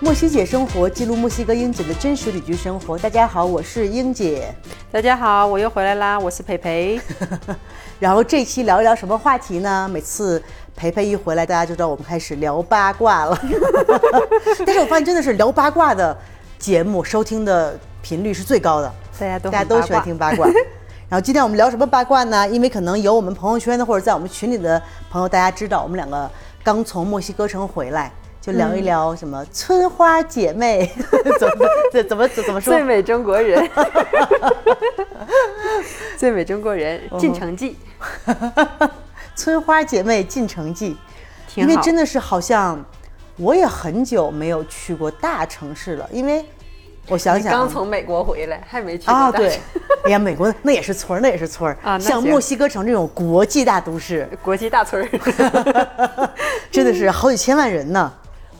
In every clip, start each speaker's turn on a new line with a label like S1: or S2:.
S1: 墨西姐生活记录墨西哥英姐的真实旅居生活。大家好，我是英姐。
S2: 大家好，我又回来啦，我是 培培。
S1: 然后这期聊一聊什么话题呢？每次培培一回来，大家就知道我们开始聊八卦 了。但是我发现真的是聊八卦的节目收听的频率是最高的，
S2: 大家都
S1: 大家都喜欢听八卦。 然后今天我们聊什么八卦呢？因为可能有我们朋友圈的或者在我们群里的朋友，大家知道我们两个刚从墨西哥城回来，就聊一聊什么村花姐妹， 怎么怎怎么怎么说？
S2: 最美中 国人，最美中国人
S1: 嗯
S2: 《进城记
S1: 村花姐妹进城记，
S2: 挺
S1: 因
S2: 好
S1: 为真的是好像我也很久没有去过大城市了，因为我》想想啊
S2: 刚从美国回来，还没去过
S1: 啊，
S2: 大
S1: 对， 哎呀，美国那也是村儿，那也是村儿
S2: 啊那
S1: 像
S2: 行
S1: 墨西哥城这种国际大都市，
S2: 国际大村儿。
S1: 真的是好几千万人呢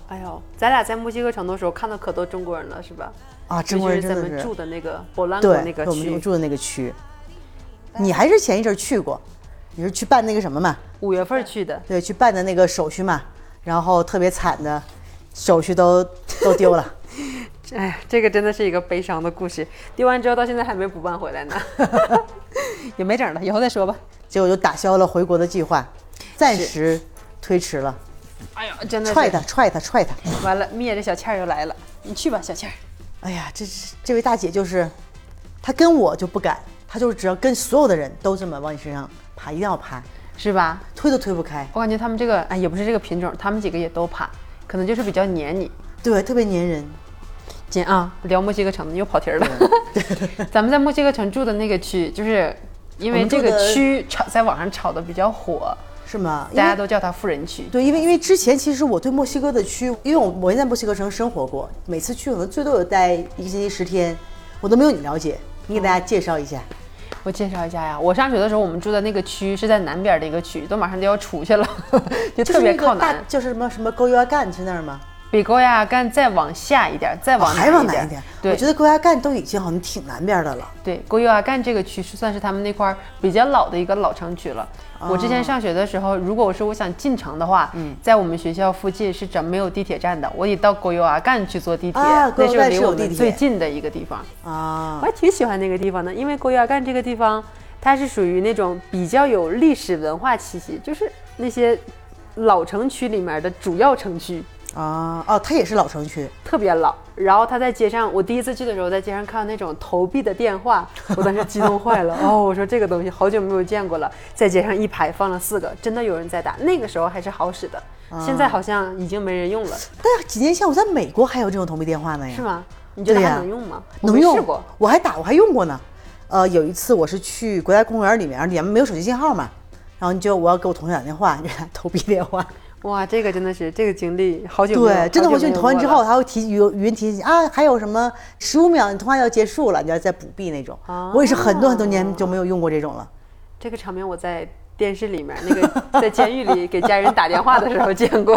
S2: 哎呦，咱俩在墨西哥城的时候看到可多中国人了，是吧？
S1: 啊，中国人
S2: 尤其
S1: 真
S2: 是咱
S1: 的
S2: 们
S1: 是
S2: 住的那个波兰国
S1: 对，
S2: 那个
S1: 对我
S2: 区
S1: 们，住的那个区，你还是前一阵儿去过，你是去办那个什么嘛？
S2: 五月份去的。
S1: 对，去办的那个手续嘛，然后特别惨的，手续都 都丢了。
S2: 哎呀，这个真的是一个悲伤的故事。丢完之后到现在还没补办回来呢， 也没整了，以后再说吧。
S1: 结果就打消了回国的计划，暂时推迟了。
S2: 哎呀，真的是
S1: 踹他，踹他，踹他！
S2: 完了，灭这小倩儿又来了，你去吧，小倩儿。
S1: 哎呀，这是这位大姐就是，她跟我就不敢，她就是只要跟所有的人都这么往你身上爬，一定要爬，
S2: 是吧？
S1: 推都推不开。
S2: 我感觉他们这个哎，也不是这个品种，他们几个也都爬，可能就是比较黏你。
S1: 对，特别粘人。
S2: 紧啊，聊墨西哥城的又跑题儿了。 咱们在墨西哥城住的那个区，就是因
S1: 我
S2: 为
S1: 们住
S2: 这
S1: 的
S2: 个区炒在网上炒的比较火，
S1: 是吗？因
S2: 大家
S1: 为
S2: 都叫它富人区。
S1: 对，因为因为之前其实我对墨西哥的区，因为我我也在墨西哥城生活过，每次去可能最多有待一个星期十天，我都没有你了解。你给大家介绍一下，
S2: 我介绍一下呀，我上学的时候，我们住的那个区是在南边的一个区，都马上就要出去了， 就
S1: 就是
S2: 特别
S1: 那
S2: 靠
S1: 个大
S2: 南，。
S1: 就是什么什么高压干是那儿吗？
S2: 比高亚干再往下一点，再
S1: 哦
S2: 往
S1: 还往
S2: 南
S1: 南
S2: 一
S1: 一点
S2: 点。？
S1: 我
S2: 对
S1: 觉得高压干都已经好像挺南边的了。
S2: 对，国有阿干这个区是算是他们那块儿比较老的一个老城区了。我之
S1: 哦
S2: 前上学的时候，如果我说我想进城的话，
S1: 嗯
S2: 在我们学校附近是整没有地铁站的，我得到国有阿干去坐地铁，
S1: 啊国
S2: 那
S1: 有
S2: 是
S1: 阿干
S2: 离
S1: 是有
S2: 我
S1: 地
S2: 们
S1: 铁
S2: 最近的一个地方。
S1: 啊
S2: 我，还挺喜欢那个地方的，因为国有阿干这个地方，它是属于那种比较有历史文化气息，就是那些老城区里面的主要城区。
S1: 啊哦，它也是老城区，
S2: 特别老，然后他在街上，我第一次去的时候，在街上看到那种投币的 电话，我当时激动坏了。哦，我说这个东西好久没有见过了，在街上一排放了四个，真的有人在打。那个时候还是好使的，
S1: 啊
S2: 现在好像已经没人用了，
S1: 但几年前我在美国还有这种投币电话呢呀，
S2: 是吗？你觉得
S1: 对
S2: 还
S1: 呀
S2: 能用吗？我
S1: 能
S2: 没
S1: 用
S2: 试过，
S1: 我还打，我还用过呢。呃，有一次我是去国家公园里面，里面没有手机信号嘛，然后你就我要给我同学打电话，你就打投币电话。
S2: 哇，这个真的是这个经历好久没有
S1: 对，真的
S2: 好
S1: 回
S2: 久
S1: 去你
S2: 没有
S1: 投完之
S2: 过
S1: 后，
S2: 了
S1: 它会提语语音提醒你啊，还有什么十五秒，你通话要结束了，你要再补币那种。
S2: 啊
S1: 我也是很多很多年就没有用过这种了。
S2: 这个场面我在电视里面那个在监狱里给家人打电话的时候见过，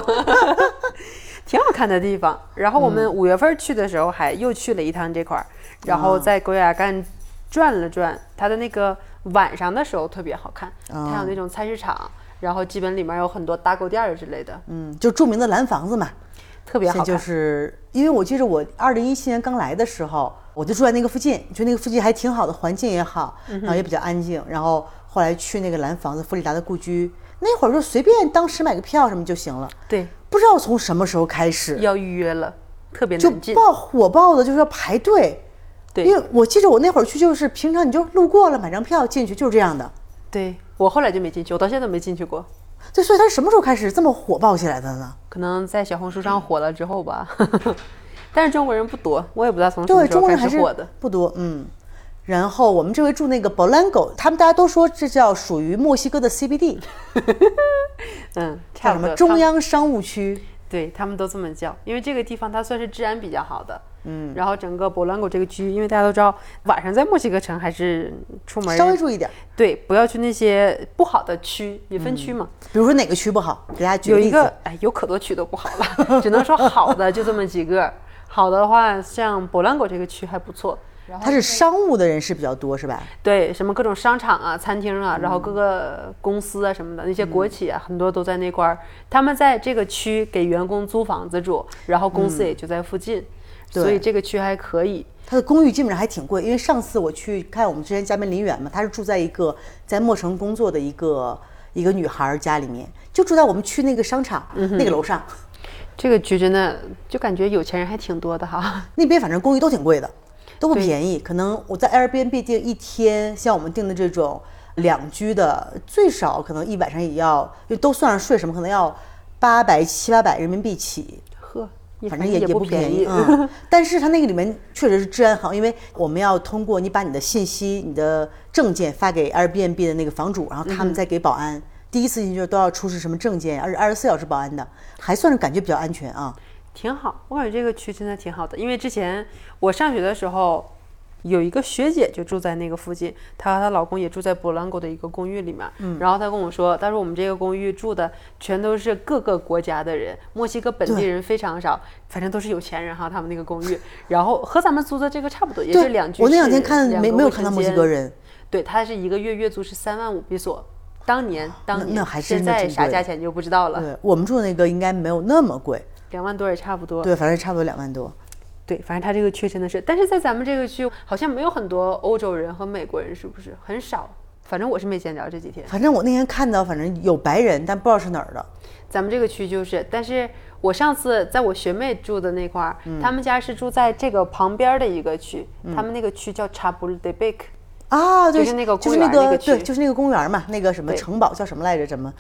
S2: 挺好看的地方。然后我
S1: 嗯
S2: 们五月份去的时候还又去了一趟这块儿，然
S1: 啊
S2: 后在狗雅干转了转，它的那个晚上的时候特别好看，
S1: 啊
S2: 它有那种菜市场，然后基本里面有很多大狗店儿之类的，
S1: 嗯，就著名的蓝房子嘛，
S2: 特别
S1: 现在
S2: 好
S1: 就
S2: 看。
S1: 是因为我记着我二零一七年刚来的时候，我就住在那个附近，觉得那个附近还挺好的，环境也好，
S2: 嗯
S1: 然后也比较安静。然后后来去那个蓝房子弗里达的故居，那会儿就随便当时买个票什么就行了。
S2: 对，
S1: 不知道从什么时候开始，
S2: 要预约了，特别
S1: 就
S2: 难进。
S1: 爆火爆的，就是要排队。
S2: 对
S1: 因为我记着我那会儿去就是平常你就路过了买张票进去，就是这样的。
S2: 对我后来就没进去，我到现在都没进去过。
S1: 对，所以它是什么时候开始这么火爆起来的呢？
S2: 可能在小红书
S1: 嗯
S2: 上火了之后吧。 但是中国人不多，我也不知道从什么
S1: 对，
S2: 时
S1: 中
S2: 候
S1: 国
S2: 开
S1: 人还是
S2: 始火的。
S1: 不多，嗯。然后我们这回住那个 Bolango，他们大家都说这叫属于墨西哥的 CBD，
S2: 嗯，
S1: 叫
S2: 差
S1: 什
S2: 不
S1: 么
S2: 多。
S1: 中
S2: 央
S1: 央商务区。
S2: 对他们都这么叫，因为这个地方它算是治安比较好的。嗯，然后整个勃兰狗这个区，因为大家都知道，晚上在墨西哥城还是出门
S1: 稍微注意点，
S2: 对，不要去那些不好的区，也分区嘛。
S1: 比如说哪个区不好，给大家举
S2: 有一
S1: 例
S2: 个
S1: 子
S2: 哎，有可多区都不好 了，只能说好的就这么几个。好的话，像勃兰狗这个区还不错，然后
S1: 他是商务的人士比较多是吧？
S2: 对什么各种商场啊、餐厅
S1: 嗯
S2: 啊，然后各个公司啊什么的，那些国企啊，很多都在那块儿。他们在这个区给员工租房子住，然后公司也就在附近，
S1: 嗯
S2: 所以这个区还可以。
S1: 他的公寓基本上还挺贵，因为上次我去看我们之前嘉宾林远嘛，她是住在一个在墨城工作的一个一个女孩儿家里面，就住在我们去那个商场、
S2: 嗯
S1: 那个楼上，
S2: 这个区真的就感觉有钱人还挺多的哈。
S1: 那边反正公寓都挺贵的，都不便宜。可能我在 Airbnb 订一天，像我们订的这种两居的，最少可能一晚上也要，因为都算上税什么，可能要八百七八百人民币起。
S2: 呵，
S1: 反正也
S2: 也
S1: 不
S2: 便
S1: 宜， 嗯，但是它那个里面确实是治安好，因为我们要通过你把你的信息、你的证件发给 Airbnb 的那个房主，然后
S2: 嗯
S1: 他们再给保安。第一次进去都要出示什么证件，而且二十四小时保安的，还算是感觉比较安全啊。
S2: 挺好，我感觉这个区真的挺好的，因为之前我上学的时候，有一个学姐就住在那个附近，她和她老公也住在勃兰狗的一个公寓里面。嗯，然后她跟我说，她说我们这个公寓住的全都是各个国家的人，墨西哥本地人非常少，反正都是有钱人哈，他们那个公寓，然后和咱们租的这个差不多，也是两居室。
S1: 我那两天看
S2: 两
S1: 没
S2: 个
S1: 没有
S2: 卫
S1: 看
S2: 生
S1: 到墨西
S2: 间
S1: 哥人，
S2: 对，它是一个月月租是三万五比索，当年当
S1: 那
S2: 年
S1: 那还
S2: 现
S1: 真的
S2: 在
S1: 挺
S2: 啥
S1: 贵
S2: 价钱就不知道了，
S1: 对我们住的那个应该没有那么贵，
S2: 两万多也差不多。
S1: 对，反正差不多两万多。
S2: 对，反正他这个区真的是，但是在咱们这个区好像没有很多欧洲人和美国人，是不是很少？反正我是没见着这几天。
S1: 反正我那天看到，反正有白人，但不知道是哪儿的。
S2: 咱们这个区就是，但是我上次在我学妹住的那块儿，
S1: 嗯
S2: 他们家是住在这个旁边的一个区，他们那个区叫查布德贝克，
S1: 啊，对，
S2: 就是那个
S1: 就是
S2: 公
S1: 那
S2: 园那个
S1: 个对，
S2: 区
S1: 就是那个公园嘛，那个什么
S2: 对
S1: 城堡叫什么来着？什么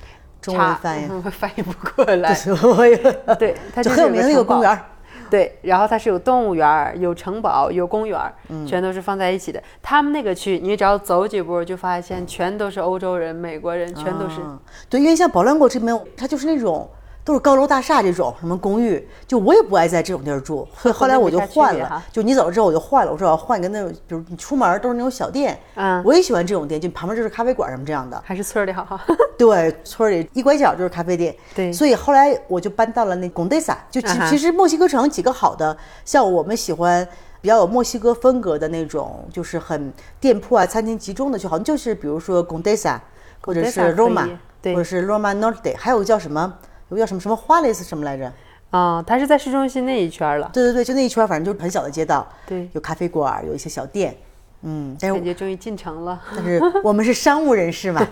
S1: 中文
S2: 查
S1: 翻译？
S2: 嗯我 翻译不过来。
S1: 我以为
S2: 对，它
S1: 就是很有
S2: 个
S1: 名的那个
S2: 城堡
S1: 公园儿。
S2: 对，然后它是有动物园儿、有城堡、有公园儿，
S1: 嗯
S2: 全都是放在一起的。他们那个区，你只要走几步就发现全都是欧洲人、美国人，全都是。
S1: 嗯，对，因为像宝兰国这边，它就是那种都是高楼大厦这种什么公寓，就我也不爱在这种地儿住，所以后来我就换
S2: 和那没啥区别
S1: 了
S2: 哈。
S1: 就你走了之后我就换了，我说我要换一个那种，比如你出门都是那种小店，
S2: 嗯
S1: 我也喜欢这种店，就旁边就是咖啡馆什么这样的。
S2: 还是村儿里好哈。
S1: 对，村儿里一拐角就是咖啡店。
S2: 对
S1: 所以后来我就搬到了那贡德萨，就其
S2: 啊哈
S1: 其实墨西哥城几个好的，像我们喜欢比较有墨西哥风格的那种，就是很店铺啊、餐厅集中的，就好像就是比如说贡德萨，或者是
S2: Condesa 可以
S1: Roma，
S2: 对
S1: 或者是 Roma Norte，还有个叫什么？有个叫什么什么花蕾斯什么来着？
S2: 啊、它是在市中心那一圈儿了。
S1: 对对对，就那一圈儿，反正就是很小的街道，
S2: 对，
S1: 有咖啡馆儿，有一些小店，嗯，但是
S2: 感觉终于进城了。
S1: 但是我们是商务人 士嘛，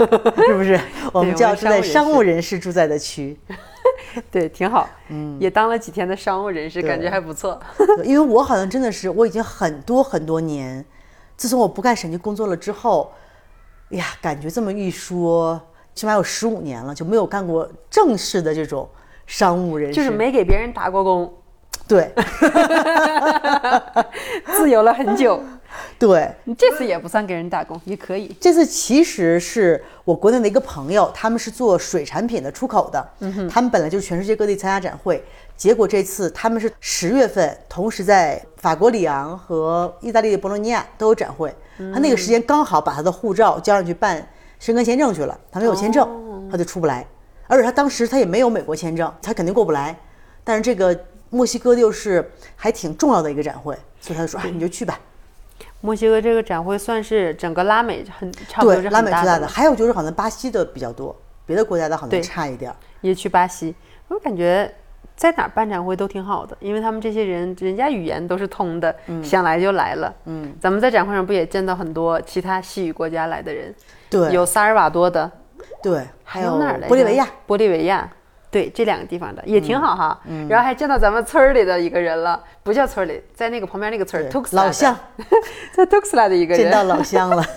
S1: 是不是？我们就要住在
S2: 我们是商
S1: 商
S2: 务人士
S1: 务人士住在的区。
S2: 对，挺好。嗯， 也当了几天的商务人士，感觉
S1: 对
S2: 还不错。
S1: 对因为我好像真的是，我已经很多很多年，自从我不干审计工作了之后，哎呀，感觉这么一说，起码有十五年了，就没有干过正式的这种商务人士，
S2: 就是没给别人打过工，
S1: 对
S2: 自由了很久。
S1: 对。
S2: 你这次也不算给人打工，也可以。
S1: 这次其实是我国内的一个朋友，他们是做水产品的出口的，他们本来就是全世界各地参加展会，结果这次他们是十月份同时在法国里昂和意大利的博洛尼亚都有展会，他那个时间刚好把他的护照交上去办申根签证去了，他没有签证，他就出不来，而且他当时他也没有美国签证，他肯定过不来，但是这个墨西哥又是还挺重要的一个展会，所以他就说，哎，你就去吧。
S2: 墨西哥这个展会算是整个拉美很差不多
S1: 对，
S2: 是
S1: 拉
S2: 很
S1: 美最
S2: 大
S1: 大
S2: 的
S1: 的，
S2: 了，
S1: 还有就是好像巴西的比较多，别的国家的好
S2: 对
S1: 像差一点儿。
S2: 也去巴西。我感觉在哪儿办展会都挺好的，因为他们这些人人家语言都是通的，想来就来了。嗯，咱们在展会上不也见到很多其他西语国家来的人，
S1: 对
S2: 有萨尔瓦多的，
S1: 对，
S2: 还
S1: 有
S2: 哪儿来着？
S1: 玻利维亚，，嗯
S2: 玻利维亚，对，这两个地方的也挺好哈。然后还见到咱们村儿里的一个人了，不叫村儿里，在那个旁边那个村儿
S1: 对
S2: t u x
S1: 老乡，
S2: 在 t u x 拉的一个
S1: 见到
S2: 人。
S1: 老乡了。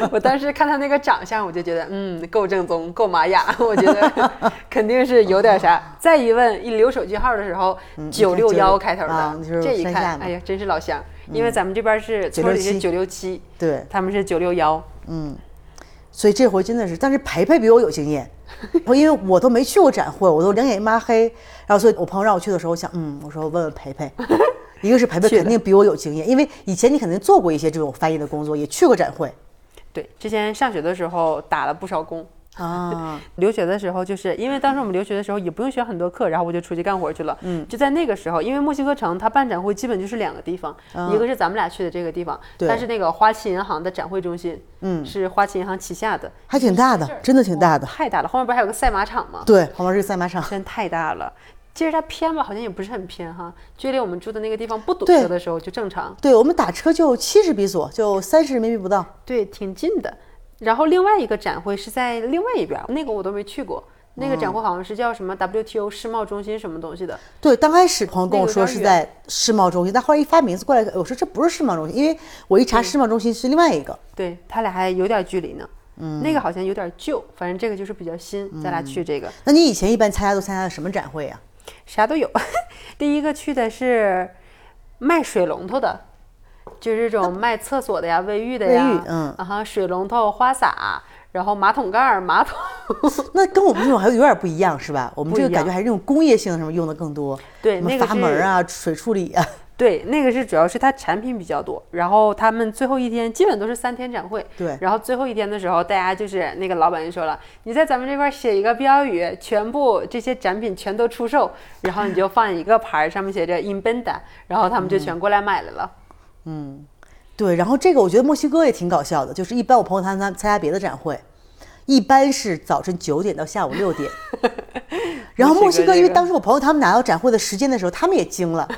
S2: 我当时看他那个长相，我就觉得，嗯，够正宗，够玛雅， 我觉 得肯定是有点啥。再一问，一留手机号的时候，
S1: 嗯
S2: 九六幺
S1: 961
S2: 开头
S1: 啊那就
S2: 的，
S1: 是
S2: 这一
S1: 山下
S2: 看，
S1: 嘛嗯
S2: 哎呀，真是老乡，因为咱们这边是村儿里是九六七，
S1: 对，
S2: 他们是九六幺。
S1: 所以这回真的是，但是培培比我有经 验，我因为我都没去过展会，我都两眼一抹黑。然后，所以我朋友让我去的时候，我想，嗯，我说我问问培 培，一个是培培
S2: 去了
S1: 肯定比我有经验，因为以前你肯定做 过一些这种翻译的工作，也去过展会。
S2: 对，之前上学的时候打了不少工，
S1: 啊，
S2: 留学的时候，就是因为当时我们留学的时候也不用学很多课，然后我就出去干活去了。嗯，就在那个时候，因为墨西哥城它办展会基本就是两个地方，一个是咱们俩去的这个地方，
S1: 对
S2: 但是那个花旗银行的展会中心，嗯，是花旗银行旗下的，
S1: 还挺大的，真的挺大的。
S2: 太大了，后面不是还有个赛马场吗？
S1: 对，旁边是个赛马场，
S2: 真太大了。其实它偏吧，好像也不是很偏哈，距离我们住的那个地方不堵
S1: 对
S2: 车的时候就正常，
S1: 对我们打车就七十比索，就三十人民币不到。
S2: 对，挺近的。然后另外一个展会是在另外一边儿，那个我都没去过。那个展会好像是叫什么 WTO 世贸中心什么东西的，
S1: 对，刚开始朋友跟我说
S2: 那个有
S1: 是
S2: 点
S1: 在世贸中心，但后来一发名字过来，我说这不是世贸中心，因为我一查世贸中心是另外一个。
S2: 对他俩还有点距离呢。嗯，那个好像有点旧，反正这个就是比较新。咱
S1: 嗯
S2: 俩去这个、
S1: 那你以前一般参加都参加的什么展会 啊？
S2: 啥都有。第一个去的是卖水龙头的，就是这种卖厕所的呀、卫浴的呀，
S1: 啊卫浴嗯
S2: 然后水龙头、花洒，然后马桶盖儿、马桶。
S1: 那跟我们这种还有点不一样，是吧？我们
S2: 不
S1: 这个
S2: 一
S1: 感
S2: 样
S1: 觉还是那种工业性的什么用的更多，
S2: 对
S1: 什么
S2: 那个
S1: 阀门
S2: 是
S1: 啊、水处理啊，
S2: 对，那个是主要是它产品比较多，然后他们最后一天基本都是三天展会。
S1: 对
S2: 然后最后一天的时候，大家就是那个老板就说了，你在咱们这块儿写一个标语，全部这些展品全都出售，然后你就放一个牌儿，上面写着 i n b e n d a 然后他们就全过来买来了。
S1: 嗯对，然后这个我觉得墨西哥也挺搞笑的，就是一般我朋友他们参参加别的展会，一般是早晨九点到下午六 点。然后墨
S2: 墨西
S1: 西
S2: 哥
S1: 哥，因为
S2: 这个
S1: 当时我朋友他们拿到展会的时间的时候，他们也惊了。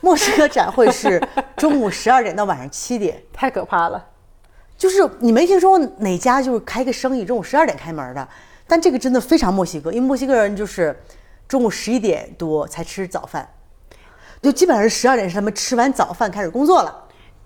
S1: 墨西哥展会是中午十二点到晚上七点，
S2: 太可怕了。
S1: 就是你没听说过哪家就是开个生意中午十二点开门的，但这个真的非常墨西哥，因为墨西哥人就是中午十一点多才吃早饭，就基本上是十二点是他们吃完早饭开始工作了。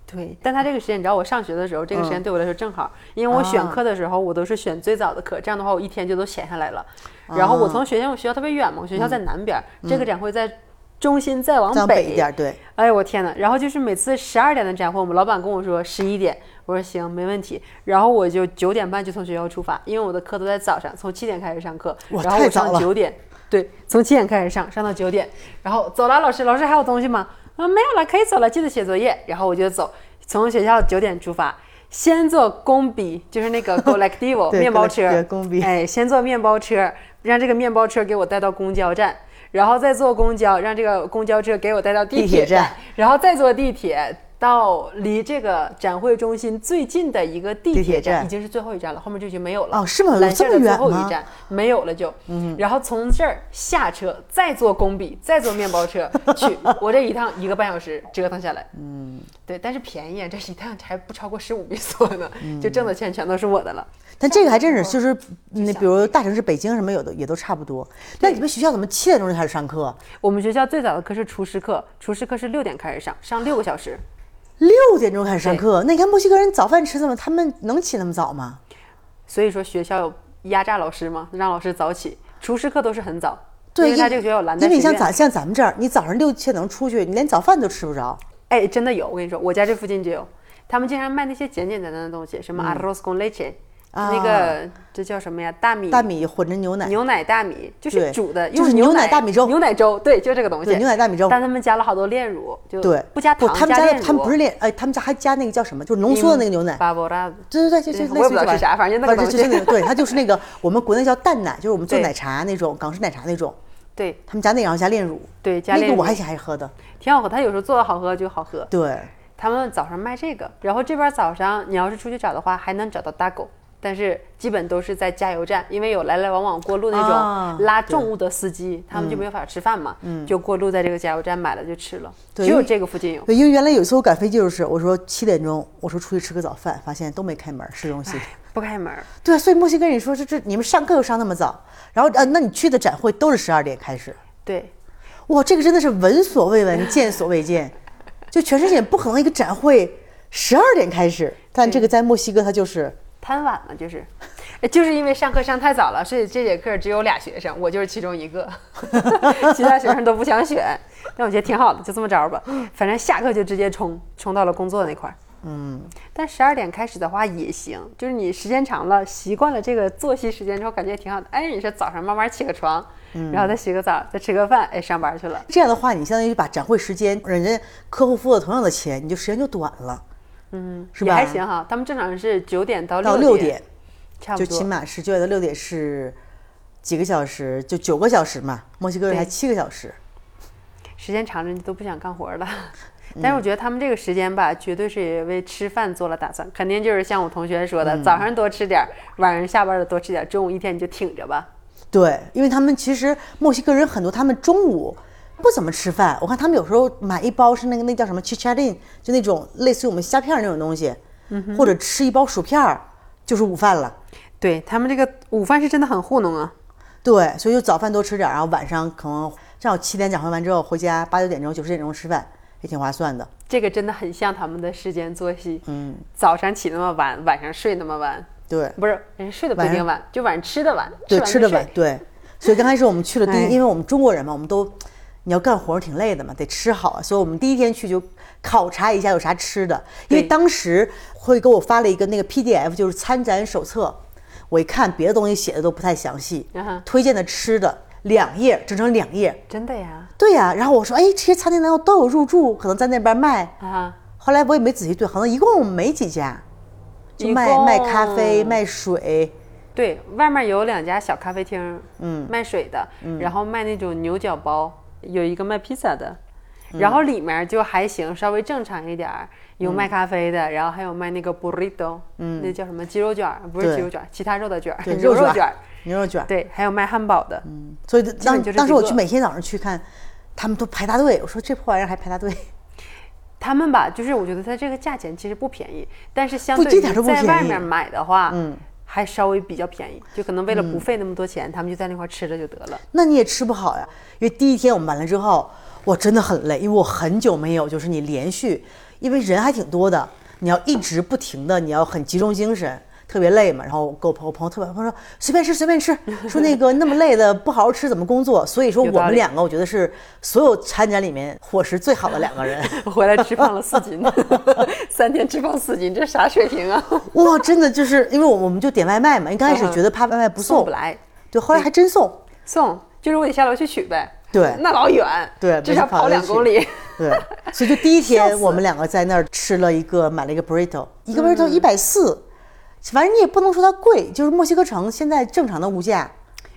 S2: 对，但他这个时间，你知道，我上学的时候，这个时
S1: 嗯
S2: 间对我来说正好，因为我
S1: 啊
S2: 选课的时候，我都是选最早的课，这样的话，我一天就都闲下来了。
S1: 啊
S2: 然后我从学校，我学校特别远嘛，我学校在南边儿，这个展会在中心，再
S1: 嗯
S2: 往
S1: 再往
S2: 北
S1: 北一点，对，
S2: 哎呦我天呐，然后就是每次十二点的展会，我们老板跟我说十一点，我说行没问题。然后我就九点半就从学校出发，因为我的课都在早上，从七点开始上课，
S1: 哇
S2: 然后
S1: 太
S2: 我
S1: 早
S2: 上
S1: 了
S2: 九点，对，从七点开始上，上到九点，然后走了，老师，老师还有东西吗？啊，没有了，可以走了，记得写作业。然后我就走，从学校九点出发。先坐工比，就是那 个 collectivo
S1: 对
S2: 面包车
S1: collectivo，工 比
S2: 哎，先坐面包车，让这个面包车给我带到公交站，然后再坐公交，让这个公交车给我带到地
S1: 地铁
S2: 铁
S1: 站
S2: 站，然后再坐地铁到离这个展会中心最近的一个地
S1: 地
S2: 铁
S1: 铁站
S2: 已经是最后一站了，后面就已经没有了。
S1: 哦是吗有
S2: 蓝线
S1: 这么
S2: 的最
S1: 远
S2: 后
S1: 吗
S2: 一站没有了就，嗯，然后从这儿下车，再坐工笔，再坐面包车去， 我这一趟一个半小时折腾下来，嗯，对，但是便宜啊，这一趟还不超过十五比索呢，
S1: 嗯
S2: 就挣的钱全都是我的了。
S1: 但这个还真是，就是那比如大城市北京什么有的也都差不多。那你们学校怎么七点钟就开始上课？
S2: 我们学校最早的课是厨师课，厨师课是六点开始上，上六个小时。
S1: 六点钟开始上课？那你看墨西哥人早饭吃怎么？他们能起那么早吗？
S2: 所以说学校有压榨老师吗？让老师早起，厨师课都是很早。
S1: 对，
S2: 因为
S1: 因
S2: 他这个学校有蓝带
S1: 因为你
S2: 学
S1: 像
S2: 院。
S1: 咱像咱们这儿，你早上六七点能出去，你连早饭都吃不着。
S2: 哎，真的有，我跟你说，我家这附近就有，他们经常卖那些简简单单的东西，什么 arroz con leche，、
S1: 嗯啊
S2: 那个这叫什么呀？大米。
S1: 大米混着牛奶，
S2: 嗯牛奶大米就是
S1: 对
S2: 煮的，
S1: 就是
S2: 用
S1: 牛
S2: 牛
S1: 奶大米粥
S2: 牛奶粥，对，就这个东西，
S1: 对牛奶大米粥
S2: 但他们加了好多炼乳，就
S1: 对，
S2: 不加糖，
S1: 他们
S2: 炼
S1: 家
S2: 乳。
S1: 他们不是炼，哎，他们家还加那个叫什么，就是浓缩的那个牛奶。
S2: 巴博拉，
S1: 对对对，就就
S2: 我
S1: 类似于
S2: 也不知道
S1: 这玩意
S2: 是啥反正那个
S1: 反正就
S2: 东
S1: 是
S2: 西
S1: 那个，对，它就是那个我们国内叫淡奶，就是我们做
S2: 对
S1: 奶茶那种港式奶茶那种，
S2: 对
S1: 他们加那个然后加炼乳，
S2: 对，加
S1: 那
S2: 炼
S1: 个
S2: 乳
S1: 我还还喝的，
S2: 挺好喝，他有时候做的好喝就好喝。
S1: 对。
S2: 他们早上卖这个，然后这边早上你要是出去找的话，还能找到大狗，但是基本都是在加油站，因为有来来往往过路那
S1: 啊嗯
S2: 种拉重物的司机，他们就没有法吃饭嘛，就过路在这个加油站买了就吃了，
S1: 对
S2: 只有
S1: 因为
S2: 这个附近有。
S1: 对，因为原来有一次我赶飞机就是，我说七点钟，我说出去吃个早饭，发现都没开门，市中心。
S2: 不开门儿，
S1: 对啊，所以墨西哥人你说这这你们上课又上那么早，然后呃，那你去的展会都是十二点开始，
S2: 对，
S1: 哇，这个真的是闻所未闻，见所未 见，就全世界不可能一个展会十二点开始，但这个在墨西哥它就是
S2: 贪晚了就是， 哎就是因为上课上太早了，所以这节课只有俩学生，我就是其中一个， 其他学生都不想选。但我觉得挺好的，就这么着吧，反正下课就直接冲冲到了工作那块儿。嗯，但十二点开始的话也行，就是你时间长了，习惯了这个作息时间之后，感觉挺好的。哎，你说早上慢慢起个床，
S1: 嗯
S2: 然后再洗个澡，再吃个饭，哎，上班去了。
S1: 这样的话，你相当于把展会时间，人家客户付了同样的钱，你就时间就短了，嗯，是吧？
S2: 也还行哈，他们正常是九点到
S1: 到
S2: 六
S1: 六点，
S2: 差不
S1: 就
S2: 多。
S1: 起码是九点到六点是几个小时，就九个小时嘛，墨西哥人才
S2: 对
S1: 七个小时。
S2: 时间长了你都不想干活了。 但是我觉得他们这个时间吧，绝对是也为吃饭做了打算，肯定就是像我同学说的，早上多吃点儿，晚上下班了多吃点儿，中午一天你就挺着吧。
S1: 对，因为他们其实墨西哥人很多，他们中午不怎么吃饭。我看他们有时候买一包是那个那叫什么 chicharrin，就那种类似于我们虾片儿那种东西，
S2: 嗯
S1: 或者吃一包薯片儿就是午饭了。
S2: 对他们这个午饭是真的很糊弄啊。
S1: 对，所以就早饭多吃点儿，然后晚上可能正好七点讲会完之后回家，八九点钟、九十点钟吃饭也挺划算的。
S2: 这个真的很像他们的时间作息，嗯，早上起那么晚，晚上睡那么晚，
S1: 对，
S2: 不是人睡的不一定晚，就晚上吃的晚，
S1: 对，
S2: 完
S1: 吃
S2: 就
S1: 的晚
S2: 睡，，
S1: 对。所以刚开始我们去了第
S2: 哎
S1: 一，因为我们中国人嘛，我们都你要干活儿挺累的嘛，得吃好啊。所以我们第一天去就考察一下有啥吃的，因为
S2: 对
S1: 当时会给我发了一个那个 PDF，就是参展手册。我一看别的东西写的都不太详细
S2: 嗯哼，
S1: 推荐的吃的两页，整整两页。
S2: 真的呀，
S1: 对呀、然后我说，哎，这些餐厅难道都有入住？可能在那边卖。
S2: 啊，
S1: 后来我也没仔细对，好像一共没几家，就
S2: 一
S1: 卖卖咖
S2: 共
S1: 啡、卖水。
S2: 对，外面有两家小咖啡厅，嗯，卖水的，然后卖那种牛角包，有一个卖披萨的，
S1: 嗯
S2: 然后里面就还行，稍微正常一点儿，有卖咖啡的，然后还有卖那个 burrito，嗯，那叫什么鸡肉卷儿，不是
S1: 对
S2: 鸡肉卷儿，其他肉的卷儿，
S1: 对
S2: 牛
S1: 肉卷儿嗯
S2: 卷儿，
S1: 牛肉卷儿，
S2: 对，还有卖汉堡的，
S1: 所以当
S2: 本就这
S1: 当时
S2: 几
S1: 我
S2: 个
S1: 去每天早上去看，他们都排大队。我说这破玩意儿还排大队，
S2: 他们吧，就是我觉得它这个价钱其实不便宜，但是相
S1: 不
S2: 对于
S1: 一点都不
S2: 在外
S1: 便宜
S2: 面买的话，嗯，还稍微比较便宜，就可能为
S1: 嗯
S2: 了不费那么多钱，他们就在那块儿吃了就得了。
S1: 那你也吃不好呀。因为第一天我们完了之后，我真的很累，因为我很久没有就是你连续，因为人还挺多的，你要一直不停的，你要很集中精神。特别累嘛，然后我跟我朋友朋友特别，朋友说随便吃随便吃， 说那个那么累的不好好吃怎么工作？所以说
S2: 有
S1: 我
S2: 道
S1: 们
S2: 理
S1: 两个，我觉得是所有参展里面伙食最好的两个 人。
S2: 我回来吃胖了四斤， 三天吃胖四斤，这啥水平啊？
S1: 哇，真的就是因为我我们就点外卖嘛，因为刚开始
S2: 嗯
S1: 觉得怕外卖不
S2: 送
S1: 送
S2: 不，来，
S1: 对，后来还真送。
S2: 送就是我得下楼去取呗。
S1: 对
S2: 那老远，
S1: 对
S2: 至少
S1: 没法
S2: 跑两
S1: 去
S2: 公里。
S1: 对，所以就第一
S2: 笑
S1: 天
S2: 死
S1: 我们两个在那儿吃了一个，买了一个 burrito，一个
S2: 嗯
S1: burrito 一百四，反正你也不能说它贵，就是墨西哥城现在正常的物价。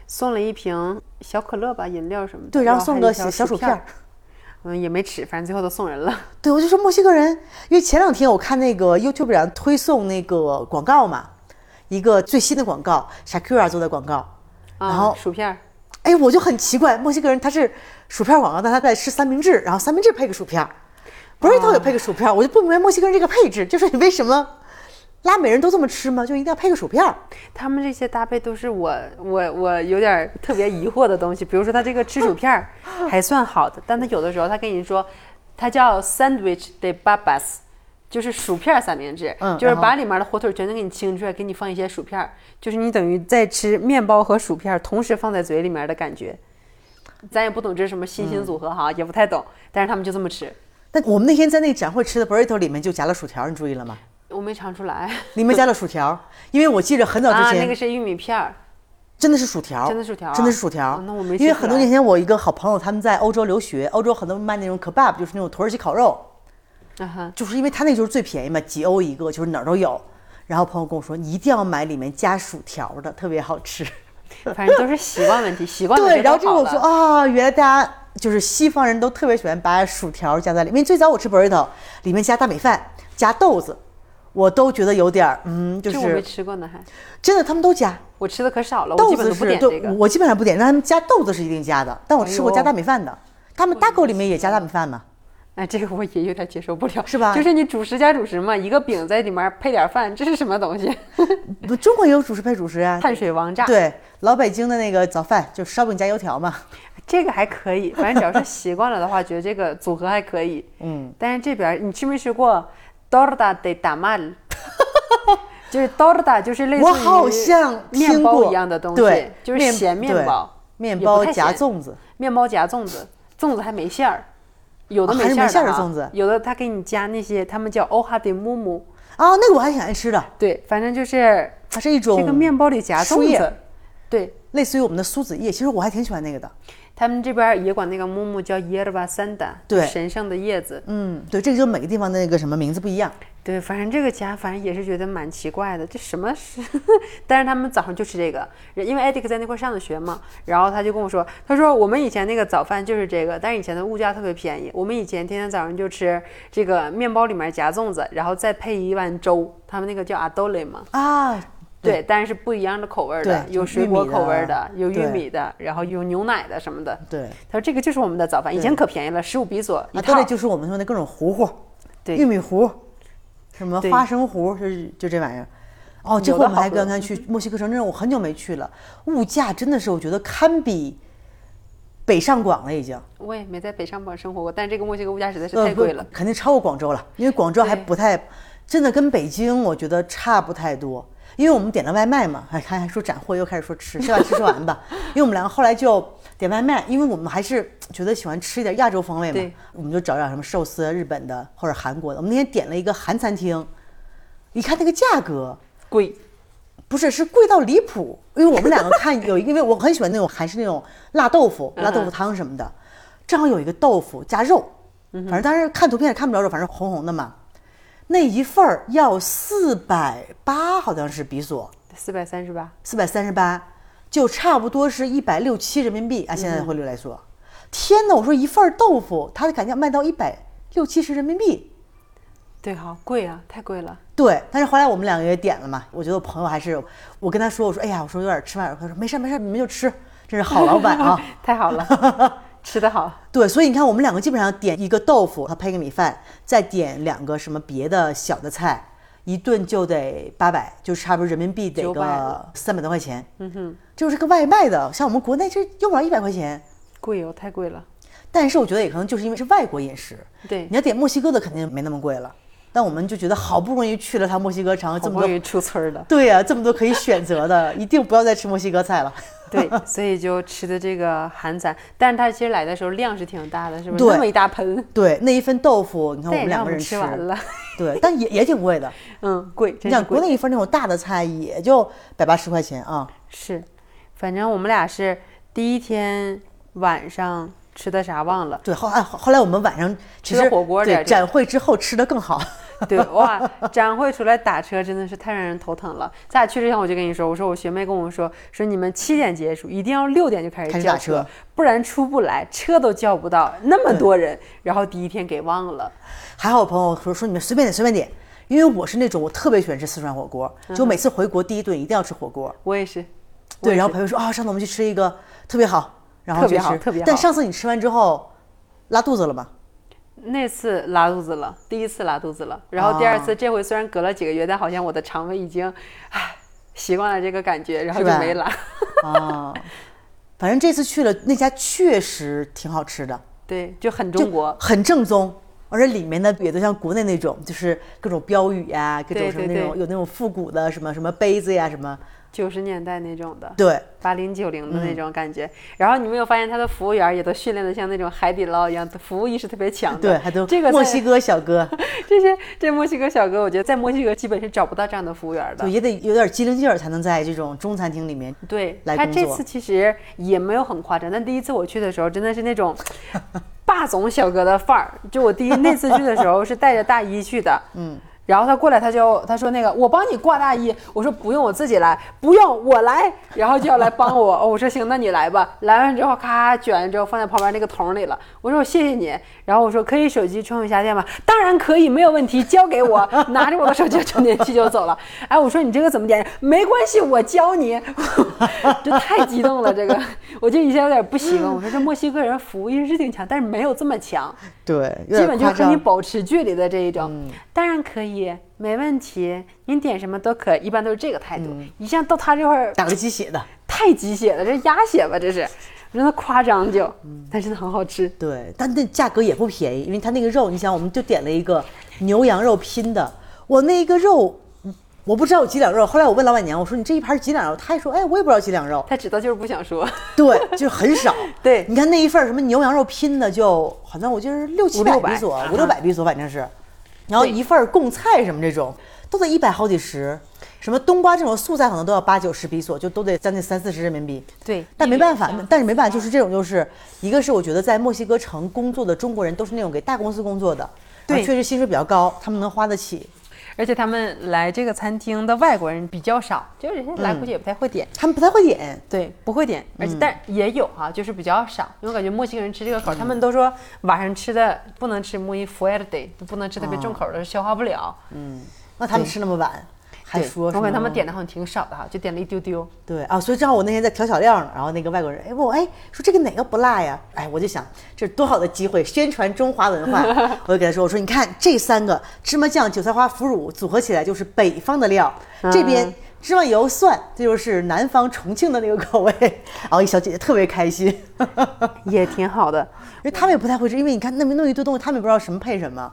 S2: 送了一瓶小可乐吧，饮料什么的。
S1: 对，然后送
S2: 还
S1: 个
S2: 一条
S1: 小薯片儿
S2: 片儿，。嗯，也没吃，反正最后都送人了。
S1: 对，我就说墨西哥人，因为前两天我看那个 YouTube 上推送那个广告嘛，一个最新的广告，Shakira 做的广告，
S2: 啊
S1: 然后
S2: 薯片儿，
S1: 哎，我就很奇怪，墨西哥人他是薯片广告，但他在吃三明治，然后三明治配个薯片儿，burrito 也配个薯片儿，我就不明白墨西哥人这个配置，就是你为什么拉美人都这么吃吗？就一定要配个薯片儿？
S2: 他们这些搭配都是我我我有点儿特别疑惑的东西，比如说他这个吃薯片儿还算好的，但他有的时候他跟你说，它叫 sandwich de babas，就是薯片儿三明治，
S1: 嗯
S2: 就是
S1: 然
S2: 把里面的火腿全都给你清出来，给你放一些薯片儿，就是你等于在吃面包和薯片儿同时放在嘴里面的感觉。咱也不懂这是什么新兴组合
S1: 嗯
S2: 哈，也不太懂，但是他们就这么吃，
S1: 但我们那天在那个展会吃的 burrito 里面就夹了薯条，你注意了吗？
S2: 我没尝 出来。
S1: 里面夹了薯条，因为我记着很早之
S2: 啊，
S1: 前、
S2: 那个是玉米片儿，
S1: 真的是薯条，
S2: 真的薯条啊
S1: 真的是薯条。
S2: 哦那我没
S1: 因为
S2: 记出
S1: 很多
S2: 来
S1: 年前我一个好朋友他们在欧洲留学，欧洲很多卖那种 kebab，就是那种土耳其烤肉，
S2: 啊哈，
S1: 就是因为他那就是最便宜嘛，几欧一个，就是哪儿都有。然后朋友跟我说，你一定要买里面加薯条的，特别好吃。
S2: 反正都是习惯问题，习惯了
S1: 对，然后这个
S2: 就好
S1: 我
S2: 了
S1: 说啊，原来大家就是西方人都特别喜欢把薯条加在里面。因为最早我吃 burrito，里面加大米饭、加豆子，我都觉得有点儿，嗯，就
S2: 这我没
S1: 是
S2: 吃过呢，还
S1: 真的他们都加。
S2: 我吃的可少了，我
S1: 豆嗯
S2: 基本
S1: 子
S2: 都不
S1: 是
S2: 点这
S1: 对，
S2: 个。
S1: 我基本上不点，但他们加豆子是一定加的。但我吃过
S2: 哎呦
S1: 加大米饭的，他们大狗里面也加大米饭嘛。
S2: 哎，这个我也有点接受不了，
S1: 是吧
S2: 就是你主食加主食嘛，一个饼在里面配点饭，这是什么东西？
S1: 不，中国也有主食配主食啊。
S2: 碳水王炸。，
S1: 对，老北京的那个早饭就是烧饼加油条嘛。
S2: 这个还可以，反正只要是习惯了的话，觉得这个组合还可以。嗯，但是这边你吃没吃过 torta de tamal？就是 torta，就是类似于
S1: 我好像
S2: 面
S1: 听
S2: 包
S1: 过
S2: 一样的东西
S1: 对，
S2: 就是
S1: 面
S2: 咸面
S1: 对
S2: 包，
S1: 面
S2: 也
S1: 包
S2: 不太
S1: 夹
S2: 咸
S1: 粽子，
S2: 面包夹粽子，粽子还没馅儿，有的
S1: 啊还是
S2: 馅儿
S1: 没
S2: 的
S1: 馅儿的
S2: 啊
S1: 粽子
S2: 有的他给你加那些，他们叫欧哈的木木，
S1: 啊，那个我还挺爱吃的，
S2: 对，反正就是
S1: 它是一种
S2: 这个面包里夹
S1: 哦树
S2: 粽
S1: 叶
S2: 子，对，
S1: 类似于我们的苏子叶，其实我还挺喜欢那个的。
S2: 他们这边儿也管那个木木叫耶尔巴三达，
S1: 对
S2: 神圣的叶子。
S1: 嗯，对，这个就每个地方的那个什么名字不一样。
S2: 对，反正这个家，反正也是觉得蛮奇怪的，这什么是？ 但是他们早上就吃这个，人因为艾迪克在那块儿上的学嘛，然后他就跟我说，他说我们以前那个早饭就是这个，但是以前的物价特别便宜，我们以前天天早上就吃这个面包里面夹粽子，然后再配一碗粥，他们那个叫阿豆类嘛，
S1: 啊，
S2: 对，但是不一样的口味儿的，
S1: 对
S2: 有水果口味儿的，
S1: 玉
S2: 有
S1: 米的
S2: 玉米的，然后有牛奶的什么的。
S1: 对，
S2: 他说这个就是我们的早饭，以前可便宜了，十五比索一
S1: 啊，对
S2: 套
S1: 了，。就是我们说的各种糊糊，
S2: 对
S1: 玉米糊，什么
S2: 对
S1: 花生糊，就是就这玩意儿。哦，这
S2: 有
S1: 回
S2: 的
S1: 我们
S2: 好
S1: 还
S2: 多
S1: 刚刚去墨西哥城，真的我很久没去了，物价真的是我觉得堪比北上广了，已经。
S2: 我也没在北上广生活过，但这个墨西哥物价实在是
S1: 呃
S2: 太
S1: 不
S2: 贵了。
S1: 肯定超过广州了，因为广州还
S2: 对
S1: 不太，真的跟北京我觉得差不太多。因为我们点了外卖嘛，还看还说斩获，又开始说吃，吃完吃吃完吧。因为我们两个后来就点外卖，因为我们还是觉得喜欢吃一点亚洲风味嘛
S2: 对，
S1: 我们就找点什么寿司、日本的或者韩国的。我们那天点了一个韩餐厅，一看那个价格，
S2: 贵，
S1: 不是，是贵到离谱。因为我们两个看 有一个，因为我很喜欢那种韩式那种辣豆腐、辣豆腐汤什么的，正好有一个豆腐加肉，反正当时看图片也看不着肉，反正红红的嘛。那一份儿要四百八，好像是比索
S2: 四百三十八。
S1: 四百三十八，就差不多是一百六七人民币。按现在的汇率来说，天哪！我说一份儿豆腐，它的感觉卖到一百六七十人民币，
S2: 对，好贵啊，太贵了。
S1: 对，但是后来我们两个也点了嘛，我觉得我朋友还是我跟他说，我说哎呀，我说有点吃饭，他说没事儿没事儿，你们就吃，真是好老板 啊。
S2: 太 好了，吃得好。
S1: 对，所以你看我们两个基本上点一个豆腐，他配个米饭，再点两个什么别的小的菜，一顿就得八百，就差不多人民币得
S2: 900
S1: 个三百多块钱。嗯哼，就是个外卖的，像我们国内这用不了一百块钱，
S2: 贵哦，太贵了。
S1: 但是我觉得也可能就是因为是外国饮食，
S2: 对
S1: 你，要点墨西哥的肯定没那么贵了，但我们就觉得好不容易去了趟墨西哥城，这
S2: 好
S1: 么
S2: 不
S1: 多
S2: 容易出 村儿了。
S1: 对呀、这么多可以选择 的，一定不要再吃墨西哥菜了。
S2: 对，所以就吃的这个韩餐，但是它其实来的时候量是挺大的，是不是？
S1: 对
S2: 那么一大盆，
S1: 对，那一份豆腐，你看我
S2: 但也
S1: 们两
S2: 让我
S1: 个
S2: 们
S1: 人吃，
S2: 吃完了。
S1: 对，但也也挺贵的。
S2: 嗯，贵，
S1: 你
S2: 真是
S1: 想国
S2: 贵。
S1: 内一份那种大的菜也就百八十块钱啊，
S2: 是，反正我们俩是第一天晚上吃的啥忘了。
S1: 对，后来后来我们晚上其
S2: 吃了
S1: 实
S2: 火锅
S1: 对
S2: 点儿
S1: 展会之后吃的更好，
S2: 对，哇，展会出来打车真的是太让人头疼了。咱俩去之前我就跟你说，我说我学妹跟我说，说你们七点结束，一定要六点就开始
S1: 开始
S2: 叫
S1: 打车
S2: 不然出不来，车都叫不到，那么多人。然后第一天给忘了，
S1: 还好我朋友说说你们随便点随便点，因为我是那种我特别喜欢吃四川火锅，就每次回国第一顿一定要吃火锅。
S2: 嗯我也是。
S1: 对，然后朋友说啊，上次我们去吃一个特别好，然后
S2: 特
S1: 去
S2: 别好
S1: 吃，
S2: 特别
S1: 但
S2: 好
S1: 上次你吃完之后拉肚子了吗？
S2: 那次拉肚子了，第一次拉肚子了，然后第二
S1: 啊
S2: 次，这回虽然隔了几个月，但好像我的肠胃已经，唉，习惯了这个感觉，然后
S1: 是
S2: 就
S1: 吧
S2: 没拉。
S1: 啊，反正这次去了那家确实挺好吃的，
S2: 对，就很
S1: 就
S2: 中国，
S1: 很正宗，而且里面呢也都像国内那种，就是各种标语呀、各种
S2: 对
S1: 什么
S2: 对
S1: 那种有那种复古的什么什么杯子呀、什么，
S2: 九十年代那种的。
S1: 对
S2: 八零九零的那
S1: 嗯
S2: 种感觉，然后你没有发现他的服务员也都训练的像那种海底捞一样，服务意识特别强的。
S1: 对，还都
S2: 这个
S1: 墨
S2: 在
S1: 西哥小 哥，
S2: 这些这墨西哥小哥，我觉得在墨西哥基本是找不到这样的服务员
S1: 就
S2: 的。
S1: 也得有点机灵劲儿才能在这种中餐厅里面。
S2: 对，
S1: 来
S2: 他
S1: 工
S2: 这
S1: 作
S2: 次其实也没有很夸张，但第一次我去的时候真的是 那种霸总小哥的范儿。就我第一那次去的时候是带着大衣去的，嗯。然后他过来，他就他说那个我帮你挂大衣，我说不用我自己来，不用我来，然后就要来帮我。哦我说行，那你来吧。来完之后，咔卷完之后放在旁边那个桶里了。我说我谢谢你，然后我说可以手机充一下电吗？当然可以，没有问题，交给我。拿着我的手机充电器就走了。哎，我说你这个怎么点？没关系，我教你。 这太激动了，这个我就一下有点不习惯。我说这墨西哥人服务意识是挺强，但是没有这么强。
S1: 对，有
S2: 基
S1: 点
S2: 本就
S1: 夸
S2: 和你
S1: 张。嗯
S2: 保持距离的这一种，当然可以，没问题，您点什么都可以，一般都是这个态度。
S1: 嗯
S2: 一下到他这块儿
S1: 打个鸡血的，
S2: 太鸡血了，这鸭血吧，这是，真的夸张就，
S1: 嗯
S2: 但真的很好吃。
S1: 对，但那价格也不便宜，因为它那个肉，你想，我们就点了一个牛羊肉拼的，我那一个肉，嗯我不知道有几两肉。后来我问老板娘，我说你这一盘几两肉？她还说，哎，我也不知道几两肉。
S2: 他知道就是不想说，。
S1: 对，就是很少
S2: 对
S1: 你看那一份儿什么牛羊肉拼的就，好像我记得是六七
S2: 五六百
S1: 比索
S2: 啊，
S1: 五六百比索，反正是。然后
S2: 对
S1: 一份儿贡菜什么这种，都得一百好几十。什么冬瓜这种素菜可能都要八九十比索，就都得将近三四十人民币。
S2: 对，
S1: 但没办法
S3: 因为有，
S1: 但是没办
S2: 啊
S1: 法，就是这种，就是一个是我觉得在墨西哥城工作的中国人都是那种给大公司工作的，然后
S2: 对
S1: 确实薪水比较高，他们能花得起。
S2: 而且他们来这个餐厅的外国人比较少，就是人家来估计也不太会点。
S1: 他们不太会点，
S2: 对，不会点，而且、但也有哈、就是比较少，因为我感觉墨西哥人吃这个口儿，他们都说晚上吃的不能吃 muy fuerte，不能吃特别重口儿的，消化不了。
S1: 那他们吃那么晚，还
S2: 对
S1: 说
S2: 我
S1: 什
S2: 感
S1: 么
S2: 觉他们点的好像挺少的哈，就点了一丢丢。
S1: 对啊，所以正好我那天在调小料呢，然后那个外国人哎问我哎说这个哪个不辣呀？哎，我就想这是多好的机会宣传中华文化，我就给他说我说你看这三个芝麻酱、韭菜花、腐乳组合起来就是北方的料，这边芝麻油、蒜，这就是南方重庆的那个口味。然后一小姐姐特别开心，
S2: 也挺好的。
S1: 因为他们也不太会吃，因为你看那么弄一堆东西，他们也不知道什么配什么。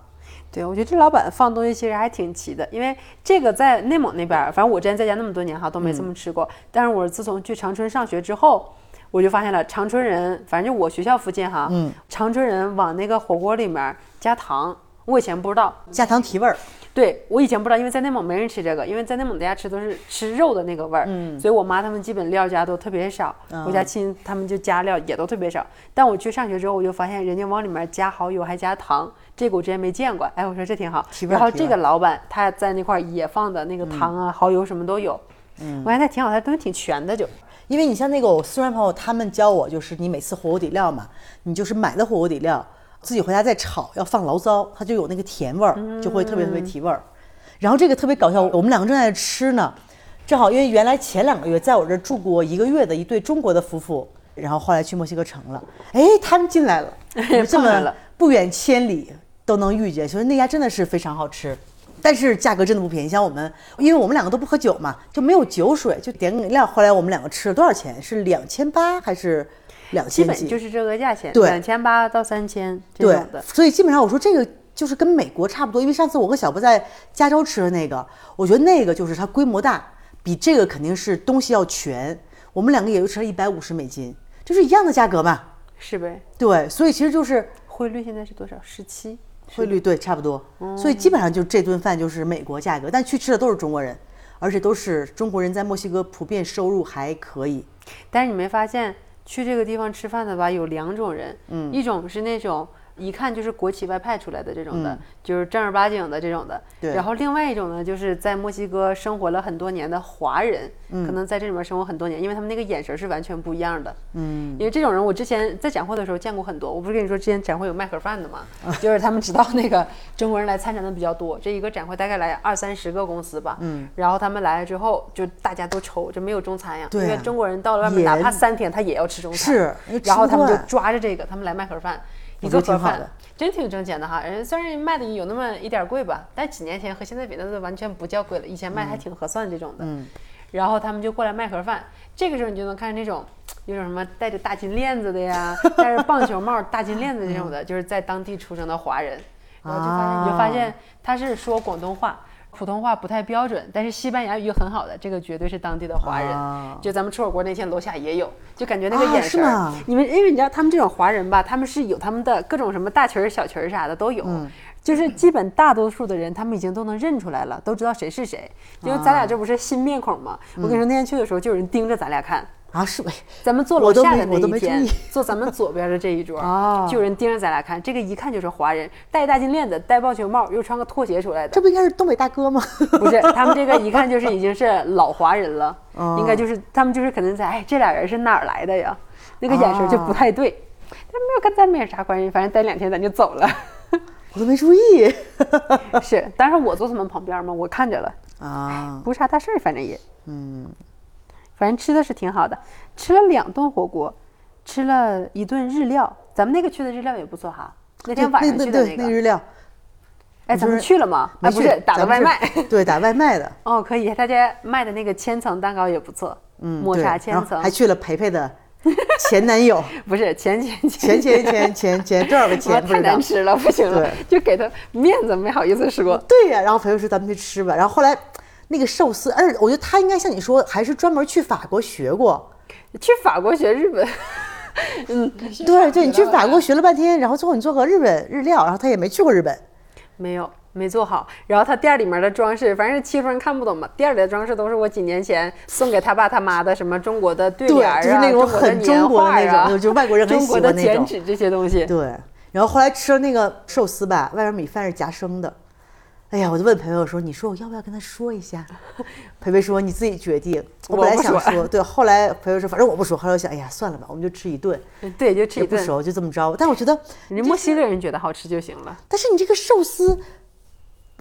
S2: 对，我觉得这老板放东西其实还挺齐的，因为这个在内蒙那边儿，反正我之前在家那么多年哈，都没这么吃过。但是我自从去长春上学之后，我就发现了长春人，反正就我学校附近哈，长春人往那个火锅里面加糖，我以前不知道，
S1: 加糖提味儿，
S2: 对我以前不知道，因为在内蒙没人吃这个，因为在内蒙大家吃都是吃肉的那个味儿，
S1: 嗯
S2: 所以我妈他们基本料加都特别少，我家亲他们就加料也都特别少。但我去上学之后，我就发现人家往里面加蚝油还加糖，这个我之前没见过，哎，我说这挺好
S1: 提。味儿
S2: 然后
S1: 提
S2: 这
S1: 味
S2: 个
S1: 儿
S2: 老板他在那块儿也放的那个糖啊、蚝油什么都有，嗯我看他挺好，他东西挺全的就。
S1: 因为你像那个我四川朋友，他们教我就是你每次火锅底料嘛，你就是买的火锅底料，自己回家再炒，要放醪糟，它就有那个甜味儿，就会特别特别提味儿。然后这个特别搞笑，我们两个正在吃呢，正好因为原来前两个月在我这儿住过一个月的一对中国的夫妇，然后后来去墨西哥城了，哎，他们进来 了，我们这
S2: 碰上
S1: 么
S2: 了
S1: 不远千里都能遇见，所以那家真的是非常好吃。但是价格真的不便宜，像我们，因为我们两个都不喝酒嘛，就没有酒水，就点个饮料。后来我们两个吃了多少钱？是两千八还是两
S2: 基
S1: 千
S2: 本
S1: 几？
S2: 就是这个价钱，
S1: 对
S2: 两千八到三千这
S1: 对
S2: 种的，。
S1: 所以基本上我说这个就是跟美国差不多，因为上次我和小波在加州吃的那个，我觉得那个就是它规模大，比这个肯定是东西要全。我们两个也就吃了一百五十美金，就是一样的价格嘛。
S2: 是呗？
S1: 对，所以其实就是
S2: 汇率现在是多少？十七。
S1: 汇率对差不多，所以
S2: 嗯
S1: 基本上就这顿饭就是美国价格，但去吃的都是中国人，而且都是中国人在墨西哥普遍收入还可以。
S2: 但是你没发现去这个地方吃饭的吧，有两种人，嗯，一种是那种一看就是国企外派出来的这种的，就是正儿八经的这种的，
S1: 对
S2: 然后另外一种呢，就是在墨西哥生活了很多年的华人，可能在这里面生活很多年，因为他们那个眼神是完全不一样的，嗯，因为这种人我之前在展会的时候见过很多，我不是跟你说之前展会有卖盒饭的嘛，就是他们知道那个中国人来参展的比较多，这一个展会大概来二三十个公司吧，嗯，然后他们来了之后，就大家都愁，就没有中餐呀，
S1: 对啊
S2: 因为中国人到了外面，
S1: 也
S2: 哪怕三天他也要吃中餐，
S1: 是也吃
S2: 然后他们
S1: 不
S2: 就
S1: 惯
S2: 抓着这个，他们来卖盒饭，一
S1: 我觉
S2: 个盒
S1: 得挺好
S2: 饭
S1: 的
S2: 真挺挣钱的哈。人虽然卖的有那么一点贵吧，但几年前和现在比，那都完全不叫贵了。以前卖
S1: 嗯
S2: 的还挺合算这种的。然后他们就过来卖盒饭，这个时候你就能看见那种，有种什么戴着大金链子 的呀，戴着棒球帽、大金链子这种
S1: 嗯
S2: 的，就是在当地出生的华人。然后就发现，你
S1: 啊
S2: 就发现他是说广东话。普通话不太标准，但是西班牙语很好的，这个绝对是当地的华人。
S1: 啊
S2: 就咱们吃火锅那天，楼下也有，就感觉那个
S1: 啊
S2: 眼
S1: 是
S2: 神儿、
S1: 吗
S2: 你们因为你知道他们这种华人吧，他们是有他们的各种什么大裙儿、小裙儿啥的都有，
S1: 嗯
S2: 就是基本大多数的人他们已经都能认出来了，都知道谁是谁。因为咱
S1: 啊
S2: 俩这不是新面孔吗？我
S1: 嗯
S2: 跟你说那天去的时候就有人盯着咱俩看。
S1: 啊，是 呗，
S2: 咱们坐楼
S1: 我都
S2: 下
S1: 没
S2: 的那
S1: 我都
S2: 一
S1: 没注
S2: 间
S1: 意，
S2: 坐咱们左边的这一桌，
S1: 哦
S2: 就有人盯着咱俩看。这个一看就是华人，戴大金链子，戴棒球帽，又穿个拖鞋出来的
S1: 这。不应该是东北大哥吗？
S2: 不是，他们这个一看就是已经是老华 人了，
S1: 哦
S2: 应该就是他们就是可能在哎，这俩人是哪儿来的呀？那个眼神
S1: 哦
S2: 就不太对，但没有跟咱没有啥关系，反正待两天咱就走了。
S1: 我都没注意
S2: 是，当时我坐他们旁边嘛，我看着了，
S1: 啊。
S2: 不是啥大事儿，反正也，嗯，反正吃的是挺好的，吃了两顿火锅，吃了一顿日料，咱们那个去的日料也不错哈。那天晚上
S1: 那
S2: 去的
S1: 对
S2: 那
S1: 那
S2: 个，
S1: 日料，
S2: 哎，咱们
S1: 就是
S2: 去了吗？哎，
S1: 没
S2: 不
S1: 去
S2: 是，打了
S1: 咱们
S2: 外
S1: 是
S2: 卖。
S1: 对，打外卖的，
S2: 哦，可以，他家卖的那个千层蛋糕也不错，嗯，抹
S1: 对
S2: 茶千
S1: 然后
S2: 层
S1: 还去了培培的 前男 友，
S2: 不是前前
S1: 前前前前前多少个
S2: 我
S1: 前不
S2: 太
S1: 知道
S2: 难。吃了，不行了，就给他面子，没好意思说。
S1: 对呀、然后培培说咱们去吃吧，然后后来那个寿司，而且我觉得他应该像你说，还是专门去法国学过。
S2: 去法国学 日本，嗯
S1: 对对，你去法国学了半天，然后最后你做个日本日料，然后他也没去过日本。
S2: 没有没做好。然后他店里面的装饰，反正七叔人看不懂嘛，店里的装饰都是我几年前送给他爸他妈的，什么中国的对
S1: 对
S2: 联儿啊，
S1: 就是那种
S2: 中国的
S1: 很中
S2: 年
S1: 国的
S2: 画
S1: 那
S2: 啊，
S1: 种就外国人很
S2: 中国
S1: 喜
S2: 的
S1: 欢那
S2: 剪
S1: 种
S2: 纸这些东西。
S1: 对，然后后来吃了那个寿司吧，外面米饭是夹生的。哎呀，我就问培培我说：“你说我要不要跟他说一下？”培培说：“你自己决定。”我
S2: 我
S1: 本来
S2: 不
S1: 想
S2: 说
S1: 说，对，后来培培说：“反正我不说。”后来我想，哎呀，算了吧，我们就吃一顿，
S2: 对，就吃
S1: 也
S2: 一
S1: 不
S2: 顿。
S1: 熟，就这么着。但我觉得，
S2: 人家墨西哥人觉得好吃就行了。
S1: 但是你这个寿司，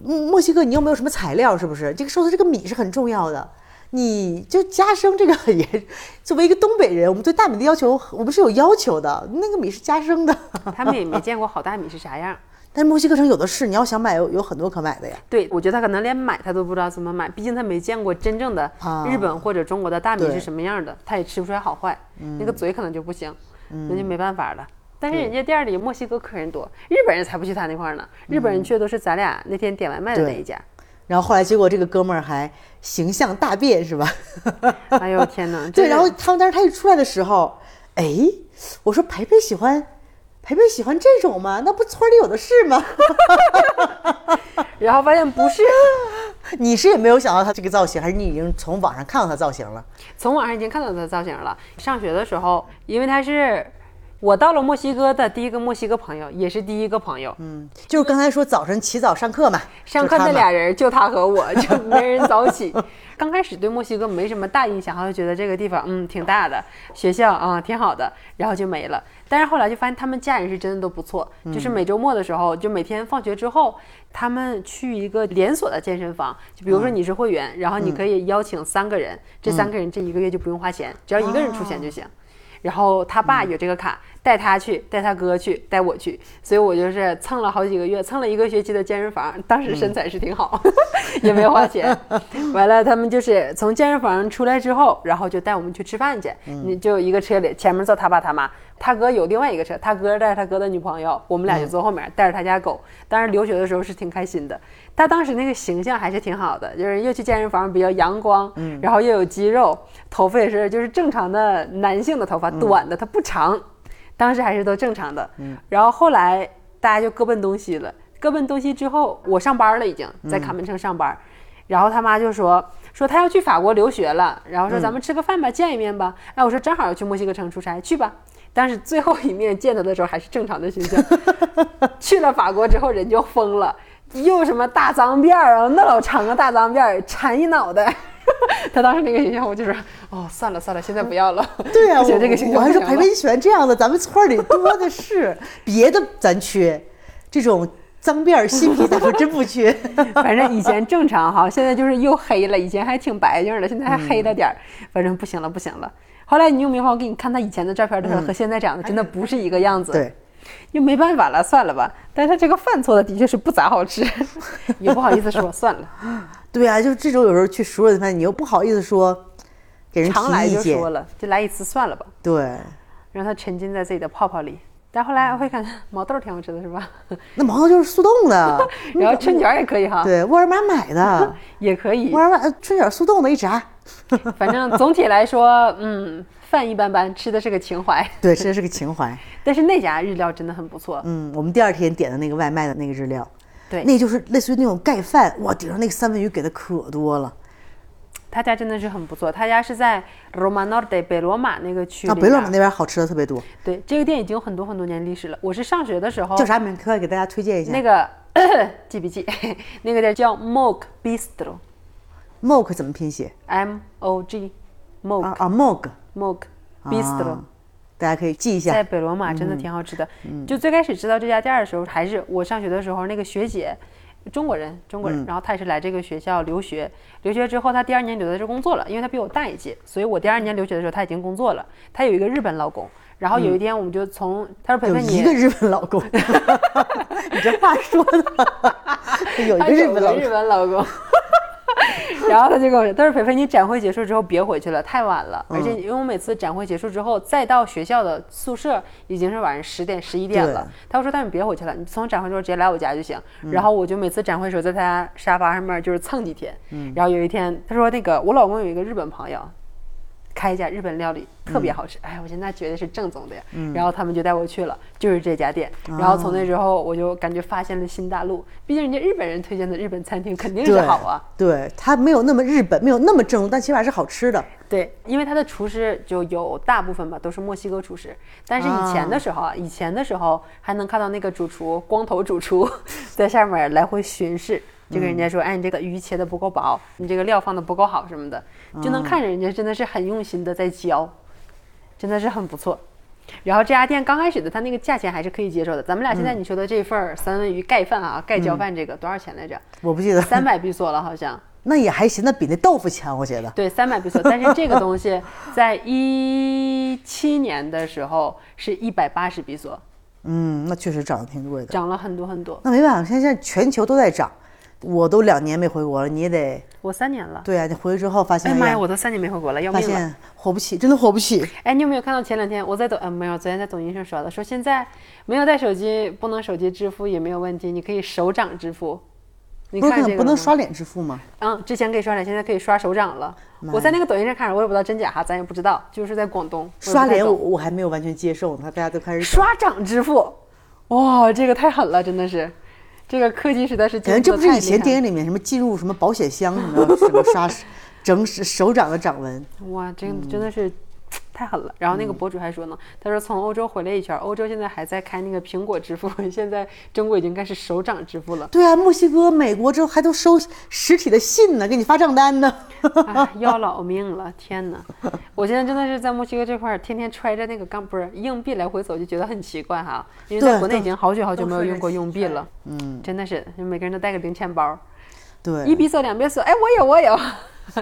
S1: 嗯墨西哥你又没有什么材料，是不是？这个寿司这个米是很重要的，你就加生这个也，作为一个东北人，我们对大米的要求，我们是有要求的。那个米是加生的，
S2: 他们也没见过好大米是啥样。
S1: 但是墨西哥城有的是，你要想买有有很多可买的呀。
S2: 对，我觉得他可能连买他都不知道怎么买，毕竟他没见过真正的
S1: 啊嗯
S2: 日本或者中国的大米
S1: 对
S2: 是什么样的，他也吃不出来好坏，
S1: 嗯
S2: 那个嘴可能就不行，那就没办法了。但是人家店里墨西哥客人多，日本人才不去他那块儿呢，
S1: 嗯
S2: 日本人去的都是咱俩那天点外卖的那
S1: 对
S2: 一家。
S1: 然后后来结果这个哥们儿还形象大变，是吧？
S2: 哎呦天哪！真
S1: 对，
S2: 是
S1: 然后他们当时他一出来的时候，哎，我说培培喜欢，培培喜欢这种吗？那不村里有的是吗？
S2: 然后发现不是，
S1: 你是也没有想到他这个造型，还是你已经从网上看到他造型了？
S2: 从网上已经看到他的造型了。上学的时候，因为他是我到了墨西哥的第一个墨西哥朋友，也是第一个朋友，
S1: 嗯，就是刚才说早晨起早上课嘛，
S2: 上
S1: 就
S2: 课
S1: 他
S2: 那
S1: 嘛
S2: 俩人就他和我，就没人早起。刚开始对墨西哥没什么大印象，然后就觉得这个地方嗯挺大的，学校啊、挺好的，然后就没了。但是后来就发现他们家人是真的都不错，就是每周末的时候，就每天放学之后，他们去一个连锁的健身房，就比如说你是会员，然后你可以邀请三个人，这三个人这一个月就不用花钱，只要一个人出钱就行。然后他爸有这个卡，带他去，带他哥去，带我去，所以我就是蹭了好几个月，蹭了一个学期的健身房，当时身材是挺好， 也没花钱。完了，他们就是从健身房出来之后，然后就带我们去吃饭去，你就一个车里，前面坐他爸他妈，他哥有另外一个车，他哥带着他哥的女朋友，我们俩就坐后面、带着他家狗。当时留学的时候是挺开心的，他当时那个形象还是挺好的，就是又去健身房比较阳光，然后又有肌肉，头发也是就是正常的男性的头发，短的它不长，当时还是都正常的。
S1: 嗯
S2: 然后后来大家就各奔东西了，各奔东西之后，我上班了已经
S1: 嗯
S2: 在卡门城上班。然后他妈就说说他要去法国留学了，然
S1: 嗯
S2: 后说咱们吃个饭吧，见一面吧。哎，我说正好要去墨西哥城出差，去吧。但是最后一面见他的时候还是正常的 形象，去了法国之后人就疯了，又什么大脏辫儿啊，那老长个大脏辫儿缠一脑袋。 他当时那个形象，我就说哦，算了算了，现在不要了。
S1: 对 呀、
S2: 我觉得
S1: 我
S2: 这个形象
S1: 我还
S2: 不
S1: 说
S2: 行
S1: 培
S2: 了
S1: 培你喜欢这样的，咱们村儿里多的 是，别的咱缺，这种脏辫儿嬉皮咱们真不 缺。
S2: 反正以前正常哈，现在就是又黑了，以前还挺白净儿的，现在还黑了点儿，
S1: 嗯
S2: 反正不行了，不行了。后来你用没发我给你看他以前的照片的时候，和现在长得真的不是一个样
S1: 嗯
S2: 子。
S1: 对，
S2: 又没办法了，算了吧。但是他这个饭做的的确是不咋好 吃，也不好意思说，算了，
S1: 对呀、就这种有时候去熟人的饭，你又不好意思说，给 人提
S2: 常来
S1: 意
S2: 就
S1: 见
S2: 说。了，就来一次算了吧，
S1: 对，
S2: 让他沉浸在自己的泡泡里。但后来会看毛豆儿挺好吃的 是吧？，
S1: 那毛豆就是速冻的 嗯
S2: 然后春卷儿也可以哈，
S1: 对，沃尔玛买 的，
S2: 也可以
S1: 沃。尔玛呃春卷速冻的一炸，
S2: 反正总体来说，嗯，饭一般般，吃的是个情怀。
S1: 对，真是个情怀。
S2: 但是那家日料真的很不错，
S1: 嗯，我们第二天点的那个外卖的那个日料，
S2: 对
S1: 那就是类似于那种盖饭，哇，顶上那个三文鱼给的可多了
S2: 他家真的是很不错。他家是在 Roma Norte 北罗马那个区
S1: 啊，
S2: 里
S1: 北罗
S2: 边
S1: 马
S2: 儿
S1: 那边好吃的特别多，
S2: 对，这个店已经有很多很多年历史了。我是上学的时候，
S1: 叫啥名？快给大家推荐一下。
S2: 那个 记笔记， 那个店叫 Mog Bistro，M
S1: Mog 怎么拼写？
S2: O G Mog
S1: 啊啊，Mog
S2: Mog Bistro，
S1: 啊大家可以嗯记一
S2: 在
S1: 下。
S2: 北罗马真的挺好吃的。就最开始知道这家店儿的时候，还是我上学的时候，那个学姐，中国人，
S1: 嗯
S2: 中国人，然后她也是来这个学校留学。留学之后，她第二年留在这工作了，因为她比我大一届，所以我第二年留学的时候她已经工作了。她有一个日本老公，然后有一天我们就从她说：“
S1: 嗯
S2: 培
S1: 有
S2: 培你
S1: 一个日本老 公，你这话说的， 有一
S2: 他
S1: 个日
S2: 哎有
S1: 本
S2: 个
S1: 老
S2: 日
S1: 公，
S2: 本老 公。然后他就跟我说：“他说培培，你展会结束之后别回去了，太晚了。
S1: 嗯
S2: 而且因为我每次展会结束之后，再到学校的宿舍已经是晚上十点、十一点
S1: 对。
S2: 了
S1: 嗯
S2: 他说：‘但你别回去了，你从展会之后直接来我家就行。然后我就每次展会的时候在他家
S1: 嗯
S2: 沙发上面就是蹭几天。然后有一天，他说那个我老公有一个日本朋友，开一家日本料理，特别好吃。哎，我现在觉得是正宗的呀。然后他们就带我去了，就是这家店。然后从那之后，我就感觉发现了新大陆。毕竟人家日本人推荐的日本餐厅肯定是
S1: 对，
S2: 好啊。
S1: 对，它没有那么日本，没有那么正宗，但起码是好吃的。
S2: 对，因为他的厨师就有大部分吧都是墨西哥厨师，但是以前的时候啊，以前的时候还能看到那个主厨光头主厨在下面来回巡视，就跟人家说，哎，你这个鱼切的不够薄，你这个料放的不够好什么的，就能看着人家真的是很用心的在教，真的是很不错。然后这家店刚开始的，它那个价钱还是可以接受的。咱们俩现在你说的这份儿三文鱼盖饭啊，盖浇饭这个多少钱来着？
S1: 我不记得，
S2: 三百比索了好像。
S1: 那也还行，那比那豆腐强，我觉得。
S2: 对，三百比索，但是这个 东西在一七年的时候是一百八十比索，
S1: 嗯，那确实涨得挺贵的。
S2: 涨了很多很多。
S1: 那没办法，现在全球都在涨，我都两年没回国了，你也得
S2: 我三年了，
S1: 对啊，你回去之后发
S2: 哎
S1: 现，
S2: 呀妈
S1: 哎
S2: 呀，
S1: 呀
S2: 我都三年没回国了，要
S1: 发
S2: 命了。
S1: 现活不起，真的活不起。
S2: 哎，你有没有看到前两天我在抖，呃，没有，昨天在抖音上刷的，说现在没有带手机，不能手机支付也没有问题，你可以手掌支付。你
S1: 不是
S2: 看
S1: 可
S2: 这
S1: 能不
S2: 个
S1: 能
S2: 了吗
S1: 刷脸支付吗？
S2: 嗯，之前可以刷脸，现在可以刷手掌了。我在那个抖音上看着，我也不知道真假哈，咱也不知道，就是在广东我也不
S1: 刷
S2: 太
S1: 脸我
S2: 懂
S1: 我还没有完全接受呢，大家都开始
S2: 刷掌支付，哇，这个太狠了，真的是，这个科技实在是进
S1: 感觉哎这
S2: 步
S1: 不是
S2: 得太
S1: 以前
S2: 厉
S1: 电影里面什么进入什么保险箱什么什么刷整手掌的掌纹，
S2: 害了哇，真
S1: 嗯，
S2: 真的是。太狠了，然后那个博主还说呢，他说从欧洲回来一圈，欧洲现在还在开那个苹果支付， 现在中国已经开始手掌支付了
S1: 对啊，墨西哥、美国之后还都收实体的信呢，给你发账单 呢。
S2: 哎，要老命了，天哪！我现在真的是在墨西哥这块儿，天天揣着那个钢不是硬币来回走，就觉得很奇怪哈，因为在
S1: 对
S2: 国内已
S1: 都
S2: 经好久好久
S3: 都
S2: 没有
S3: 是
S2: 用过
S3: 奇
S2: 硬币
S3: 怪
S2: 了，嗯，真的是每个人都带个零钱包，一
S1: 对，
S2: 比索两比索，哎，我有我有。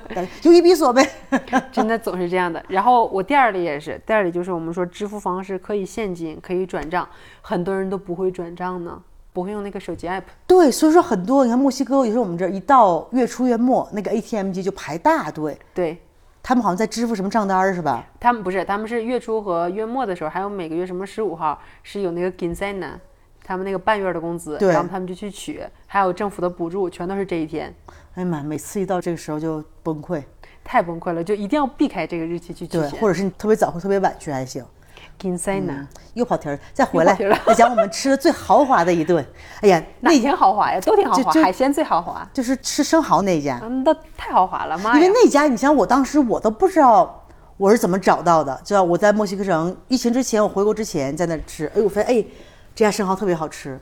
S1: 感觉就一比索呗。
S2: 真的总是这样的。然后我店儿里也是，店儿里就是我们说支付方式可以现金，可以转账，很多人都不会转账呢，不会用那个手机 app。
S1: 对，所以说很多你看墨西哥，有时候我们这儿一到月初月末，那个 ATM 机就排大队，
S2: 对
S1: 他们好像在支付什么账单儿是吧？
S2: 他们不是，他们是月初和月末的时候，还有每个月什么十五号是有那个 g i n s e n a 他们那个半月的工资，
S1: 对
S2: 然后他们就去取，还有政府的补助，全都是这一天，
S1: 哎呀妈，每次一到这个时候就崩溃。
S2: 太崩溃了，就一定要避开这个日期去取
S1: 对，
S2: 钱。
S1: 或者是嗯你特别早或特别晚去还行。
S2: g i n s e n a
S1: 又跑题儿，再回来
S2: 跑题儿了
S1: 再讲我们吃的最豪华的一顿。哎 呀，
S2: 哪
S1: 那
S2: 天豪华呀？都挺豪华，
S1: 就就
S2: 海鲜最豪华，
S1: 就是吃生蚝那一家，
S2: 嗯，那太豪华了，妈
S1: 因为
S2: 呀！
S1: 那家你想，我当时我都不知道我是怎么找到的，知道我在墨西哥城疫情之前，我回国之前在那儿吃，哎，我发现哎这家生蚝特别好吃，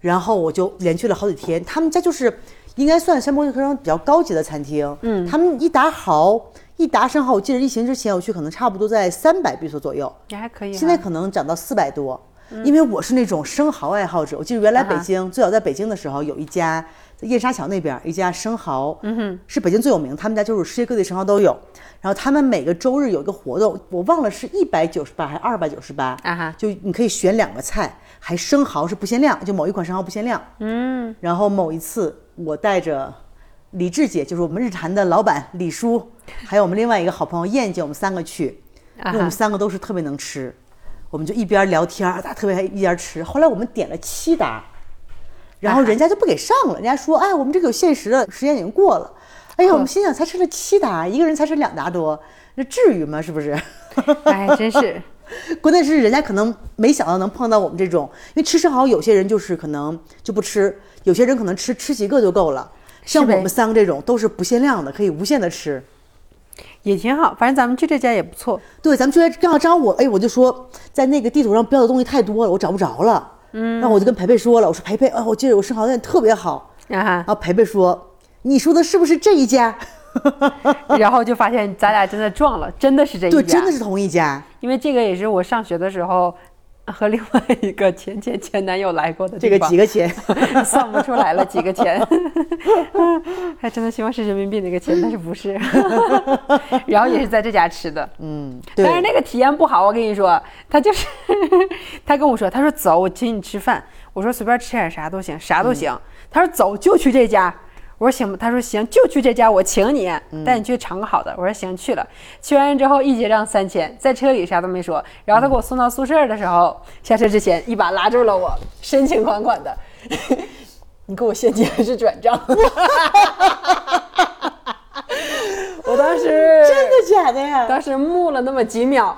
S1: 然后我就连去了好几天。他们家就是应该算山墨西哥城比较高级的餐厅，嗯，他们一打蚝一打生蚝，我记得疫情之前我去可能差不多在三百比索左右，
S2: 也还可以哈，
S1: 现在可能涨到四百多。因为我是那种生蚝爱好者，我记得原来
S2: 啊哈
S1: 北京、最早在北京的时候，有一家在燕莎桥那边儿一家生蚝，嗯哼，是北京最有名，他们家就是世界各地生蚝都有。然后他们每个周日有一个活动，我忘了是一百九十八还是二百九十八
S2: 啊哈
S1: 就你可以选两个菜，还生蚝是不限量，就某一款生蚝不限量。嗯，然后某一次我带着李志姐，就是我们日坛的老板李叔，还有我们另外一个好朋友燕姐，我们三个去，
S2: 啊
S1: 因为我们三个都是特别能吃，我们就一边聊天儿，大家特别还一边吃。后来我们点了七打，然后人家就不给上了，人家说：“哎，我们这个有限时的时间已经过了。”哎呀，我们心想才吃了七打，一个人才吃两打多，那至于吗？是不是？
S2: 哎，真是。
S1: 关键是人家可能没想到能碰到我们这种，因为吃生蚝有些人就是可能就不吃，有些人可能吃吃几个就够了。像
S2: 是呗
S1: 我们三个这种都是不限量的，可以无限的吃。
S2: 也挺好，反正咱们去这家也不错。
S1: 对，咱们就在刚好正好我哎，我就说在那个地图上标的东西太多了，我找不着了。嗯，然后我就跟培培说了，我说培培，啊，我记得我生蚝店特别好。
S2: 啊
S1: 然，后培培说，你说的是不是这一家？
S2: 然后就发现咱俩真的撞了，真的是这一家。
S1: 对，真的是同一家。
S2: 因为这个也是我上学的时候和另外一个前前前男友来过的
S1: 这
S2: 地
S1: 个
S2: 方
S1: 几个钱？
S2: 算不出来了几个钱， 还真的希望是人民币那个钱，但是不是。 然后也是在这家吃的，
S1: 嗯，对
S2: 但是那个体验不好，我跟你说，他就是 他跟我说，他说走，我请你吃饭，我说随便吃点啥都行，啥都行。他说走就去这家。我说行吧，他说行，就去这家，我请你，带你去尝个好的。我说行，去了。去完之后一结账三千，在车里啥都没说。然后他给我送到宿舍的时候，下车之前一把拉住了我，深情款款的， 你给我现金还是 转账？我当时
S1: 真的假的呀？
S2: 当时木了那么几秒，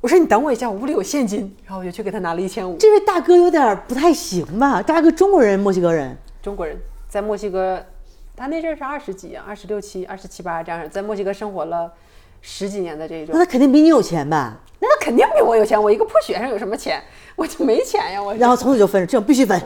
S2: 我说你等我一下，我屋里有现金，然后我就去给他拿了一千五。
S1: 这位大哥有点不太行吧？大哥，中国人，墨西哥人，
S2: 中国人在墨西哥，他那阵儿是二十几啊，二十六七、二十七八这样，在墨西哥生活了十几年的这种
S1: 那，他肯定比你有钱吧？
S2: 那肯定比我有钱。我一个破学生有什么钱？我就没钱呀，我
S1: 然后从此就分，这种必须分。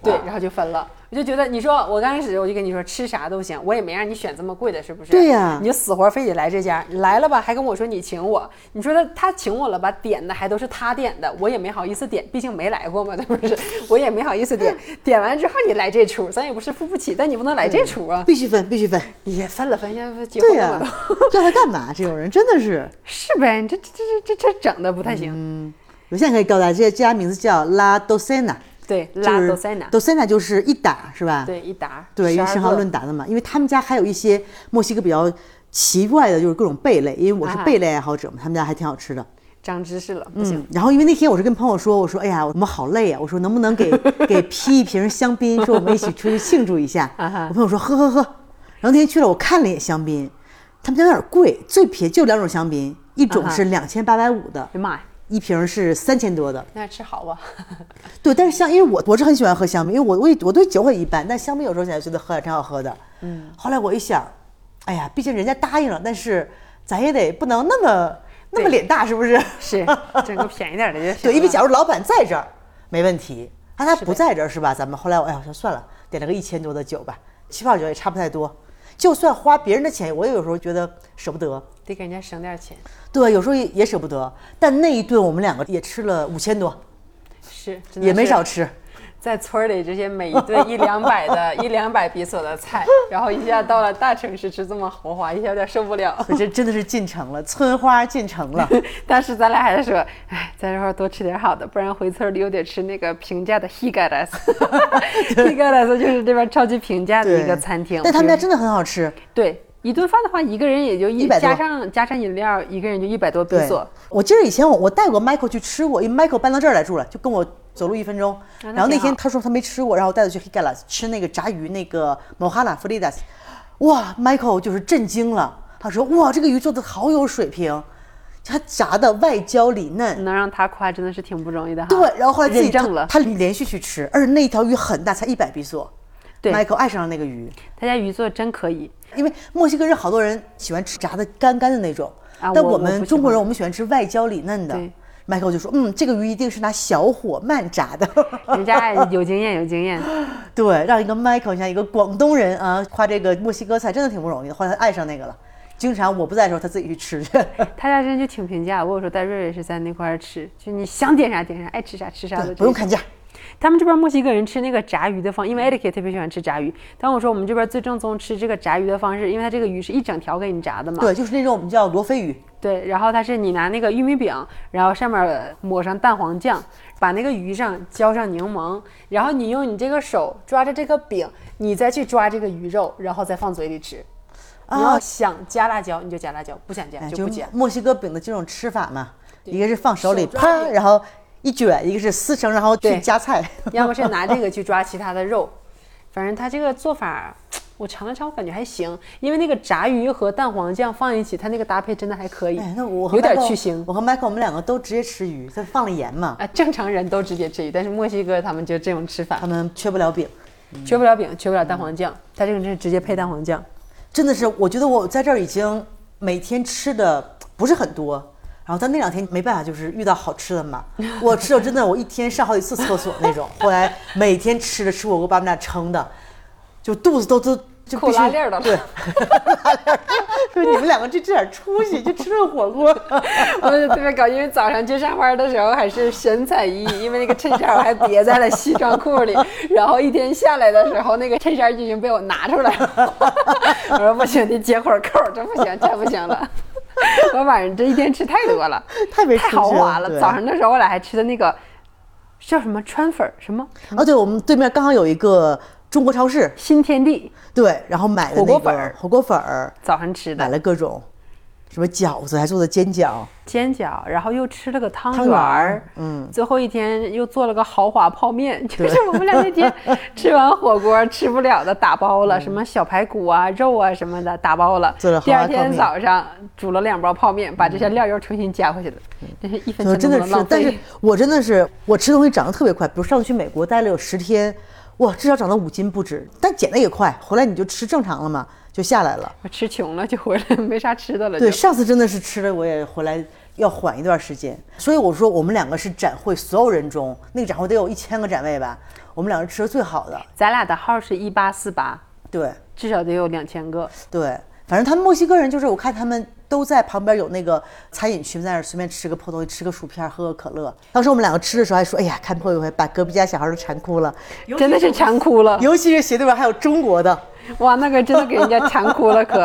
S2: 对，然后就分了。我就觉得，你说我刚开始我就跟你说吃啥都行，我也没让你选这么贵的，是不是？
S1: 对呀
S2: 你就死活非得来这家，来了吧还跟我说你请我，你说他他请我了吧，点的还都是他点的，我也没好意思点，毕竟没来过嘛，对不 是？我也没好意思点，点完之后你来这出，咱也不是付不起，但你不能来这出啊。
S1: 必须分，必须分。
S2: 也分了分，现在结
S1: 对
S2: 婚
S1: 呀、
S2: 了嘛都。
S1: 叫他干 嘛？这种人真的是，
S2: 是呗，你这这这这这这整的不太行。
S1: 我现在可以告诉大家，这家名字叫拉多塞纳，
S2: 对，
S1: 就
S2: 拉
S1: 是
S2: 都塞纳，
S1: 多塞纳就是一打是吧？
S2: 对，一打
S1: 对，因为
S2: 12
S1: 幸好
S2: 个
S1: 论坛的嘛，因为他们家还有一些墨西哥比较奇怪的，就是各种贝类，因为我是
S2: 啊
S1: 贝类爱好者嘛，他们家还挺好吃的。
S2: 长知识了，不行。
S1: 嗯，然后因为那天我是跟朋友说，我说哎呀，我们好累啊，我说能不能 给给批一瓶香槟，说我们一起出去庆祝一下。
S2: 啊哈
S1: 我朋友说喝喝喝，然后那天去了，我看了一眼香槟，他们家有点贵，最便宜就两种香槟，一种
S2: 啊哈
S1: 是两千八百五的，
S2: 哎呀妈呀，
S1: 一瓶是三千多的。
S2: 那吃好啊。
S1: 对，但是像因为我我是很喜欢喝香槟，因为我我也我对酒很一般，但香槟有时候现在觉得喝也挺好喝的。嗯，后来我一想，哎呀，毕竟人家答应了，但是咱也得不能那么那么
S2: 对
S1: 脸大，是不是？
S2: 是，整个便宜点儿的就行。
S1: 对，因为假如老板在这儿没问题，但他不在这啊儿是吧？咱们后来我哎呀，我说算了，点了个一千多的酒吧，气泡酒也差不太多。就算花别人的钱，我也有时候觉得舍不得。
S2: 得给人家省点钱。
S1: 对，有时候也也舍不得。但那一顿我们两个也吃了五千多，
S2: 是，真的
S1: 也没
S2: 是
S1: 少吃。
S2: 在村儿里这些每一顿一两 百的、一两百比索的菜，然后一下到了大城市吃这么豪华，一下有点受不了。
S1: 可这真的是进城了，村花进城了。
S2: 当时咱俩还说，哎，在这块儿多吃点好的，不然回村儿里又得吃那个平价 的 Higaras。Higaras 就是这边超级平价的一
S1: 对
S2: 个餐厅。
S1: 但他们
S2: 比
S1: 家
S2: 如
S1: 真的很好吃。
S2: 对一顿饭的话，一个人也就一
S1: 100多
S2: 加上加上饮料，一个人就一百多比
S1: 对
S2: 索。，
S1: 我记得以前我我带过 Michael 去吃过，因为 Michael 搬到这儿来住了，就跟我走路一分钟。
S2: 啊那
S1: 然后那
S2: 挺
S1: 天
S2: 好
S1: 他说他没吃过，然后我带他去 Higalas 吃那个炸鱼，那个 Mohala Fritas。哇，Michael 就是震惊了，他说哇，这个鱼做的好有水平，他炸的外焦里嫩。
S2: 能让他夸真的是挺不容易的哈。
S1: 对，然后后来自己
S2: 啊认证了，
S1: 他，他连续去吃，而且那条鱼很大，才一百比索。
S2: 对
S1: ，Michael 爱上了那个鱼。
S2: 他家鱼做真可以。
S1: 因为墨西哥人好多人喜欢吃炸的干干的那种，
S2: 啊
S1: 但我
S2: 我我
S1: 们
S2: 不喜
S1: 中国
S2: 欢
S1: 人我们喜欢吃外焦里嫩的
S2: 对。
S1: Michael 就说：“嗯，这个鱼一定是拿小火慢炸 的。
S2: 人家有经验，有经验。
S1: 对，让一个 Michael 像一个广东人啊，夸这个墨西哥菜真的挺不容易的。后来他爱上那个了，经常我不在的时候他自己去吃 去。
S2: 他家真就挺平价。我有时候带瑞瑞是在那块儿吃，就你想点啥点啥，爱吃啥吃啥 的，
S1: 不用
S2: 看。
S1: 看价，
S2: 他们这边墨西哥人吃那个炸鱼的方，因为 Eric 也特别喜欢吃炸鱼。但我说我们这边最正宗吃这个炸鱼的方式，因为它这个鱼是一整条给你炸的嘛。
S1: 对，就是那种我们叫罗非鱼，
S2: 对，然后它是你拿那个玉米饼，然后上面抹上蛋黄酱，把那个鱼上浇上柠檬，然后你用你这个手抓着这个饼，你再去抓这个鱼肉，然后再放嘴里吃。
S1: 啊
S2: 你要想加辣椒，你就加辣椒；不想加
S1: 哎
S2: 就
S1: 就
S2: 不加。
S1: 墨西哥饼的这种吃法嘛，一个是放手里
S2: 手抓
S1: 啪，
S2: 饼
S1: 然后一卷；一个是撕成，然后去
S2: 对
S1: 夹菜。
S2: 要么是拿这个去抓其他的肉，反正它这个做法，我尝了尝，我感觉还行，因为那个炸鱼和蛋黄酱放一起，它那个搭配真的还可以，
S1: 哎，那我和
S2: 有点
S1: Michael-
S2: 去腥。
S1: 我和 Michael 我们两个都直接吃鱼，他放了盐嘛，
S2: 啊，正常人都直接吃鱼，但是墨西哥他们就这种吃法
S1: 他，们缺不了饼。
S2: 缺不了饼，缺不了蛋黄酱，它这个是直接配蛋黄酱。
S1: 真的是，我觉得我在这儿已经每天吃的不是很多，然后但那两天没办法，就是遇到好吃的 嘛，我吃的真的我一天上好几次厕所那种。后来每天吃着吃火锅把我们俩撑的，就肚子都都就
S2: 扣
S1: 必须
S2: 拉链儿的了
S1: 对，拉链儿说你们两个就这点出息就吃顿火 锅。
S2: 我就特别搞，因为早上去上班的时候还是神采奕奕，因为那个衬衫我还别在了西装裤 里，然后一天下来的时候，那个衬衫已经被我拿出来了。 我说不行，得解会儿扣，这不行，这不行了。 我晚上这一天吃太多了，
S1: 太没
S2: 太
S1: 出息了
S2: 豪华了。
S1: 对
S2: 早上的时候我俩还吃的那个叫什么川粉儿什么
S1: 哦，对，我们对面刚好有一个中国超市，
S2: 新天地，
S1: 对，然后买的
S2: 火锅
S1: 那
S2: 粉
S1: 个
S2: 儿
S1: 火锅粉儿，
S2: 早上吃
S1: 买
S2: 的。
S1: 了各种。什么饺子，还做的煎饺，
S2: 煎饺，然后又吃了个汤
S1: 汤
S2: 圆
S1: 圆
S2: 儿
S1: 儿，嗯，
S2: 最后一天又做了个豪华泡面， 就是我们俩那天吃完火锅吃不了的打包了，什么小排骨啊、肉啊什么的打包了
S1: 嗯做了，豪
S2: 第
S1: 华
S2: 二天
S1: 泡面
S2: 早上煮了两包泡面，把这些料又重新加回去了，真是一分
S1: 我
S2: 钱都
S1: 嗯真的
S2: 不能
S1: 是
S2: 浪，
S1: 但是
S2: 费。
S1: 我真的是我吃东西长得特别快，比如上次去美国待了有十天，哇，至少长了五斤不止，但减的也快，回来你就吃正常了嘛，就下来了。
S2: 我吃穷了就回来，没啥吃的了就。
S1: 对，上次真的是吃了，我也回来要缓一段时间，所以我说我们两个是展会所有人中，那个展会得有一千个展位吧，我们两个吃的最好的，
S2: 咱俩的号是一八四八，
S1: 对。
S2: 至少得有两千个。
S1: 对，反正他们墨西哥人就是，我看他们都在旁边有那个餐饮区，在那儿随便吃个破东西，吃个薯片，喝个可乐。当时我们两个吃的时候还说，哎呀，看破一回，把隔壁家小孩都馋哭了，
S2: 真的是馋哭了，
S1: 尤其是斜对面还有中国的，
S2: 哇，那个真的给人家馋哭了，可。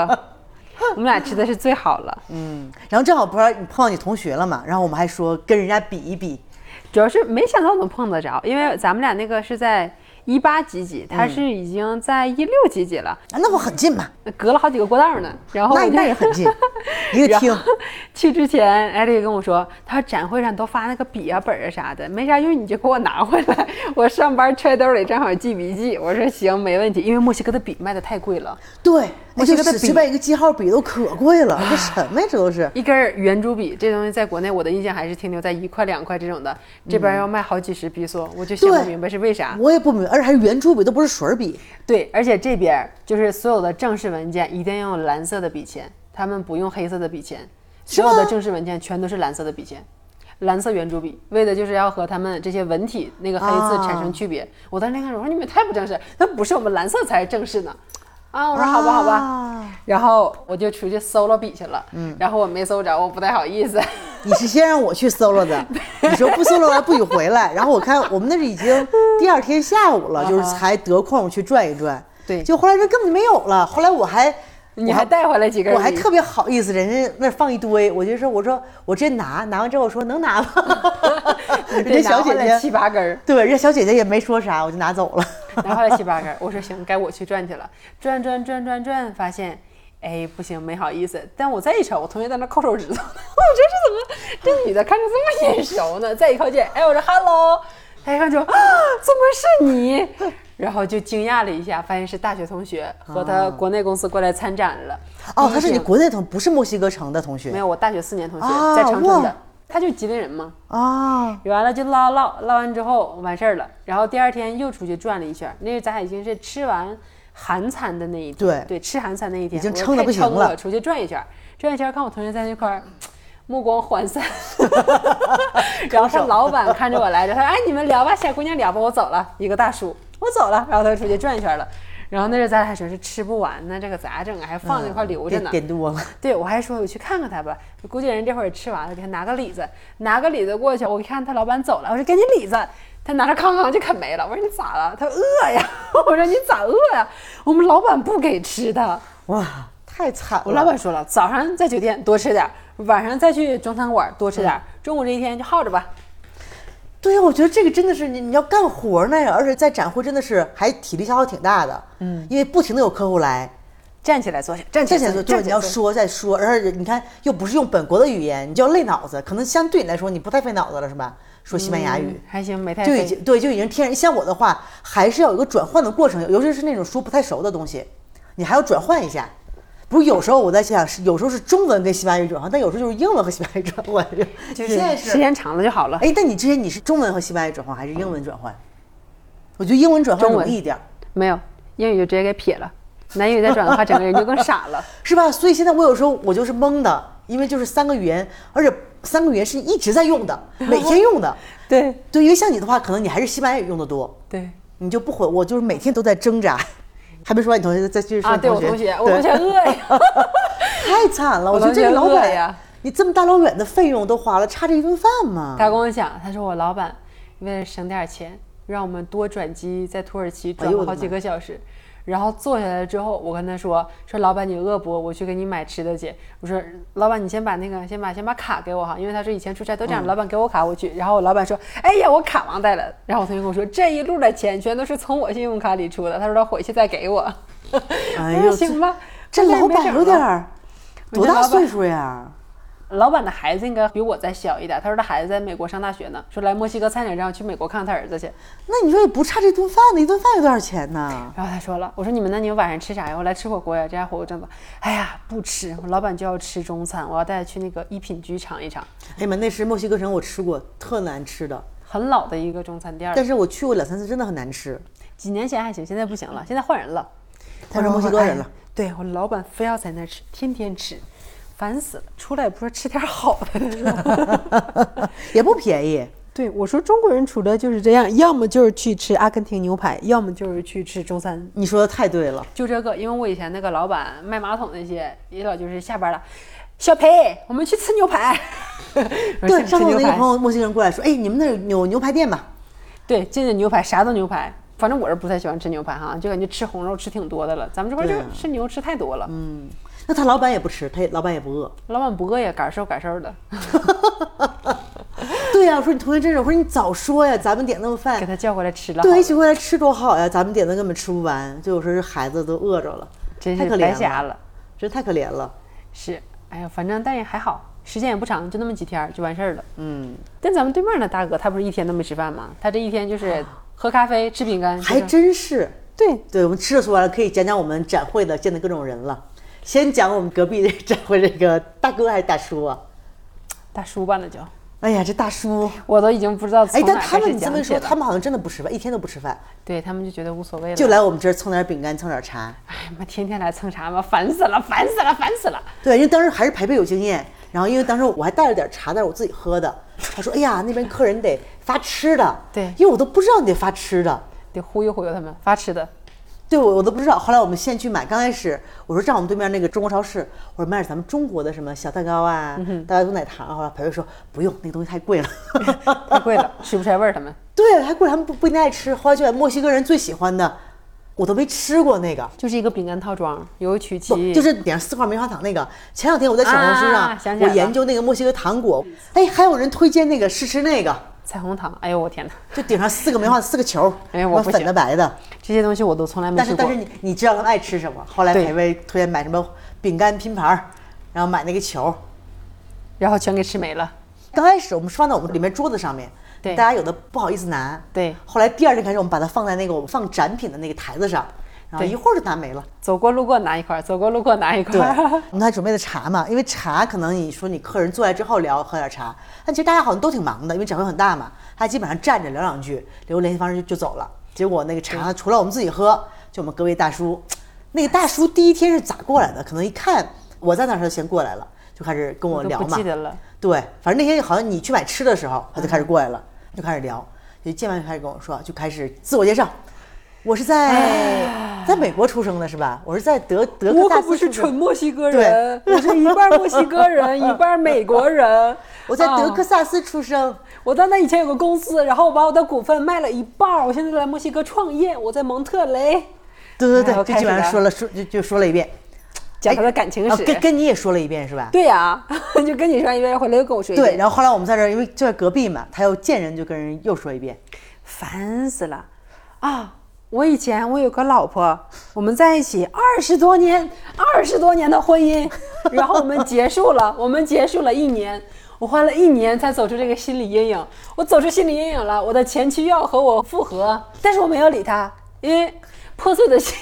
S2: 我们俩吃的是最好了，
S1: 嗯，然后正好不是你碰到你同学了嘛，然后我们还说跟人家比一比，
S2: 主要是没想到能碰得着，因为咱们俩那个是在一八几几，他是已经在一六几几了，
S1: 啊，那我很近嘛，
S2: 隔了好几个国道呢。然后
S1: 嗯那
S2: 我就
S1: 那 也很近，一个
S2: 然
S1: 厅
S2: 后。去之前，艾丽跟我说，她说展会上都发那个笔啊、本儿啊啥的，没啥用，你就给我拿回来。我上班揣兜里，正好记笔记。我说行，没问题，因为墨西哥的笔卖的太贵了，
S1: 对，
S2: 我
S1: 我
S2: 就
S1: 就
S2: 跟他
S1: 是随
S2: 比啊
S1: 便一个记号笔都可贵了，这什么呀？这都是。
S2: 一根儿圆珠笔这东西在国内我的印象还是停留在一块两块这种的，这边要卖好几十比索，我就想不
S1: 对
S2: 明白是为啥。
S1: 我也不明白，而且还是圆珠笔，都不是水笔。
S2: 对，而且这边儿就是所有的正式文件一定要用蓝色的笔签，他们不用黑色的笔签，所有的正式文件全都是蓝色的笔签，蓝色圆珠笔，为的就是要和他们这些文体那个黑字产
S1: 啊
S2: 生区别。我当时看，我说你们也太不正式，那不是我们蓝色才是正式呢。啊，我说好吧，好吧，
S1: 啊
S2: 然后我就出去搜了笔去了，嗯，然后我没搜着，我不太好意思。
S1: 你是先让我去搜了 的，你说不搜了完不许回来。然后我看我们那是已经第二天下午了，就是才得空去转一转。
S2: 啊对
S1: 就后来这根本就没有了。后来我还，
S2: 你
S1: 我
S2: 还带回来几根？？
S1: 我还特别好意思，人家那儿放一堆，我就说我说我直接拿，拿完之后我说能拿吗人
S2: 别
S1: 家小姐
S2: 七
S1: 姐，
S2: 八根儿。
S1: 对，人家小姐姐也没说啥，我就拿走 了。
S2: 拿回来七八根儿，我说行，该我去转去了。转转转转转，发现，哎，不行，没好意思。但我再一瞅，我同学在那抠手指头，我 说这是怎么？这女的看着这么眼熟呢？再一靠近，哎，我说 hello，她一看就啊，怎么是你？ 然后就惊讶了一下，发现是大学同学和他国内公司过来参展了。
S1: 啊哦，他是你
S2: 不
S1: 国内同，不是墨西哥城的同
S2: 啊没
S1: 学
S2: 有，我大学四年同学
S1: 啊
S2: 在长春的
S1: 哇，
S2: 他就是吉林人嘛。
S1: 啊？
S2: 完了就唠唠唠完之后完事儿了，然后第二天又出去转了一圈儿，那是咱俩已经是吃完韩餐的那一天，
S1: 对
S2: 对，吃韩餐那一天
S1: 已经
S2: 我说
S1: 撑得
S2: 太
S1: 不行
S2: 撑
S1: 了
S2: 出去转一圈儿，转一圈儿看我同学在那块儿。目光 涣散，然后他老板看着我来着，他说：“哎，你们聊吧，小姑娘聊吧，我走了。”一个大叔，我走了，然后他就出去转一圈儿了。然后那阵儿咱俩还说是吃不完呢，这可咋整啊？还放那块儿留着
S1: 点
S2: 呢。
S1: 点多 了，
S2: 对，我还说我去看看他吧，估计人这会儿吃完了，给他拿个李子，拿个李子过去。我一看他老板走了，我说给你李子，他拿着康康就啃没了。我说你咋了？他说饿呀。 我说你咋饿呀？我们老板不给吃的。
S1: 哇，太惨了。
S2: 我老板说了，早上在酒店多吃点儿，晚上再去中餐馆多吃点儿，中午这一天就耗着吧。
S1: 对呀，我觉得这个真的是你你要干活呢，而且在展会真的是还体力消耗挺大的，嗯，因为不停的有客户来，
S2: 站起来坐下，站起
S1: 这才
S2: 来
S1: 是
S2: 坐下，
S1: 对
S2: 站
S1: 你
S2: 起
S1: 要
S2: 来坐下。
S1: 说再说，而且你看又不是用本国的语言，你就要累脑子，可能相对你来说你不太费脑子了是吧？说西班牙语。
S2: 嗯还行，没太
S1: 就已
S2: 费
S1: 经对，就已经天然。像我的话，还是要有一个转换的过程，尤其是那种说不太熟的东西，你还要转换一下。不是有时候我在想，是有时候是中文跟西班牙语转换，但有时候就是英文和西班牙语转换。
S2: 就
S1: 现在
S2: 是
S1: 是
S2: 时间长了就好了。
S1: 哎，但你之前你是中文和西班牙语转换还是英文转换？我觉得英文转换
S2: 中
S1: 容
S2: 文
S1: 易一点儿，
S2: 没有英语就直接给撇了，南语再转的话，整个人就更傻了。
S1: 是吧？所以现在我有时候我就是懵的，因为就是三个语言，而且三个语言是一直在用的，每天用 的。
S2: 对
S1: 对，因为像你的话，可能你还是西班牙语用的多，
S2: 对。
S1: 你就不回我，就是每天都在挣扎。 还没说完，你同学再继续说
S2: 啊，
S1: 你
S2: 对我同学，我同学饿呀，
S1: 太惨了！
S2: 我
S1: 我觉得
S2: 同
S1: 这
S2: 学
S1: 个老
S2: 饿呀
S1: 板，你这么大老远的费用都花了，差这一顿饭吗？
S2: 他跟我讲，他说我老板为了省点钱，让我们多转机，在土耳其转嗯
S1: 哎呦
S2: 了
S1: 我的
S2: 好几个小时。然后坐下来之后，我跟他说：“说老板你饿不？我去给你买吃的去。”我说：“老板你先把那个先把先把卡给我哈，因为他说以前出差都这样，老板给我卡我去。”然后我老板说：“哎呀，我卡忘带了。”然后我同学跟我说：“这一路的钱全都是从我信用卡里出的。”他说他回去再给我。
S1: 哎
S2: 我
S1: 呦
S2: 说行吧，
S1: 这
S2: 那也
S1: 老
S2: 没
S1: 板
S2: 整
S1: 有
S2: 了
S1: 点儿，多大岁数呀？
S2: 老板的孩子应该比我再小一点，他说他孩子在美国上大学呢，说来墨西哥餐点让我去美国看看他儿子去。
S1: 那你说也不差这顿饭呢，一顿饭有多少钱呢？
S2: 然后他说了，我说你们那你们晚上吃啥呀？我来吃火锅呀。这家火锅真的，哎呀不吃，我老板就要吃中餐，我要带他去那个一品居尝一尝，
S1: 哎呀妈，那是墨西哥城，我吃过，特难吃 的。
S2: 很老的一个中餐店了，
S1: 但是我去过两三次，真的很难 吃。
S2: 几年前还行，现在不行了，现在换人了，
S1: 换成墨西哥人了
S2: 哎对我老板非要在那儿吃，天天吃，烦死了。出来也不说吃点好的，他说
S1: 也不便宜。
S2: 对，我说中国人除了就是这样，要么就是去吃阿根廷牛排，要么就是去吃中餐，
S1: 你说的太对了，
S2: 就这个。因为我以前那个老板卖马桶那些，也老就是下班了，小裴，我们去吃牛排。 我说
S1: 对，
S2: 去
S1: 上次
S2: 吃
S1: 我
S2: 牛
S1: 那个
S2: 排
S1: 朋，友墨西哥人过来说，哎，你们那儿有牛排店吧？
S2: 对，进的牛排啥都牛排。反正我是不太喜欢吃牛排哈，就感觉吃红肉吃挺多的了。咱们这块儿就
S1: 对啊嗯
S2: 吃牛吃太多了，
S1: 那他老板也不吃，他也老板也不饿。
S2: 老板不饿呀，感受感受 的，
S1: 对呀、我说你同学真是，我说你早说呀，咱们点那么
S2: 给
S1: 饭，
S2: 他叫回来吃了。
S1: 对，一起回来吃多好呀，咱们点的根本吃不完，就有时候孩子都饿着了，
S2: 真
S1: 太
S2: 是
S1: 可
S2: 白
S1: 怜
S2: 瞎
S1: 了，
S2: 了。
S1: 真太可怜了。
S2: 是，哎呀，反正但也还好，时间也不长，就那么几天儿就完事儿了。嗯。但咱们对面那大哥，他不是一天都没吃饭吗？他这一天就是喝咖啡、吃饼干，
S1: 啊还
S2: 就是
S1: 真是，啊
S2: 对。
S1: 对我们吃的说完了，可以讲讲我们展会的见的各种人了。先讲我们隔壁的 展会这个大哥还是大叔啊？
S2: 大叔吧，那就
S1: 哎呀，这大叔，
S2: 我都已经不知道从
S1: 哎，
S2: 哪
S1: 但
S2: 儿
S1: 他
S2: 开
S1: 们
S2: 始
S1: 你这
S2: 讲
S1: 么一
S2: 起
S1: 说，
S2: 了。
S1: 他们好像真的不吃饭，一天都不吃饭，
S2: 对他们就觉得无所谓了，
S1: 就来我们这儿蹭点饼干，蹭点茶。
S2: 哎妈，天天来蹭茶嘛，烦死了，烦死了，烦死了。
S1: 对，因为当时还是排辈有经验，然后因为当时我还带了点茶，但是我自己喝的。他说：“哎呀，那边客人得发吃的。”
S2: 对
S1: 因为我都不知道你得发吃的，
S2: 得忽悠忽悠他们发吃的，
S1: 对我我都不知道。后来我们现去买，刚开始我说站我们对面那个中国超市，我说卖点咱们中国的什么小蛋糕啊、
S2: 嗯
S1: 大家都奶糖啊。后来培培说不用，那个东西太贵了。
S2: 太贵了，吃不出来味儿。他们
S1: 对，太贵了，他们不不一定爱吃。后来就买墨西哥人最喜欢的，我都没吃过那个。
S2: 就是一个饼干套装，有曲
S1: 不
S2: 奇，
S1: 就是点上四块棉花糖那个。前两天我在小红书上，
S2: 啊想起
S1: 我
S2: 来
S1: 研
S2: 了
S1: 究那个墨西哥糖果，哎，还有人推荐那个试吃那个，
S2: 彩虹糖。哎呦我天哪，
S1: 就顶上四个棉花糖四个球，
S2: 哎呀我不
S1: 粉的
S2: 行
S1: 白的。
S2: 这些东西我都从来没
S1: 但是
S2: 吃
S1: 但
S2: 过
S1: 是。你你知道他们爱吃什么？后来
S2: 对
S1: 裴薇推荐买什么饼干拼盘儿，然后买那个球。
S2: 然后全给吃没了。
S1: 刚开始我们是放在我们里面桌子上面，
S2: 对
S1: 大家有的不好意思拿，
S2: 对
S1: 后来第二天开始，我们把它放在那个我们放展品的那个台子上，然后
S2: 对
S1: 一会儿就拿没了。
S2: 走过路过拿一块儿，走过路过拿 一块
S1: 对，
S2: 儿。
S1: 我们还准备的茶嘛，因为茶可能你说你客人坐下之后聊喝点茶，但其实大家好像都挺忙的，因为展会很大嘛，他基本上站着聊两句，留联系方式就就走了。结果那个茶除了我们自己喝，就我们各位大叔，那个大叔第一天是咋过来的？可能一看我在那儿，他就先过来了，就开始跟我
S2: 我都
S1: 聊
S2: 不
S1: 嘛
S2: 记。得嗯了，
S1: 对，反正那天好像你去买吃的时候，他就开始过来了，就开始聊，就见面就开始跟我说，就开始自我介绍。我是在在美国出生的是吧？我是在德德克
S2: 哎我
S1: 萨
S2: 可
S1: 斯
S2: 不是
S1: 出生
S2: 纯墨西哥人，我是一半墨西 哥人，一半美国人。
S1: 我在德
S2: 啊
S1: 克萨斯出生，
S2: 我在那以前有个公司，然后我把我的股份卖了一半儿，我现在在墨西哥创业，我在蒙特雷，
S1: 对对对，
S2: 然后
S1: 就
S2: 开
S1: 基
S2: 始
S1: 本上
S2: 聊
S1: 说了说就就说了一遍，
S2: 讲他的感情
S1: 然后
S2: 史。
S1: 哎哦跟跟你也说了一遍是吧？
S2: 对呀、 就跟你说一遍，回来又跟我说一遍
S1: 对，，然后后来我们在这儿，因为就在隔壁嘛，他又见人就跟人又说一遍，
S2: 烦死了啊！我以前我有个老婆，我们在一起二十多年，二十多年的婚姻，然后我们结束了，我们结束了一年，我花了一年才走出这个心理阴影。我走出心理阴影了，我的前妻又要和我复合，但是我没有理他，因为破碎的心，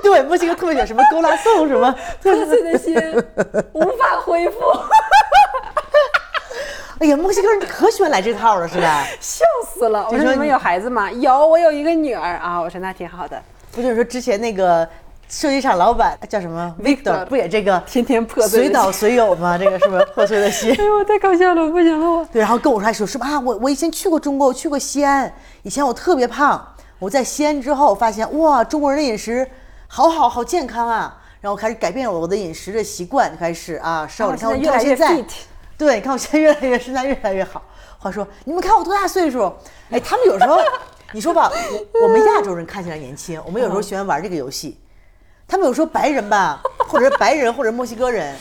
S1: 对，墨西哥特别喜欢什么勾拉颂什么，
S2: 破碎的心无法 恢复，
S1: 哎呀，墨西哥人可喜欢来这套了是吧？
S2: 笑死了！我
S1: 就
S2: 说
S1: 说
S2: 你们
S1: 你
S2: 有孩子吗？有，我有一个女儿啊。我说那挺好的，
S1: 不就是说之前那个设计厂老板叫什么 Victor 不也这 个
S2: 天天破碎的
S1: 随
S2: 心
S1: 倒随有吗？这个是不是破碎的心？
S2: 哎呦，太搞笑了，不行了我。
S1: 对，然后跟我说还说是吧？啊我我以前去过中国，我去过西安，以前我特别胖，我在西安之后发现哇，中国人的饮食好好好健康啊，然后开始改变我的饮食的习惯，开始啊瘦了。你
S2: 哦现
S1: 看
S2: 在
S1: 我
S2: 越
S1: 看
S2: 来
S1: 我现
S2: 越
S1: 在
S2: fit，
S1: 对，你看我现在越来越身材越来越好。话说你们看我多大岁 数？哎，他们有时候你说吧，我我们亚洲人看起来年轻，我们有时候喜欢玩这个游
S2: 嗯
S1: 戏。他们有时候白人吧，或者是白人，或者墨西哥人，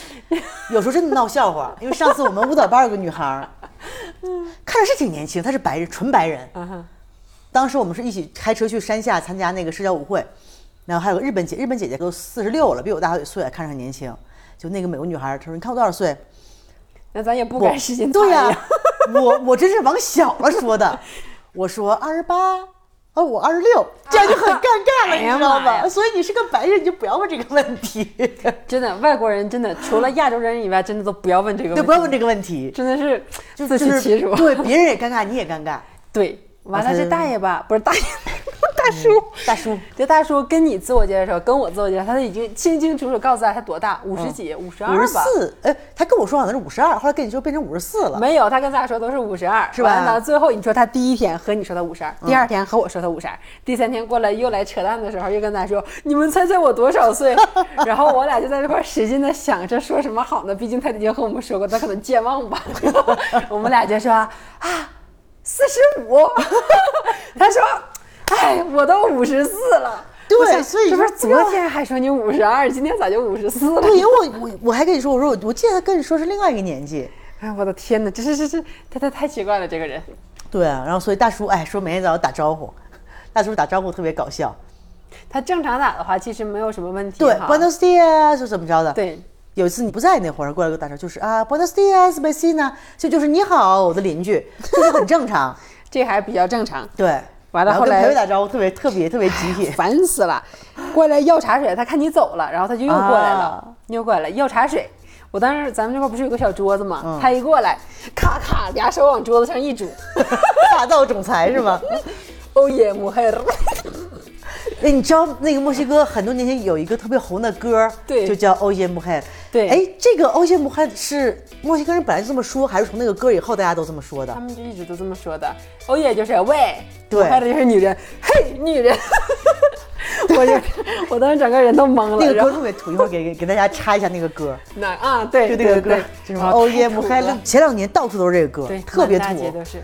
S1: 有时候真的闹笑话。因为上次我们舞蹈班有个女孩儿，看着是挺年轻，她是白人，纯白人。
S2: 嗯
S1: 当时我们是一起开车去山下参加那个社交舞会，然后还有个日本姐，日本姐姐都四十六了，比我大好几岁，看着很年轻。就那个美国女孩儿，她说：“你看我多少岁？”
S2: 那咱也不
S1: 我
S2: 敢使劲
S1: 对
S2: 猜
S1: 呀、我我真是往小了说的，我说二十八，哦，我二十六，这样就很尴尬了，
S2: 哎
S1: 你
S2: 呀
S1: 知道
S2: 妈
S1: 吗？
S2: 呀
S1: 所以你是个白人，你就不要问这个问 题，
S2: 真的，外国人真的除了亚洲人以外，真的都不要问这个问题，
S1: 对，不要问这个问题，
S2: 真的是
S1: 就
S2: 自
S1: 就
S2: 取
S1: 是
S2: 其辱。
S1: 对，啊别人也尴尬，你也尴尬，
S2: 对，完
S1: 我
S2: 了
S1: 才
S2: 这大爷吧，不是大爷，嗯大叔。
S1: 大叔。
S2: 这大叔跟你自我介绍，跟我自我介绍，他都已经清清楚楚告诉他他多大，五十几、 五十
S1: 五
S2: 二
S1: 十
S2: 吧，
S1: 四，哎，他跟我说好像是五十二，后来跟你说变成五十四了。
S2: 没有，他跟咱俩说都是五十二，
S1: 是吧嗯
S2: 完了，最后你说他第一天和你说他五十二，第二天和我说他五十二，第三天过来又来扯淡的时候，又跟咱说你们猜猜我多少岁？ 然后我俩就在这块儿使劲的想着说什么好呢？毕竟他已经和我们说过，他可能健忘吧。 我们俩就说啊，四十五， 他说，哎，我都五十四了。
S1: 对
S2: 我想
S1: 所以
S2: 这不是
S1: 说这个
S2: 昨天还说你五十二，今天咋就五十四了？
S1: 对，因为我我我还跟你说，我说我我记得他跟你说是另外一个年纪。
S2: 哎，我的天哪，这是这是他他太奇怪了，这个人。
S1: 对啊，然后所以大叔哎说每天早上打招呼，大叔打招呼特别搞笑。
S2: 他正常打的话，其实没有什么问题
S1: 对
S2: 哈。
S1: ，Buenos dias 是怎么着的？，
S2: 对
S1: 有一次你不在那会儿，过来给我打招呼，就是啊，Buenos dias vecina，就就是你好，我的邻居，这就很正常。
S2: 这还比较正常。
S1: 对，
S2: 完了
S1: 然
S2: 后
S1: 跟
S2: 来
S1: 裴伟打招呼特别特别特别集 体。
S2: 烦死了，过来要茶水，他看你走了，然后他就又过来了，
S1: 啊
S2: 又过来了要茶水。我当时咱们这块不是有个小桌子吗？
S1: 嗯
S2: 他一过来，咔咔俩手往桌子上一 拄，
S1: 霸道总裁是吗？
S2: 哦耶，抹黑了。
S1: 哎，你知道那个墨西哥很多年前有一个特别红的歌儿，
S2: 对
S1: 就叫《欧耶穆罕》。
S2: 对
S1: 哎，这个《欧耶穆罕》是墨西哥人本来就这么说，还是从那个歌以后大家都这么说
S2: 他
S1: 的？
S2: 们就一直都这么说的，哦耶就是喂，
S1: 对
S2: 抹黑的就是女人，嘿 女人。我就我当时整个人都懵了，
S1: 那个
S2: 然
S1: 歌
S2: 后
S1: 特别土，一会儿给给给大家插一下那个歌儿，
S2: 那啊对，
S1: 就那个
S2: 对
S1: 歌儿
S2: 对，
S1: 就什
S2: 然
S1: 么
S2: 后
S1: 欧耶
S2: 太
S1: 穆
S2: 土
S1: 罕
S2: 了》，
S1: 前两年到处都是这个歌
S2: 对，，
S1: 特别
S2: 满大街
S1: 土。
S2: 都是。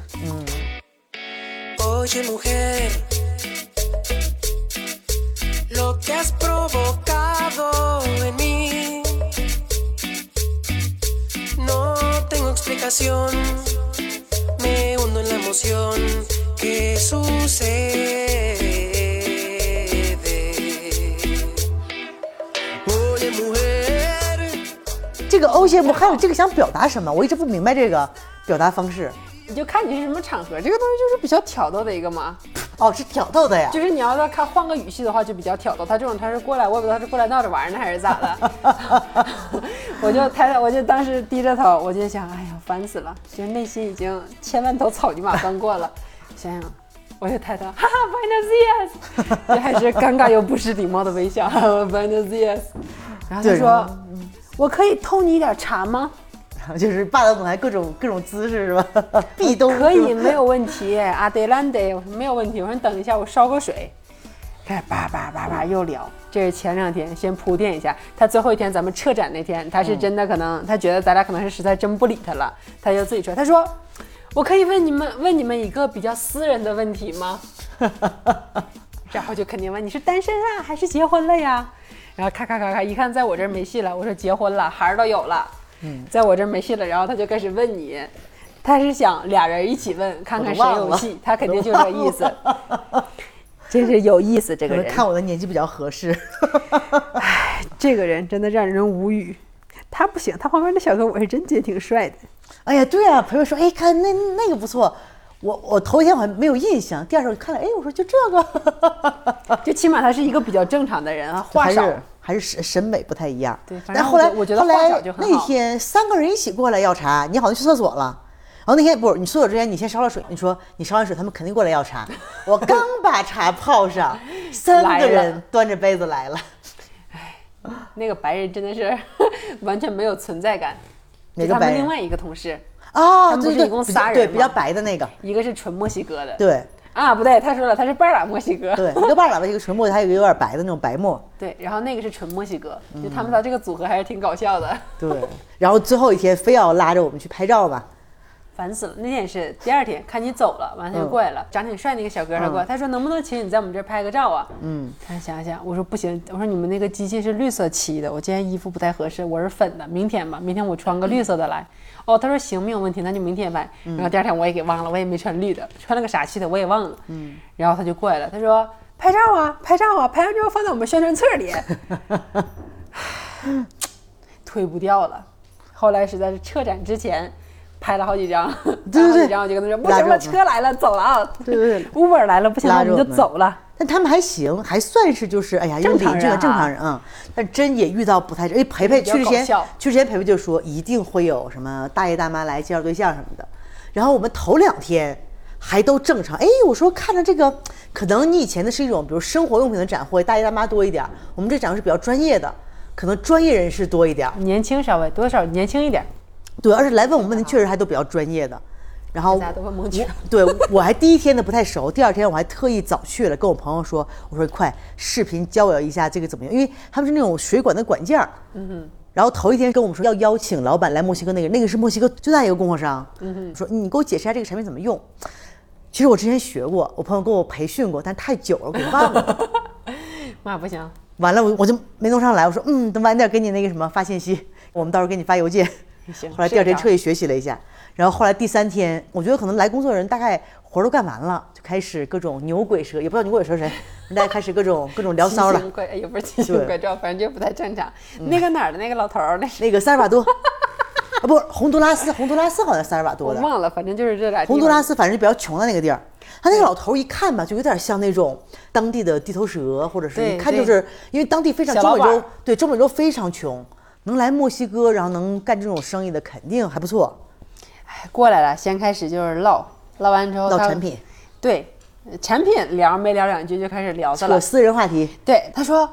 S3: Oye mujer, lo que has provocado en mí, no tengo explicación, me hundo en la emoción que sucede. Oye mujer.
S1: 这个欧耶穆罕这个想表达什么？我一直不明白这个表达方式。
S2: 你就看你是什么场合，这个东西就是比较挑逗的一个嘛，
S1: 哦，是挑逗的呀。
S2: 就是你要是看换个语系的话，就比较挑逗。他这种他是过来，我也不知道他是过来闹着玩呢还是咋的， 我就抬头，我就当时低着头，我就想，哎呀，烦死了，就是内心已经千万头草泥马翻过了，想想。我就抬头，哈哈，Buenos dias，这还是尴尬又不失礼貌的微笑，Buenos dias。然后他
S1: 对
S2: 说：“我可以偷你一点茶吗？”
S1: 就是霸道总裁各种各种姿势是吧？ 壁咚
S2: 嗯可以，
S1: 是吧
S2: 没有问题。啊阿德兰德，我说没有问题。我说你等一下，我烧个水。开始叭叭叭叭又聊，这是前两天先铺垫一下。他最后一天咱们撤展那天，他是真的可能、他觉得咱俩可能是实在真不理他了，他就自己说，他说我可以问你们问你们一个比较私人的问题 吗？然后就肯定问你是单身啊还是结婚了呀？然后咔咔咔咔一看在我这儿没戏了，我说结婚了，孩儿都有了，嗯，在我这儿没戏了，然后他就开始问你，他是想俩人一起问，看看谁
S1: 我都忘
S2: 有
S1: 了
S2: 戏，他肯定就这意思，真是有意思这个
S1: 可能
S2: 人，
S1: 看我的年纪比较合适。
S2: 这个人真的让人无语。他不行，他旁边那小哥我是真觉得挺帅的。
S1: 哎呀，对啊，朋友说，哎，看那那个不错，我我头一天好像没有印象，第二天我看了，哎，我说就这 个，
S2: 就起码他是一个比较正常的人啊，话少
S1: 还。是还是审审美不太一样。
S2: 对反
S1: 但
S2: 正
S1: 后来
S2: 我觉得
S1: 后
S2: 话少
S1: 来
S2: 就很
S1: 那
S2: 好
S1: 天三个人一起过来要茶，你好像去厕所了。然后那天不是你去厕所之前，你先烧了水。你说你烧完水，他们肯定过来要 茶。我刚把茶泡上，三
S2: 来
S1: 个
S2: 了
S1: 人端着杯子来了，
S2: 那个白人真的是 完全没有存在感。
S1: 哪个
S2: 就他
S1: 白
S2: 们
S1: 人
S2: 另外一个同事，
S1: 啊，
S2: 他们不
S1: 对
S2: 是
S1: 对，
S2: 一共
S1: 比较
S2: 仨人
S1: 对，比较
S2: 吗
S1: 白的那个，
S2: 一个是纯墨西哥的，
S1: 对
S2: 啊，不对，他说了，他是巴拉墨西哥，
S1: 对，一个半喇叭，一个纯墨，还有一个有点白的那种白沫。
S2: 对然后那个是纯墨西哥，就他
S1: 嗯
S2: 们仨这个组合还是挺搞笑的，
S1: 对，然后最后一天非要拉着我们去拍照嘛，
S2: 烦死了。那天也是第二天，看你走了，完了他就过来了，长挺帅那个小哥他过来，他说能不能请你在我们这儿拍个照啊？嗯，他想想，我说不行，我说你们那个机器是绿色漆的，我今天衣服不太合适，我是粉的，明天吧，明天我穿个绿色的来。哦，他说行，没有问题，那就明天拍。然后第二天我也给忘了，我也没穿绿的，穿了个啥漆的我也忘了。嗯，然后他就过来了，他说拍照啊，拍照啊，拍完之后放在我们宣传册里。推不掉了。后来实在是撤展之前拍了好几张，
S1: 对
S2: 拍了好
S1: 对
S2: 几张我就跟他说不
S1: 拉
S2: 行
S1: 住我
S2: 了，
S1: 们
S2: 车来了，走了啊。
S1: 对对对
S2: Uber 来了，不行了，
S1: 拉
S2: 我
S1: 住
S2: 们就
S1: 我们
S2: 走了。
S1: 但他们还行，还算是就是哎呀，
S2: 正常
S1: 邻居啊，
S2: 人啊嗯
S1: 正常人啊、嗯。但真也遇到不太，哎，培培
S2: 比
S1: 去
S2: 较
S1: 之
S2: 搞
S1: 前，
S2: 笑
S1: 去之前培培就说一定会有什么大爷大妈来介绍对象什么的。然后我们头两天还都正常，哎，我说看着这个，可能你以前的是一种比如生活用品的展会，大爷大妈多一点儿，我们这展会是比较专业的，可能专业人士多一点儿。
S2: 年轻稍微多少年轻一点，
S1: 对，而且来问我们问题确实还都比较专业的。然后
S2: 大家都问蒙圈。
S1: 对，哦我还第一天呢不太熟，第二天我还特意早去了，跟我朋友说，我说快视频教我一下这个怎么用，因为他们是那种水管的管件儿。嗯然后头一天跟我们说要邀请老板来墨西哥那个，那个是墨西哥最大一个供货商。嗯说你给我解释一下这个产品怎么用。其实我之前学过，我朋友给我培训过，但太久了，我给忘了。
S2: 那不行，
S1: 完了，我我就没弄上来。我说，嗯，等晚点给你那个什么发信 息，我们到时候给你发邮件。
S2: 行
S1: 后来第二天
S2: 是这样
S1: 彻夜学习了一下，然后后来第三天，我觉得可能来工作的人大概活儿都干完了，就开始各种牛鬼蛇，也不知道牛鬼蛇神，大家开始各种各种聊
S2: 奇
S1: 骚了
S2: 形。怪哎也不是奇形
S1: 对嗯
S2: 怪状，反正就不太正常。那个哪儿的那个老头儿，那是
S1: 那个塞尔瓦多， 啊不，洪都拉斯，洪都拉斯好像塞尔瓦
S2: 我
S1: 多的，
S2: 忘了，反正就是这俩地方。
S1: 洪都拉斯反正是比较穷的那个地儿。他那个老头儿一看吧，就有点像那种当地的地头蛇，或者是
S2: 对
S1: 一看就是因为当地非常
S2: 小
S1: 中
S2: 老
S1: 美
S2: 板
S1: 洲，对中美洲非常穷，能来墨西哥然后能干这种生意的肯定还不错。
S2: 哎过来了，先开始就是唠，唠完之后
S1: 到
S2: 他
S1: 产品，
S2: 对呃产品聊没聊两句就开始聊上
S1: 我
S2: 了。
S1: 私人话题，
S2: 对，他说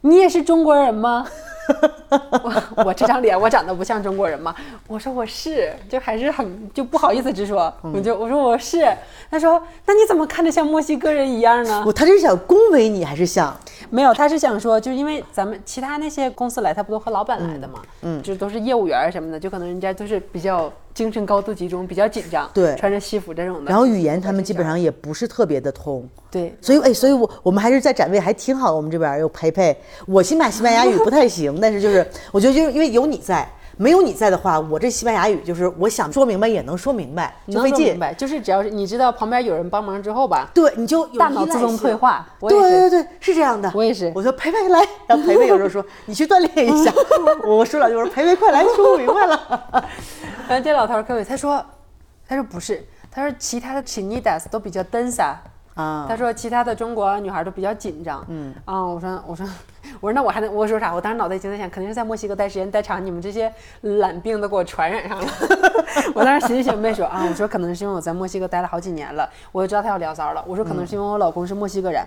S2: 你也是中国人吗？ 我我这张脸我长得不像中国人吗？我说我是，就还是很就不好意思直说，
S1: 嗯
S2: 我就我说我是。他说那你怎么看着像墨西哥人一样呢？
S1: 我他这是想恭维你还是想？
S2: 没有，他是想说，就是因为咱们其他那些公司来，他不都和老板来的嘛，嗯，就都是业务员儿什么的，就可能人家都是比较精神高度集中，比较紧张，
S1: 对
S2: 穿着西服这种的。
S1: 然后语言他们基本上也不是特别的通，
S2: 对，
S1: 所以哎，所以我我们还是在展位还挺好的。我们这边儿有培培，我起码西班牙语不太行，但是就是我觉得就是因为有你在，没有你在的话，我这西班牙语就是我想说明白也能说明白，就
S2: 能
S1: 费
S2: 说
S1: 劲
S2: 明。白，就是只要是你知道旁边有人帮忙之后吧，
S1: 对，你就有
S2: 大脑
S1: 依赖
S2: 自动
S1: 性
S2: 退化我也
S1: 对对
S2: 是
S1: 对，是这样的。
S2: 我也是
S1: 我说培培来，然后培培有时候 说你去锻炼一下，我说两句，我说培培快来，说不明白 了。
S2: 然后这老头儿可以，他说，他说不是，他说其他的 chinitas 都比较 densa
S1: 啊
S2: 他说其他的中国女孩都比较紧张，嗯，啊，我说我说我说那我还能我说啥？我当时脑袋已经在想，肯定是在墨西哥待时间待长，你们这些懒病都给我传染上了。 我当时寻思寻没说啊，我说可能是因为我在墨西哥待了好几年了，我就知道他要聊骚了。我说可能是因为我老公是墨西哥人。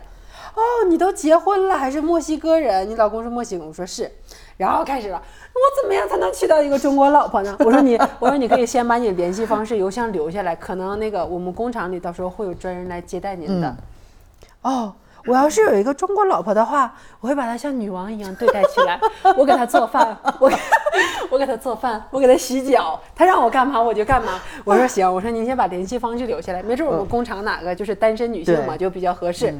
S2: 哦，你都结婚了还是墨西哥人？你老公是墨西哥？我说是，然后开始了，我怎么样才能娶到一个中国老婆呢？我说你，我说你可以先把你的联系方式、邮箱留下来，可能那个我们工厂里到时候会有专人来接待您的。哦，我要是有一个中国老婆的话，我会把她像女王一样对待起来。 我给她做饭，我给 我给她做饭，我给她洗脚，她让我干嘛我就干嘛。我说行，我说您先把联系方式留下来，没准我们工厂哪个就是单身女性
S1: 嗯对
S2: 嘛，
S1: 嗯
S2: 就比较合适。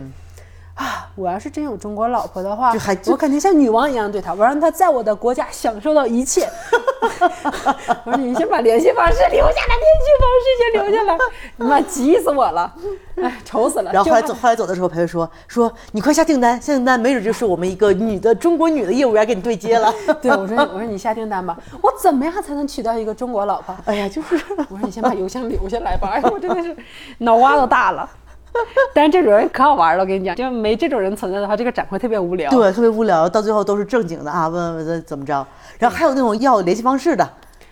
S2: 啊！我要是真有中国老婆的话
S1: 就还，
S2: 我肯定像女王一样对她，我让她在我的国家享受到一切。 我说你先把联系方式留下来，联系方式先留下来。妈，急死我了！哎，愁死了。
S1: 然后
S2: 就
S1: 后来
S2: 怕
S1: 走，后来走的时候，培培说说你快下订单，下订单，没准就是我们一个女的中国女的业务员给你对接了。
S2: 对，我说我说你下订单吧，我怎么样才能娶到一个中国老婆？
S1: 哎呀，就是
S2: 我说你先把邮箱留下来吧。哎呀，我真 的是脑瓜都大了。但是这种人可好玩了，我跟你讲，就没这种人存在的话，这个展会特别无聊。
S1: 对，特别无聊，到最后都是正经的啊，问问问怎么着，然后还有那种要联系方式的，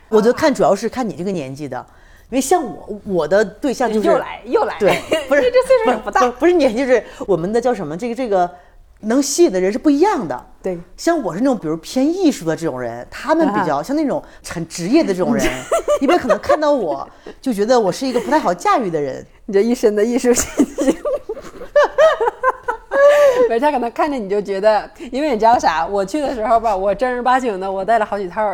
S1: 我
S2: 嗯
S1: 就看主要是看你这个年纪的，因为像我我的对象就是
S2: 又来又来，
S1: 对，不是
S2: 这这岁数也
S1: 不
S2: 不大
S1: 是，不是年纪，就是我们的叫什么这个这个能吸引的人是不一样的。
S2: 对
S1: 像我是那种比如偏艺术的这种人，他们比
S2: 啊
S1: 较像那种很职业的这 种人，一般可能看到我就觉得我是一个不太好驾驭的人。
S2: 你这一身的艺术气息。没事，他可能看着你就觉得，因为你知道啥？我去的时候吧，我正儿八经的，我带了好几套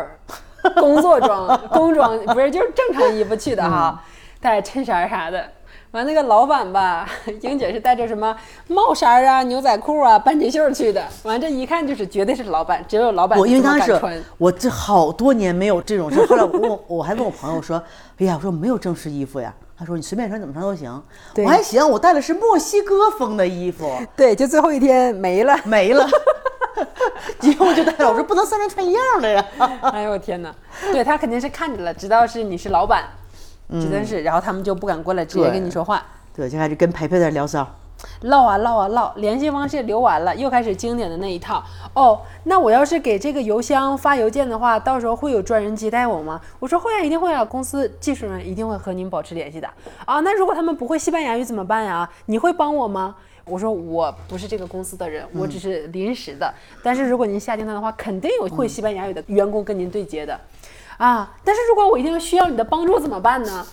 S2: 工作装、工装，不是就是正常衣服去的哈，带衬衫啥的。完那个老板吧，英姐是带着什么帽衫啊、牛仔裤啊、半截袖去的。完这一看就是绝对是老板，只有老板
S1: 我因为
S2: 这么
S1: 当
S2: 敢
S1: 时
S2: 穿
S1: 我这好多年没有这种事，后来我问我还问我朋友说，哎呀，我说没有正式衣服呀，他说你随便穿怎么穿都行。
S2: 对
S1: 我还行，我带的是墨西哥风的衣服，
S2: 对，就最后一天没了。
S1: 没了。 结果我就带着我说不能三人穿一样的呀。
S2: 哎呦我天哪！对他肯定是看着了，知道是你是老板，指的是，然后他们就不敢过来直接
S1: 对
S2: 跟你说话，
S1: 对，就开始跟培培在那聊骚。
S2: 唠啊唠啊唠，联系方式留完了，又开始经典的那一套。哦，那我要是给这个邮箱发邮件的话，到时候会有专人接待我吗？我说会啊，一定会啊，公司技术人员一定会和您保持联系的。啊，那如果他们不会西班牙语怎么办呀？你会帮我吗？我说我不是这个公司的人，我只是临时的。但是如果您下订单的话，肯定有会西班牙语的员工跟您对接的。啊，但是如果我一定要需要你的帮助怎么办呢？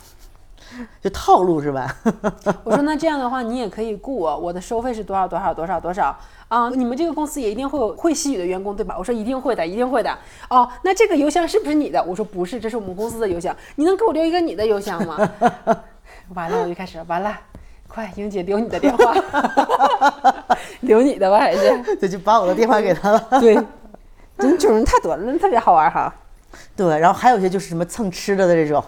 S1: 就套路是吧？
S2: 我说那这样的话，你也可以雇我，我的收费是多少多少多少多少啊？你们这个公司也一定会有会西语的员工对吧？我说一定会的，一定会的。哦，那这个邮箱是不是你的？我说不是，这是我们公司的邮箱。你能给我留一个你的邮箱吗？ 完了，我就开始完了，快，英姐留你的电话， 留你的吧还是？
S1: 对，就把我的电话给他了。
S2: 对，人种人太多了，特别好玩哈。
S1: 对，然后还有一些就是什么蹭吃的的这种，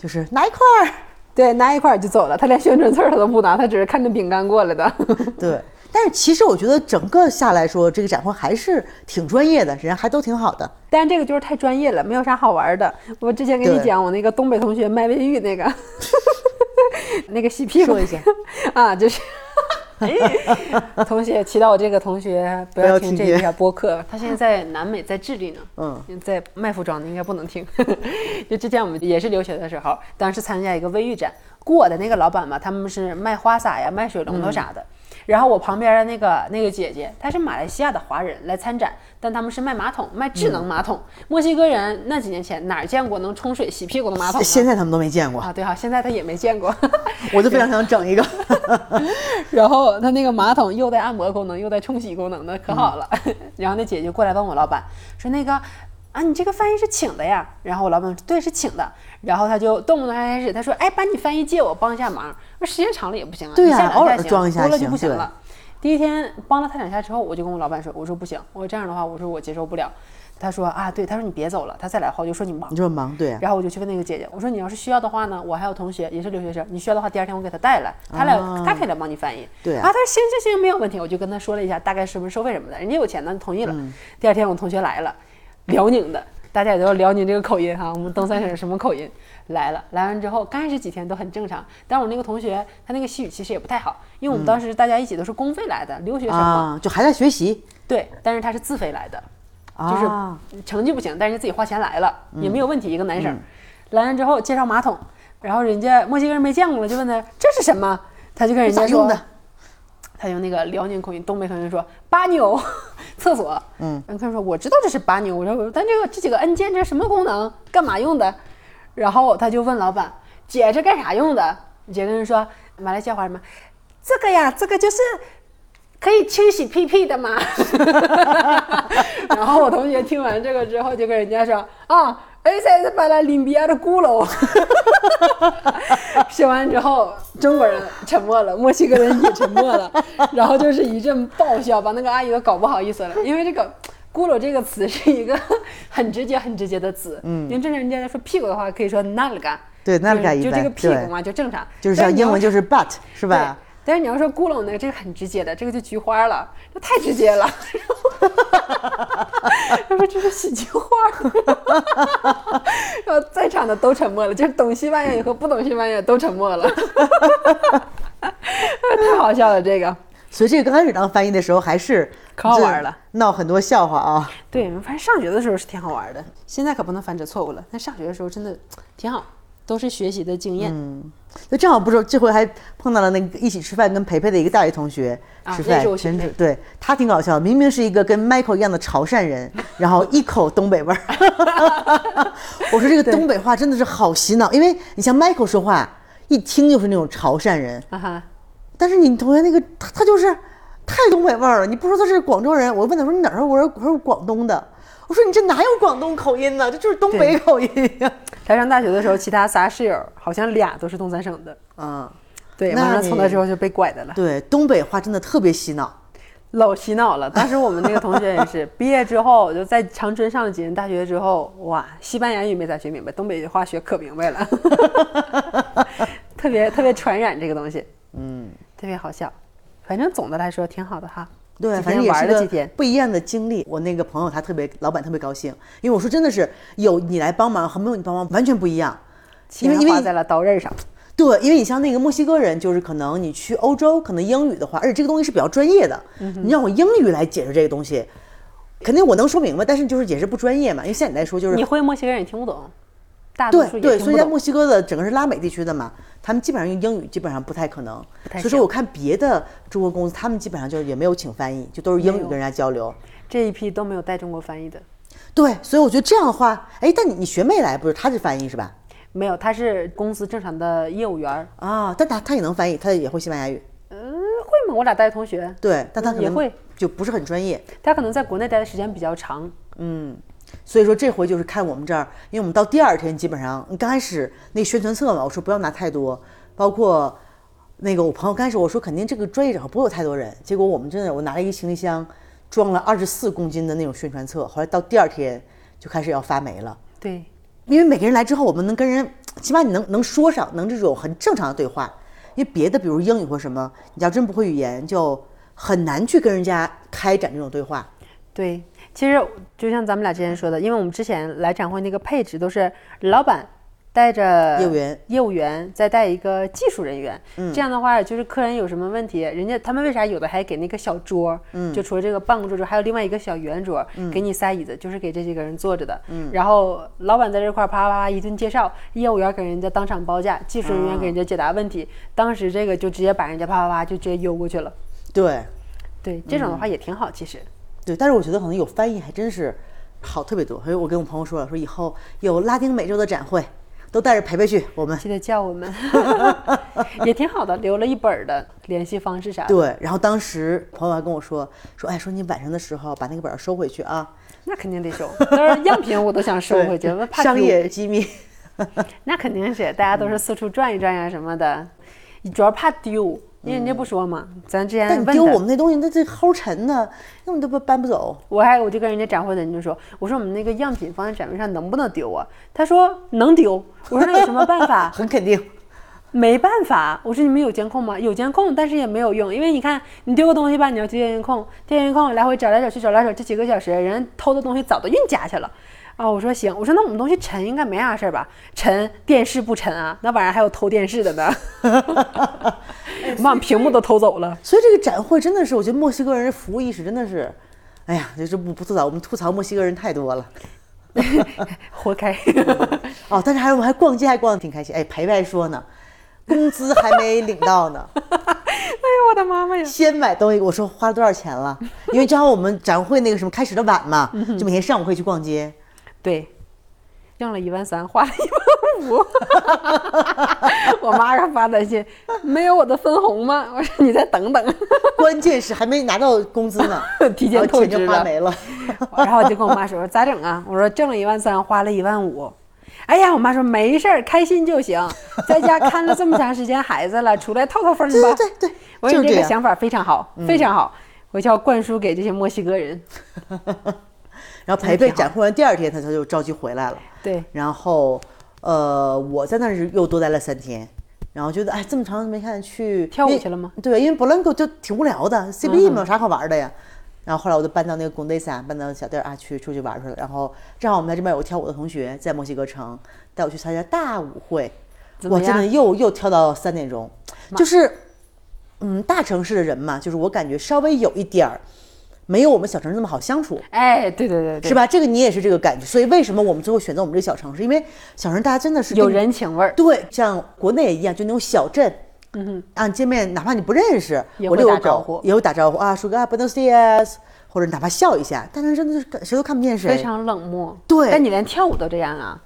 S1: 就是拿一块儿。
S2: 对，拿一块儿就走了，他连宣传册儿他都不拿，他只是看着饼干过来的。
S1: 对，但是其实我觉得整个下来说，这个展会还是挺专业的，人还都挺好的。
S2: 但这个就是太专业了，没有啥好玩儿的。我之前跟你
S1: 对
S2: 讲，我那个东北同学卖卫浴那个， 那个洗屁股
S1: 说一下
S2: 啊，就是 同学祈祷我这个同学不
S1: 不
S2: 要
S1: 要
S2: 听
S1: 听
S2: 这
S1: 见
S2: 一条播客，他现在在南美，在智利呢，
S1: 嗯，
S2: 在卖服装的应该不能听。 就之前我们也是留学的时候，当时参加一个卫浴展，雇我的那个老板嘛，他们是卖花洒呀、卖水龙
S1: 嗯
S2: 头啥的。然后我旁边的那个那个姐姐，她是马来西亚的华人来参展，但他们是卖马桶，卖智
S1: 嗯
S2: 能马桶。墨西哥人那几年前哪儿见过能冲水洗屁股的马桶呢？
S1: 啊现在他们都没见过，
S2: 啊，对哈、现在他也没见过。
S1: 我就非常想整一个。
S2: 然后它那个马桶又带按摩功能，又带冲洗功能的，可好了。
S1: 嗯
S2: 然后那姐姐过来问我老板说：“那个啊，你这个翻译是请的呀？”然后我老板说：“对，是请的。”然后他就动不动开始他说：“哎，把你翻译借我帮一下忙。”我说时间长了也不行啊，
S1: 对
S2: 一
S1: 呀
S2: 下两下
S1: 偶尔
S2: 行
S1: 装一下
S2: 多了就
S1: 行
S2: 不行
S1: 对
S2: 了。第一天帮了他两下之后，我就跟我老板说：“我说不行，我说这样的话，我说我接受不了。”他说：“啊，对，他说你别走了，他再来的话我就说你 忙
S1: 你。”这么忙，对啊，
S2: 然后我就去问那个姐姐，我说你要是需要的话呢，我还有同学也是留学生，你需要的话，第二天我给他带来，他来、
S1: 啊
S2: 他可以来帮你翻译。
S1: 对
S2: 啊，
S1: 啊
S2: 他说行行行，没有问题。我就跟他说了一下大概什么收费什么的，人家有钱呢，同意了。
S1: 嗯
S2: 第二天我同学来了，辽宁的，大家也都是辽宁这个口音哈，我们登三省什么口音来了，来完之后刚开始几天都很正常，但我那个同学他那个西语其实也不太好，因为我们当时大家一起都是公费来的，留学生嘛，
S1: 啊，就还在学习，
S2: 对，但是他是自费来的。
S1: 啊嗯
S2: 就是成绩不行，但是自己花钱来了，也没有问题。一个男生来完之后介绍马桶，然后人家墨西哥人没见过了，就问他这是什么，他就跟人家
S1: 咋
S2: 说
S1: 用的，
S2: 他用那个辽宁口音、东北口音说“巴牛 厕所”，嗯，然后他说我知道这是巴牛，我说但这个这几个按键这是什么功能，干嘛用的？然后他就问老板：“姐，这干啥用的？”姐跟人说：“马来西亚话什么？这个呀，这个就是可以清洗屁屁的嘛。” 然后我同学听完这个之后，就跟人家说：“啊。” esa es para limpiar culo 说哦完之后，中国人沉默了，墨西哥人也沉默了， 然后就是一阵爆笑，把那个阿姨都搞不好意思了，因为这个“咕噜”这个词是一个很直接、很直接的词。嗯，因为正常人家说屁股的话，可以说 nalga，
S1: 对
S2: 就是
S1: nalga 一
S2: 就
S1: 般
S2: 这个屁股
S1: 对
S2: 嘛，就正常。
S1: 就是
S2: 但
S1: 像
S2: 你要
S1: 英文就是 but 是吧？
S2: 对但是你要说咕噜呢，这个很直接的，这个就菊花了，这太直接 了。他说这是喜菊花，然后在场的都沉默了，就是懂西班牙语和不懂西班牙语都沉默了，太好笑了这个。
S1: 所以这个刚开始当翻译的时候还是
S2: 可好玩了，
S1: 闹很多笑话啊。
S2: 对，反正上学的时候是挺好玩的，现在可不能犯这错误了。但上学的时候真的挺好，都是学习的经验。
S1: 就正好不是这回还碰到了那个一起吃饭跟培培的一个大学同学
S2: 啊
S1: 吃
S2: 认
S1: 饭，
S2: 识我学
S1: 真
S2: 妹
S1: 是对他挺搞笑，明明是一个跟 Michael 一样的潮汕人，然后一口东北味儿。 我说这个东北话真的是好洗脑，因为你像 Michael 说话，一听就是那种潮汕人，
S2: 啊哈，
S1: 但是你同学那个他他就是太东北味儿了，你不说他是广州人，我问他说你哪儿人？我说我说广东的。我说你这哪有广东口音呢？这就是东北
S2: 对
S1: 口音呀、
S2: 来上大学的时候，其他仨室友好像俩都是东三省的，
S1: 嗯，
S2: 对，
S1: 那
S2: 完了
S1: 你
S2: 从那之后就被拐的了。
S1: 对，东北话真的特别洗脑。
S2: 老洗脑了。当时我们那个同学也是，毕业之后就在长春上了几年大学之后，哇，西班牙语没咋学明白，东北话学可明白了， 特别特别传染这个东西，嗯，特别好笑。反正总的来说挺好的哈，
S1: 对，
S2: 几
S1: 反
S2: 天
S1: 正也
S2: 玩
S1: 是
S2: 了
S1: 个
S2: 几天
S1: 不一样的经历。我那个朋友他特别，老板特别高兴，因为我说真的是有你来帮忙和没有你帮忙完全不一样。因为
S2: 钱
S1: 因
S2: 花
S1: 为
S2: 在了刀刃上。
S1: 对，因为你像那个墨西哥人，就是可能你去欧洲，可能英语的话，而且这个东西是比较专业的，
S2: 嗯
S1: 你让我英语来解释这个东西，肯定我能说明白，但是就是解释不专业嘛。因为像你来说，就是
S2: 你会墨西哥人也听不懂，大多数
S1: 对对，
S2: 也听
S1: 所以
S2: 不
S1: 在
S2: 懂。
S1: 墨西哥的整个是拉美地区的嘛，他们基本上用英语基本上不太可能。
S2: 太
S1: 所以
S2: 行
S1: 说，我看别的中国公司，他们基本上就也没有请翻译，就都是英
S2: 没
S1: 语
S2: 有
S1: 跟人家交流。
S2: 这一批都没有带中国翻译的，
S1: 对，所以我觉得这样的话，哎，但你你学妹来不是她是翻译是吧？
S2: 没有，他是公司正常的业务员儿。
S1: 啊，但她她也能翻译，她也会西班牙语，
S2: 嗯，会吗？我俩带的同学，
S1: 对，但她可
S2: 嗯也
S1: 能
S2: 会
S1: 就不是很专业。
S2: 他可能在国内待的时间比较长，
S1: 所以说这回就是看我们这儿，因为我们到第二天基本上，刚开始那宣传册嘛，我说不要拿太多，包括那个我朋友刚开始我说肯定这个专业场合不会有太多人，结果我们真的我拿了一个行李箱，装了二十四公斤的那种宣传册，后来到第二天就开始要发霉了，
S2: 对，
S1: 因为每个人来之后，我们能跟人起码你能能说上，能这种很正常的对话，因为别的比如英语或什么，你要真不会语言就很难去跟人家开展这种对话。
S2: 对，其实就像咱们俩之前说的，因为我们之前来展会那个配置都是老板带着
S1: 业务员，嗯
S2: 业务员再带一个技术人员。这样的话，就是客人有什么问题，人家他们为啥有的还给那个小桌？嗯，就除了这个办公桌之外，还有另外一个小圆桌，
S1: 嗯
S2: 给你仨椅子，就是给这几个人坐着的。嗯，然后老板在这块儿啪啪啪一顿介绍，业务员给人家当场报价，技术人员给人家解答问
S1: 嗯
S2: 题。当时这个就直接把人家啪啪啪就直接悠过去了。
S1: 对，
S2: 对，这种的话也挺好，其实。
S1: 对，但是我觉得可能有翻译还真是好特别多。所以我跟我朋友说了，说以后有拉丁美洲的展会，都带着培培去。我们
S2: 记得叫 我们，也挺好的，留了一本儿的联系方式啥的，
S1: 对，然后当时朋友还跟我说，说哎，说你晚上的时候把那个本儿收回去啊，
S2: 那肯定得收。都是样品，我都想收回 去，我怕
S1: 商
S2: 丢
S1: 业机 密。
S2: 那肯定是，大家都是四处转一转呀什么的，主要怕丢，因为人家不说嘛。咱之
S1: 嗯
S2: 前
S1: 但你
S2: 问
S1: 丢
S2: 他
S1: 我们那东西，那这齁沉呢，那我们都不搬不走。
S2: 我还我就跟人家展会的人就说，我说我们那个样品放在展位上能不能丢啊？他说能丢。我说那有什么办法？
S1: 很肯定，
S2: 没办法，我说你们有监控吗？有监控，但是也没有用，因为你看你丢个东西吧，你要去调监控，调监控来回找来找去找来找去，这几个小时，人偷的东西早都运家去了。啊、我说行，我说那我们东西沉应该没啥事儿吧？沉电视不沉啊？那晚上还有偷电视的 呢，我把屏幕都偷走了。
S1: 所以这个展会真的是，我觉得墨西哥人的服务意识真的是，哎呀，就是不不吐槽，我们吐槽墨西哥人太多了。
S2: 活 该。哎
S1: 哦，但是还我们还逛街还逛的挺开心。哎，培培说呢，工资还没领到呢，
S2: 我的妈妈呀！
S1: 先买东西，我说花了多少钱了？ 因为正好我们展会那个什么开始的晚嘛，
S2: 嗯
S1: 就每天上午可以去逛街。
S2: 对，用了一万三，花了一万五。 我妈让发短信，没有我的分红吗？我说你再等等。，
S1: 关键是还没拿到工资呢
S2: 提
S1: 然
S2: 前
S1: 后钱
S2: 透支
S1: 就花
S2: 了
S1: 没了。
S2: 然后我就跟我妈说：“咋整啊？”我说：“挣了一万三，花了一万五。”哎呀，我妈说没事儿，开心就行。在家看了这么长时间孩子了，出来透透风吧。
S1: 对对对
S2: 我
S1: 就
S2: 说
S1: 是
S2: 你
S1: 这
S2: 这个
S1: 样嗯
S2: 想法非常好，非常好，我就要灌输给这些墨西哥人。
S1: 然后 培培展会完第二天，他他就着急回来了。
S2: 对，
S1: 然后，呃，我在那儿是又多待了三天，然后觉得哎，这么长时间没看去
S2: 跳舞
S1: 因为
S2: 去了吗
S1: 对，因为 Blanco 就挺无聊的，CBD 没有啥好玩的呀。然后后来我就搬到那个 Condesa，搬到小店儿啊去出去玩去了。然后正好我们在这边有个跳舞的同学在墨西哥城带我去参加大舞会，
S2: 怎么
S1: 我真的
S2: 样
S1: 又又跳到三点钟，就是，嗯，大城市的人嘛，就是我感觉稍微有一点儿没有我们小城市那么好相处。
S2: 哎，对对对对，
S1: 是？吧？这个你也是这个感觉，所以为什么我们最后选择我们这个小城市？因为小城市大家真的是
S2: 有
S1: 跟
S2: 人情味儿。
S1: 对，像国内也一样，就那种小镇，嗯哼，啊，见面哪怕你不认识，
S2: 也
S1: 我
S2: 会
S1: 遛
S2: 打
S1: 个
S2: 招
S1: 狗
S2: 呼
S1: 也会打招呼啊，说个啊 Buenos dias，或者哪怕笑一下，但是真的是谁都看不见
S2: 非
S1: 谁。
S2: 常冷漠，
S1: 对
S2: 但你连跳舞都这样啊？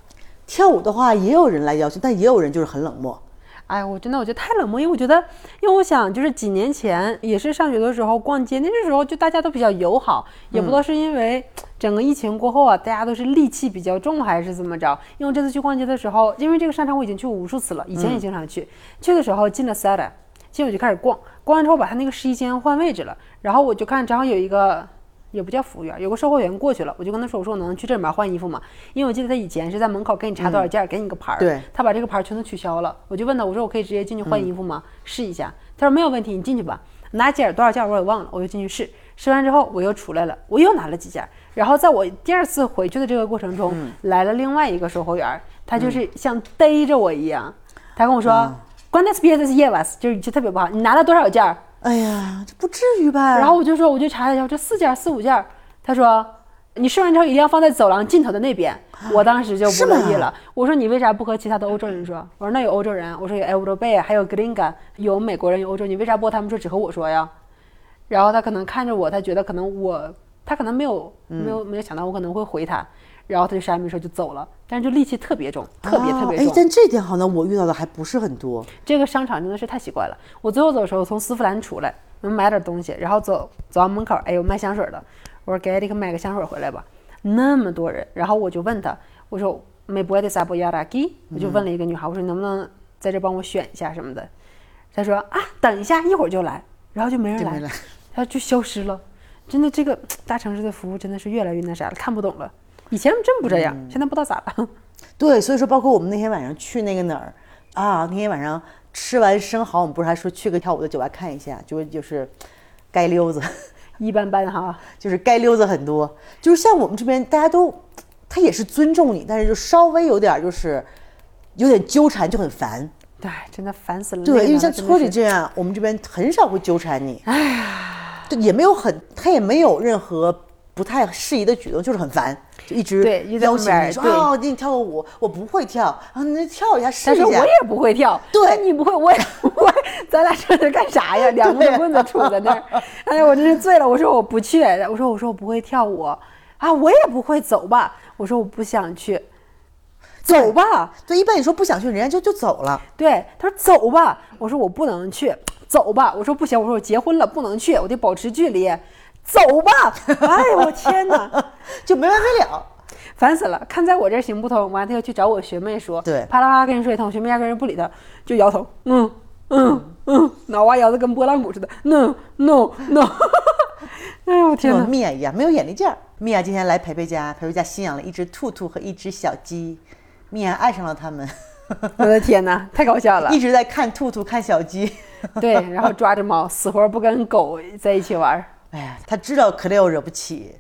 S1: 跳舞的话，也有人来邀请，但也有人就是很冷漠。
S2: 哎，我真的我觉得太冷漠，因为我觉得，因为我想就是几年前也是上学的时候逛街，那时候就大家都比较友好，也不知道是因为整个疫情过后啊，大家都是戾气比较重还是怎么着。因为我这次去逛街的时候，因为这个商场我已经去过无数次了，以前也经常去，去的时候进了 Sara，进我就开始逛，逛完之后把他那个试衣间换位置了，然后我就看正好有一个。也不叫服务员，有个售货员过去了，我就跟他说：“我说我能去这里面换衣服吗？因为我记得他以前是在门口给你查多少件儿，给你个牌儿，
S1: 对
S2: 他把这个牌儿全都取消了。我就问他，我说我可以直接进去换衣服吗？试一下。他说没有问题，你进去吧。哪件儿多少件儿我也忘了，我就进去试。吃完之后我又出来了，我又拿了几件儿。然后在我第二次回去的这个过程中，来了另外一个售货员儿，他就是像逮着我一样，他跟我说、关 u a n t a s piezas llevas？” 就是就特别不好，你拿了多少件儿？
S1: 哎呀，这不至于吧？
S2: 然后我就说，我就查了一下，我这四件儿四五件儿，他说你试完之后一定要放在走廊尽头的那边。我当时就不
S1: 是
S2: 乐意
S1: 吗
S2: 了，我说你为啥不和其他的欧洲人说？我说那有欧洲人，我说有 e u r o p e 还有 Gringa，有美国人，有欧洲，你为啥不和他们说，只和我说呀？然后他可能看着我，他觉得可能我，他可能没有
S1: 嗯
S2: 没有没有想到我可能会回他，然后他就啥也没说就走了，但是就戾气特别重，特别特别
S1: 哎
S2: 重。，
S1: 但这点好像我遇到的还不是很多。
S2: 这个商场真的是太奇怪了。我最后走的时候从丝芙兰出来，能买点东西，然后走走到门口，哎有卖香水的，我说给艾利克买个香水回来吧。那么多人，然后我就问他，我说 me puedes apoyar aquí？我就问了一个女孩，我说能不能在这帮我选一下什么的？她说啊，等一下，一会儿就来，然后就没人
S1: 就
S2: 来，
S1: 没来
S2: 她就消失了。真的，这个大城市的服务真的是越来越那啥了，看不懂了。以前真不这样，
S1: 嗯
S2: 现在不知道咋了。
S1: 对，所以说包括我们那天晚上去那个哪儿啊，那天晚上吃完生蚝，我们不是还说去个跳舞的酒吧看一下，就就是街溜子，
S2: 一般般哈，
S1: 就是街溜子很多，就是像我们这边大家都他也是尊重你，但是就稍微有点儿就是有点纠缠就很烦。
S2: 对，真的烦死了。那
S1: 对，
S2: 个
S1: 因为
S2: 男的
S1: 像
S2: 真的
S1: 村
S2: 是
S1: 里这样，我们这边很少会纠缠你。哎呀，对，也没有很，他也没有任何不太适宜的举动，就是很烦，就一直
S2: 对一直在
S1: 邀
S2: 旁
S1: 请
S2: 边
S1: 你说
S2: 对
S1: 啊，我给你跳个舞，我不会跳，啊，你跳一下试
S2: 他
S1: 一下。
S2: 说我也不会跳，
S1: 对
S2: 但你不 会，我也不会，咱俩这是干啥呀？两根棍子杵在那 儿，哎呀，我真是醉了。我说我不去，我说我说我不会跳舞，啊，我也不会，走吧。我说我不想去，走吧。
S1: 对，一般你说不想去，人家就就走了。
S2: 对，他说走吧，我说我不能去，走吧，我说不行，我说我结婚了不能去，我得保持距离，走 吧。哎呦我天哪！
S1: 就没完没了。
S2: 烦死了！看在我这儿行不通，完他又去找我学妹说，
S1: 对
S2: 啪啦啪啦跟人说一通，我学妹压根儿不理他，就摇头，嗯嗯嗯，脑瓜摇得跟拨浪鼓似的，no no no，哎呦我
S1: 就
S2: 天
S1: 跟
S2: 哪！
S1: 米娅一样，没有眼力劲儿。米娅今天来培培家，培培家新养了一只兔兔和一只小鸡，米娅爱上了它们，
S2: 我的天哪，太搞笑了
S1: 一！直在看兔兔看小鸡。
S2: 对，然后抓着猫，死活不跟狗在一起玩儿。
S1: 哎呀，他知道 Cleo 惹不起，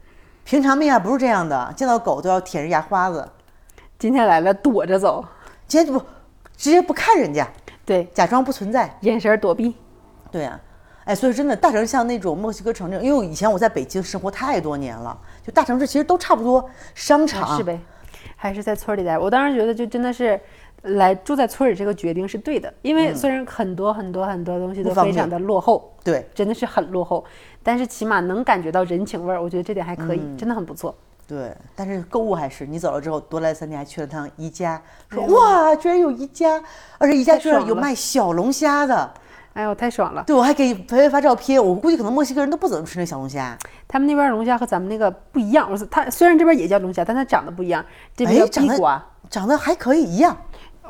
S1: 平常米娅不是这样的，见到狗都要舔着牙花子，
S2: 今天来了，躲着走，
S1: 今天不直接不看人家，
S2: 对，
S1: 假装不存在。
S2: 眼神儿躲避。
S1: 对呀、哎，所以真的大城市像那种墨西哥城这种，因为我以前我在北京生活太多年了，就大城市其实都差不多，商场、
S2: 啊是呗，还是在村儿里待着。我当时觉得，就真的是来住在村儿里这个决定是对的，因为虽然很多很多很多东西
S1: 不
S2: 都
S1: 方
S2: 非常
S1: 便
S2: 的落后，
S1: 对
S2: 真的是很落后，但是起码能感觉到人情味儿，我觉得这点还可以，
S1: 嗯
S2: 真的很不错。
S1: 对，但是购物还是你走了之后，多来三天还去了趟宜家，说哇，居然有宜家，而且宜家
S2: 太
S1: 居然
S2: 爽
S1: 有
S2: 了
S1: 卖小龙虾的，
S2: 哎呦，太爽了！
S1: 对我还给培培发照片，我估计可能墨西哥人都不怎么吃那小龙虾，
S2: 他们那边儿龙虾和咱们那个不一样，我说它虽然这边儿也叫龙虾，但它长得不一样，这
S1: 哎
S2: 边，叫
S1: 长
S2: 地瓜
S1: 得。长得还可以一样，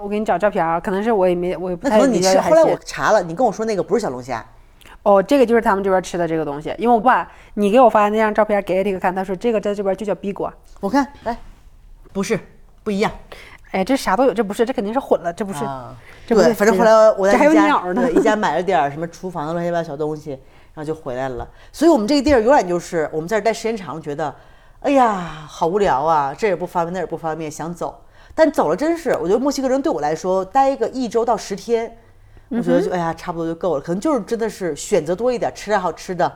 S2: 我给你找照片啊，可能是我也没，我也不
S1: 那
S2: 太
S1: 可能哦
S2: 理
S1: 你
S2: 解
S1: 吃，
S2: 还
S1: 后来
S2: 哎是
S1: 我查了，你跟我说那个不是小龙虾，
S2: 哦，这个就是他们这边吃的这个东西，因为我爸你给我发那张照片给这个看，他说这个在这边就叫啊逼瓜，
S1: 我看来哎不是不一样，
S2: 哎，这啥都有，这不是，这肯定是混了，这不是，这不
S1: 啊对，
S2: 是。
S1: 反正
S2: 这
S1: 后来我在
S2: 这还有
S1: 宜
S2: 鸟
S1: 家
S2: 呢，
S1: 对宜家买了点儿什么厨房的乱七八糟小东西，然后就回来了。所以我们这个地儿永远就是我们在这儿待时间长了，觉得哎呀好无聊啊，这儿也不方便，那儿也不方便，想走。但走了真是，我觉得墨西哥人对我来说待个一周到十天，我觉得就哎呀差不多就够了。可能就是真的是选择多一点，吃点好吃的。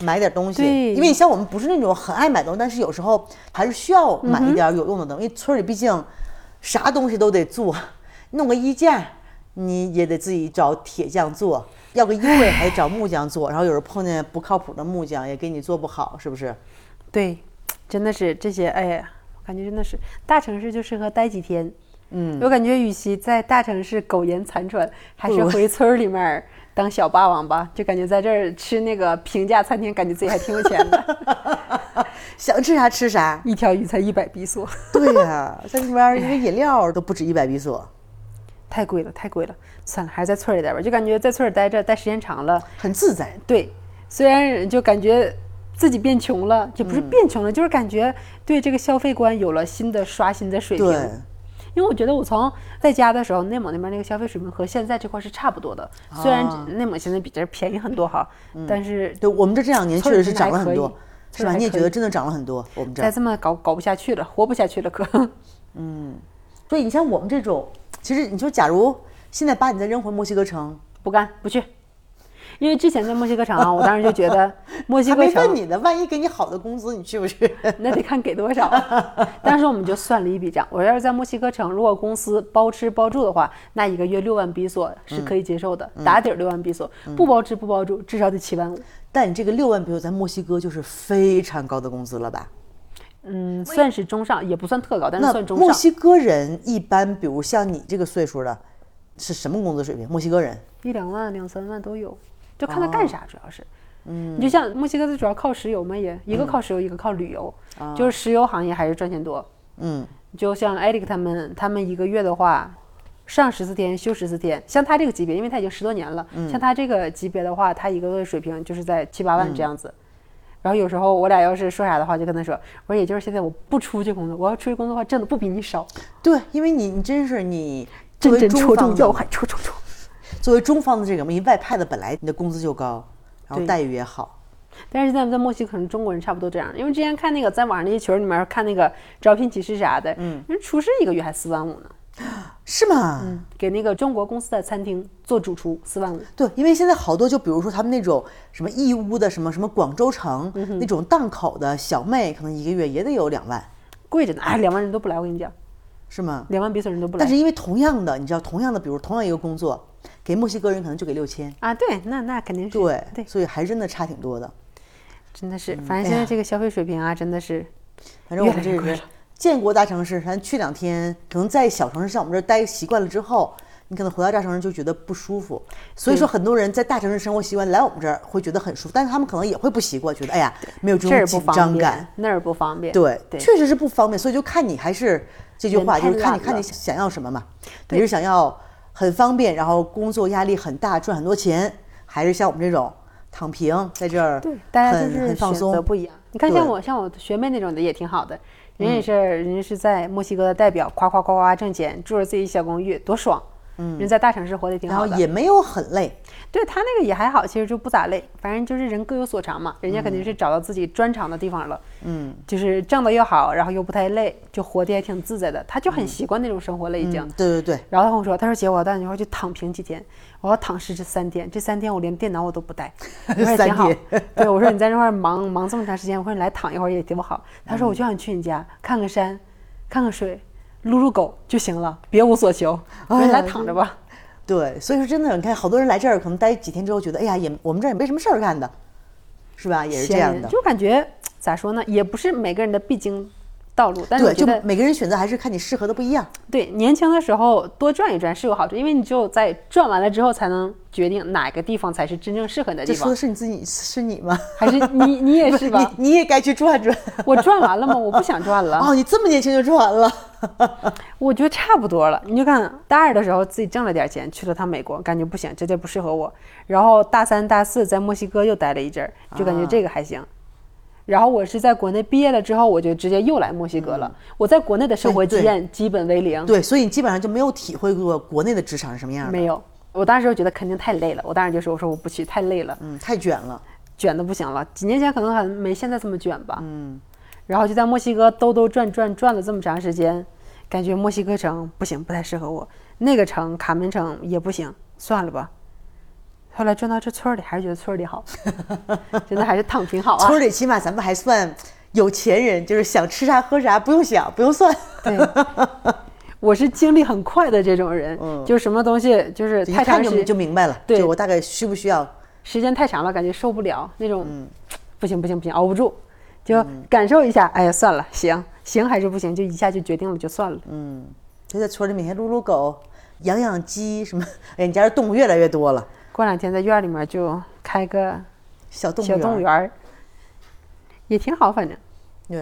S1: 买点东西，
S2: 对
S1: 因为你像我们不是那种很爱买东西，但是有时候还是需要买一点有用的东西。因为村里毕竟啥东西都得做，弄个衣架你也得自己找铁匠做，要个衣柜还得找木匠做，然后有时候碰见不靠谱的木匠也给你做不好，是不是？
S2: 对，真的是这些，哎呀，我感觉真的是大城市就适合待几天。嗯，我感觉与其在大城市苟延残喘，还是
S1: 不如
S2: 回村儿里面儿当小霸王吧。就感觉在这儿吃那个平价餐厅，感觉自己还挺有钱 的，
S1: 想吃啥吃啥。
S2: 一条鱼才一百比索，
S1: 对呀、在那边儿一个饮料都不止一百比索，
S2: 太贵了，太贵了。算了，还是在村儿里待吧。就感觉在村儿里待着待时间长了，
S1: 很自在。
S2: 对，虽然就感觉自己变穷嗯了，也不是变穷了，就是感觉对这个消费观有了新的刷新的水平
S1: 对。
S2: 因为我觉得我从在家的时候，内蒙那边那个消费水平和现在这块是差不多的，虽然
S1: 啊
S2: 内蒙现在比这儿便宜很多哈，
S1: 嗯
S2: 但是
S1: 对，我们这这两年确
S2: 村儿
S1: 实是
S2: 真的还
S1: 涨了很
S2: 可以
S1: 多，是
S2: 村
S1: 吧？
S2: 儿还
S1: 你也
S2: 可
S1: 觉得
S2: 以
S1: 真的涨了很多，我们这儿
S2: 再。这么搞搞不下去了，活不下去了可。
S1: 所以你像我们这种，其实你说，假如现在把你再扔回墨西哥城，
S2: 不干不去，因为之前在墨西哥城啊，我当时就觉得墨西
S1: 还
S2: 哥
S1: 没问
S2: 城
S1: 你呢，万一给你好的工资，你去不去？
S2: 那得看给多少。当时我们就算了一笔账，我要是在墨西哥城，如果公司包吃包住的话，那一个月六万比索是
S1: 嗯
S2: 可以接受的，打底儿六万比索，不包吃不包住，至少得七万五。
S1: 但你这个六万比如在墨西哥就是非常高的工资了吧？
S2: 嗯，算是中上，也不算特高，但是
S1: 那
S2: 算中
S1: 墨
S2: 上。
S1: 西哥人一般，比如像你这个岁数的，是什么工资水平？墨西哥人
S2: 一两万、两三万都有，就看他干啥，主要是。嗯，你就像墨西哥，它主要靠石油嘛，也一个靠石油，一个靠旅游，就是石油行业还是赚钱多。
S1: 嗯，
S2: 就像艾利克他们，他们一个月的话，上十四天休十四天，像他这个级别，因为他已经十多年了，像他这个级别的话，他一个月水平就是在七八万这样子。然后有时候我俩要是说啥的话，就跟他说，我说也就是现在我不出去工作，我要出去工作的话，挣的不比你少，
S1: 对，因为你你真是你作
S2: 真
S1: 为
S2: 真
S1: 中
S2: 戳
S1: 方
S2: 中
S1: 的
S2: 要
S1: 嘛
S2: 害，戳戳戳。
S1: 作为中方的这个嘛，你外派的本来你的工资就高，然后
S2: 对
S1: 待遇也好，
S2: 但是在在墨西哥，可能中国人差不多这样，因为之前看那个在网上那些群里面看那个招聘启事啥的，嗯，人厨师一个月还四万五呢，
S1: 是吗？
S2: 给那个中国公司的餐厅做主厨四万五，
S1: 对，因为现在好多就比如说他们那种什么义乌的什么什么广州城、
S2: 嗯
S1: 那种档口的小妹，可能一个月也得有两万，
S2: 贵着呢，哎，两万人都不来，我跟你讲，
S1: 是吗？
S2: 两万比索人都不来。
S1: 但是因为同样的，你知道，同样的，比如同样一个工作，给墨西哥人可能就给六千，
S2: 啊，对，那那肯定是
S1: 对，
S2: 对，
S1: 所以还真的差挺多的。
S2: 真的是，反正
S1: 哎
S2: 现
S1: 呀
S2: 在这个消费水平啊，真的是
S1: 反正我们
S2: 越来
S1: 这
S2: 越贵
S1: 是
S2: 了
S1: 建国大城市，咱去两天，可能在小城市像我们这儿待习惯了之后，你可能回到大城市就觉得不舒服。所以说，很多人在大城市生活习惯，来我们这儿会觉得很舒服，但是他们可能也会不习惯，觉得哎呀，没有这
S2: 这儿
S1: 种
S2: 不
S1: 紧
S2: 方
S1: 张感
S2: 便。，那儿不方便。
S1: 对，
S2: 对，
S1: 确实是不方便，所以就看你还是这句
S2: 人
S1: 话，
S2: 太
S1: 就是看你
S2: 懒
S1: 看你
S2: 了
S1: 想要什么嘛。你是想要很方便，然后工作压力很大，赚很多钱，还是像我们这种躺平在这儿
S2: 对
S1: 很，
S2: 大家就是
S1: 很
S2: 选
S1: 放
S2: 择
S1: 松？
S2: 不一样。你看，像
S1: 对嗯
S2: 我像我学妹那种的也挺好的，人也是、人家是在墨西哥的代表，夸夸夸夸挣钱，住着自己小公寓，多爽。嗯，人在大城市活得挺
S1: 然
S2: 好
S1: 后
S2: 的，
S1: 也没有很累，
S2: 对他那个也还好，其实就不咋累，反正就是人各有所长嘛，人家肯定是
S1: 嗯
S2: 找到自己专长的地方了，嗯，就是挣的又好，然后又不太累，就活得也挺自在的，他就很习惯那种生活了已经。
S1: 嗯，对对对，
S2: 然后他跟我说，他说姐，我要带你一会儿去躺平几天，我要躺尸这三天，这三天我连电脑我都 不带，我说也挺好
S1: 三。
S2: 对，我说你在这块儿忙忙这么长时间，我说你来躺一会儿也挺好。他
S1: 嗯
S2: 说我就想去你家看个山，看个水，撸撸狗就行了，别无所求。
S1: 哎
S2: 我说你来躺着吧。
S1: 对，所以说真的，你看好多人来这儿，可能待几天之后觉得，哎呀，也我们这儿也没什么事儿干的，是吧？也是这
S2: 闲
S1: 样
S2: 人
S1: 的。
S2: 就感觉咋说呢，也不是每个人的必经道路，但是我
S1: 对，
S2: 觉
S1: 就
S2: 得
S1: 每个人选择还是看你适合的不一样。
S2: 对年轻的时候多转一转是有好处，因为你只有在转完了之后，才能决定哪个地方才是真正适合你的
S1: 这
S2: 地
S1: 说的
S2: 方。
S1: 是你自己，是你吗？
S2: 还是你你也是 吧？
S1: 你你也该去转转。
S2: 我赚完了吗？我不想赚了，
S1: 哦，你这么年轻就转了。
S2: 我觉得差不多了。你就看大二的时候自己挣了点钱，去了趟美国，感觉不行，这地儿不适合我。然后大三、大四在墨西哥又待了一阵儿，就感
S1: 啊
S2: 觉这个还行。然后我是在国内毕业了之后，我就直接又来墨西哥了。我在国内的生活
S1: 嗯对
S2: 经
S1: 对
S2: 验基本为零，
S1: 对，所以你基本上就没有体会过国内的职场是什么样的。
S2: 嗯没有。我当时就觉得肯定太累了，我当时就说：“我说我不去，太累了。”
S1: 嗯，太卷了。
S2: 卷的不行了。几年前可能还没现在这么卷吧。嗯，然后就在墨西哥兜兜转转转了这么长时间，感觉墨西哥城不行，不太适合我。那个城卡门城也不行，算了吧。后来转到这村儿里，还是觉得村儿 里好，真的还是躺平好啊。
S1: 村儿里起码咱们还算有钱人，就是想吃啥喝啥不用想，不用算，
S2: 对， 我是经历很快的这种人，就什么东西就是
S1: 一
S2: 太
S1: 看
S2: 长
S1: 嗯就
S2: 时
S1: 就
S2: 间，
S1: 明白了。
S2: 对
S1: 就我大概需不需要？
S2: 时间太长了，感觉受不了那种，
S1: 嗯
S2: 不行不行不行，熬不住，就感受一下。哎呀，算了，行行还是不行，就一下就决定了，就算了。
S1: 嗯就在村儿里每天撸撸狗，养养鸡什么。哎，你家这动物越来越多了，
S2: 过两天在院儿里面就开个
S1: 小动物
S2: 小
S1: 园。
S2: 动物园儿，也挺好，反正
S1: 对。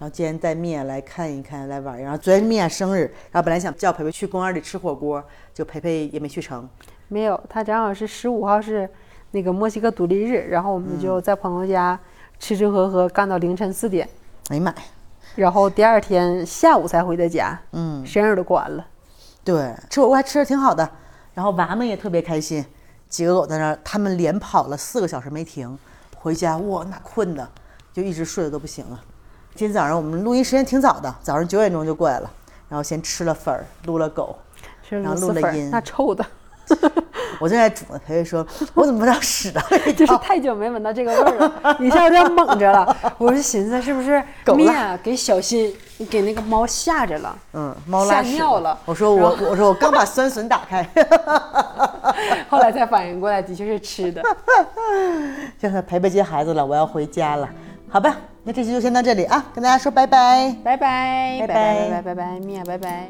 S1: 然后今天带米娅来看一看，来玩儿。然后昨天米娅生日，然后本来想叫培培去公园里吃火锅，就培培也没去成。
S2: 没有。他正好是十五号是那个墨西哥独立日，然后我们就在朋友家吃吃喝喝干到凌晨四点。
S1: 哎呀妈呀！
S2: 然后第二天下午才回的家，
S1: 嗯，
S2: 生日都过完了。
S1: 对，吃火锅还吃的挺好的，然后娃们也特别开心，几个狗在那儿，他们连跑了四个小时没停，回家哇那困的，就一直睡得都不行了。今天早上我们录音时间挺早的，早上九点钟就过来了，然后先吃了粉儿，撸了 狗，
S2: 吃
S1: 然后
S2: 螺
S1: 录
S2: 蛳
S1: 了
S2: 粉儿
S1: 音
S2: 那臭的，
S1: 我正在煮呢，他就说，我怎么闻到屎的味
S2: 就是
S1: 道？
S2: 太久没闻到这个味儿了，一下有点蒙着了。我就寻思是不是
S1: 狗
S2: 米
S1: 拉
S2: 娅给小新给那个猫吓着了，
S1: 嗯，猫拉
S2: 吓
S1: 屎
S2: 尿了
S1: 我说我我说我刚把酸笋打开，
S2: 后来才反应过来的确是吃的。
S1: 叫他陪陪接孩子了，我要回家了。好吧，那这期就先到这里啊，跟大家说拜拜。
S2: 拜拜，
S1: 拜
S2: 拜拜，
S1: 拜
S2: 拜拜，拜拜，米娅，拜拜。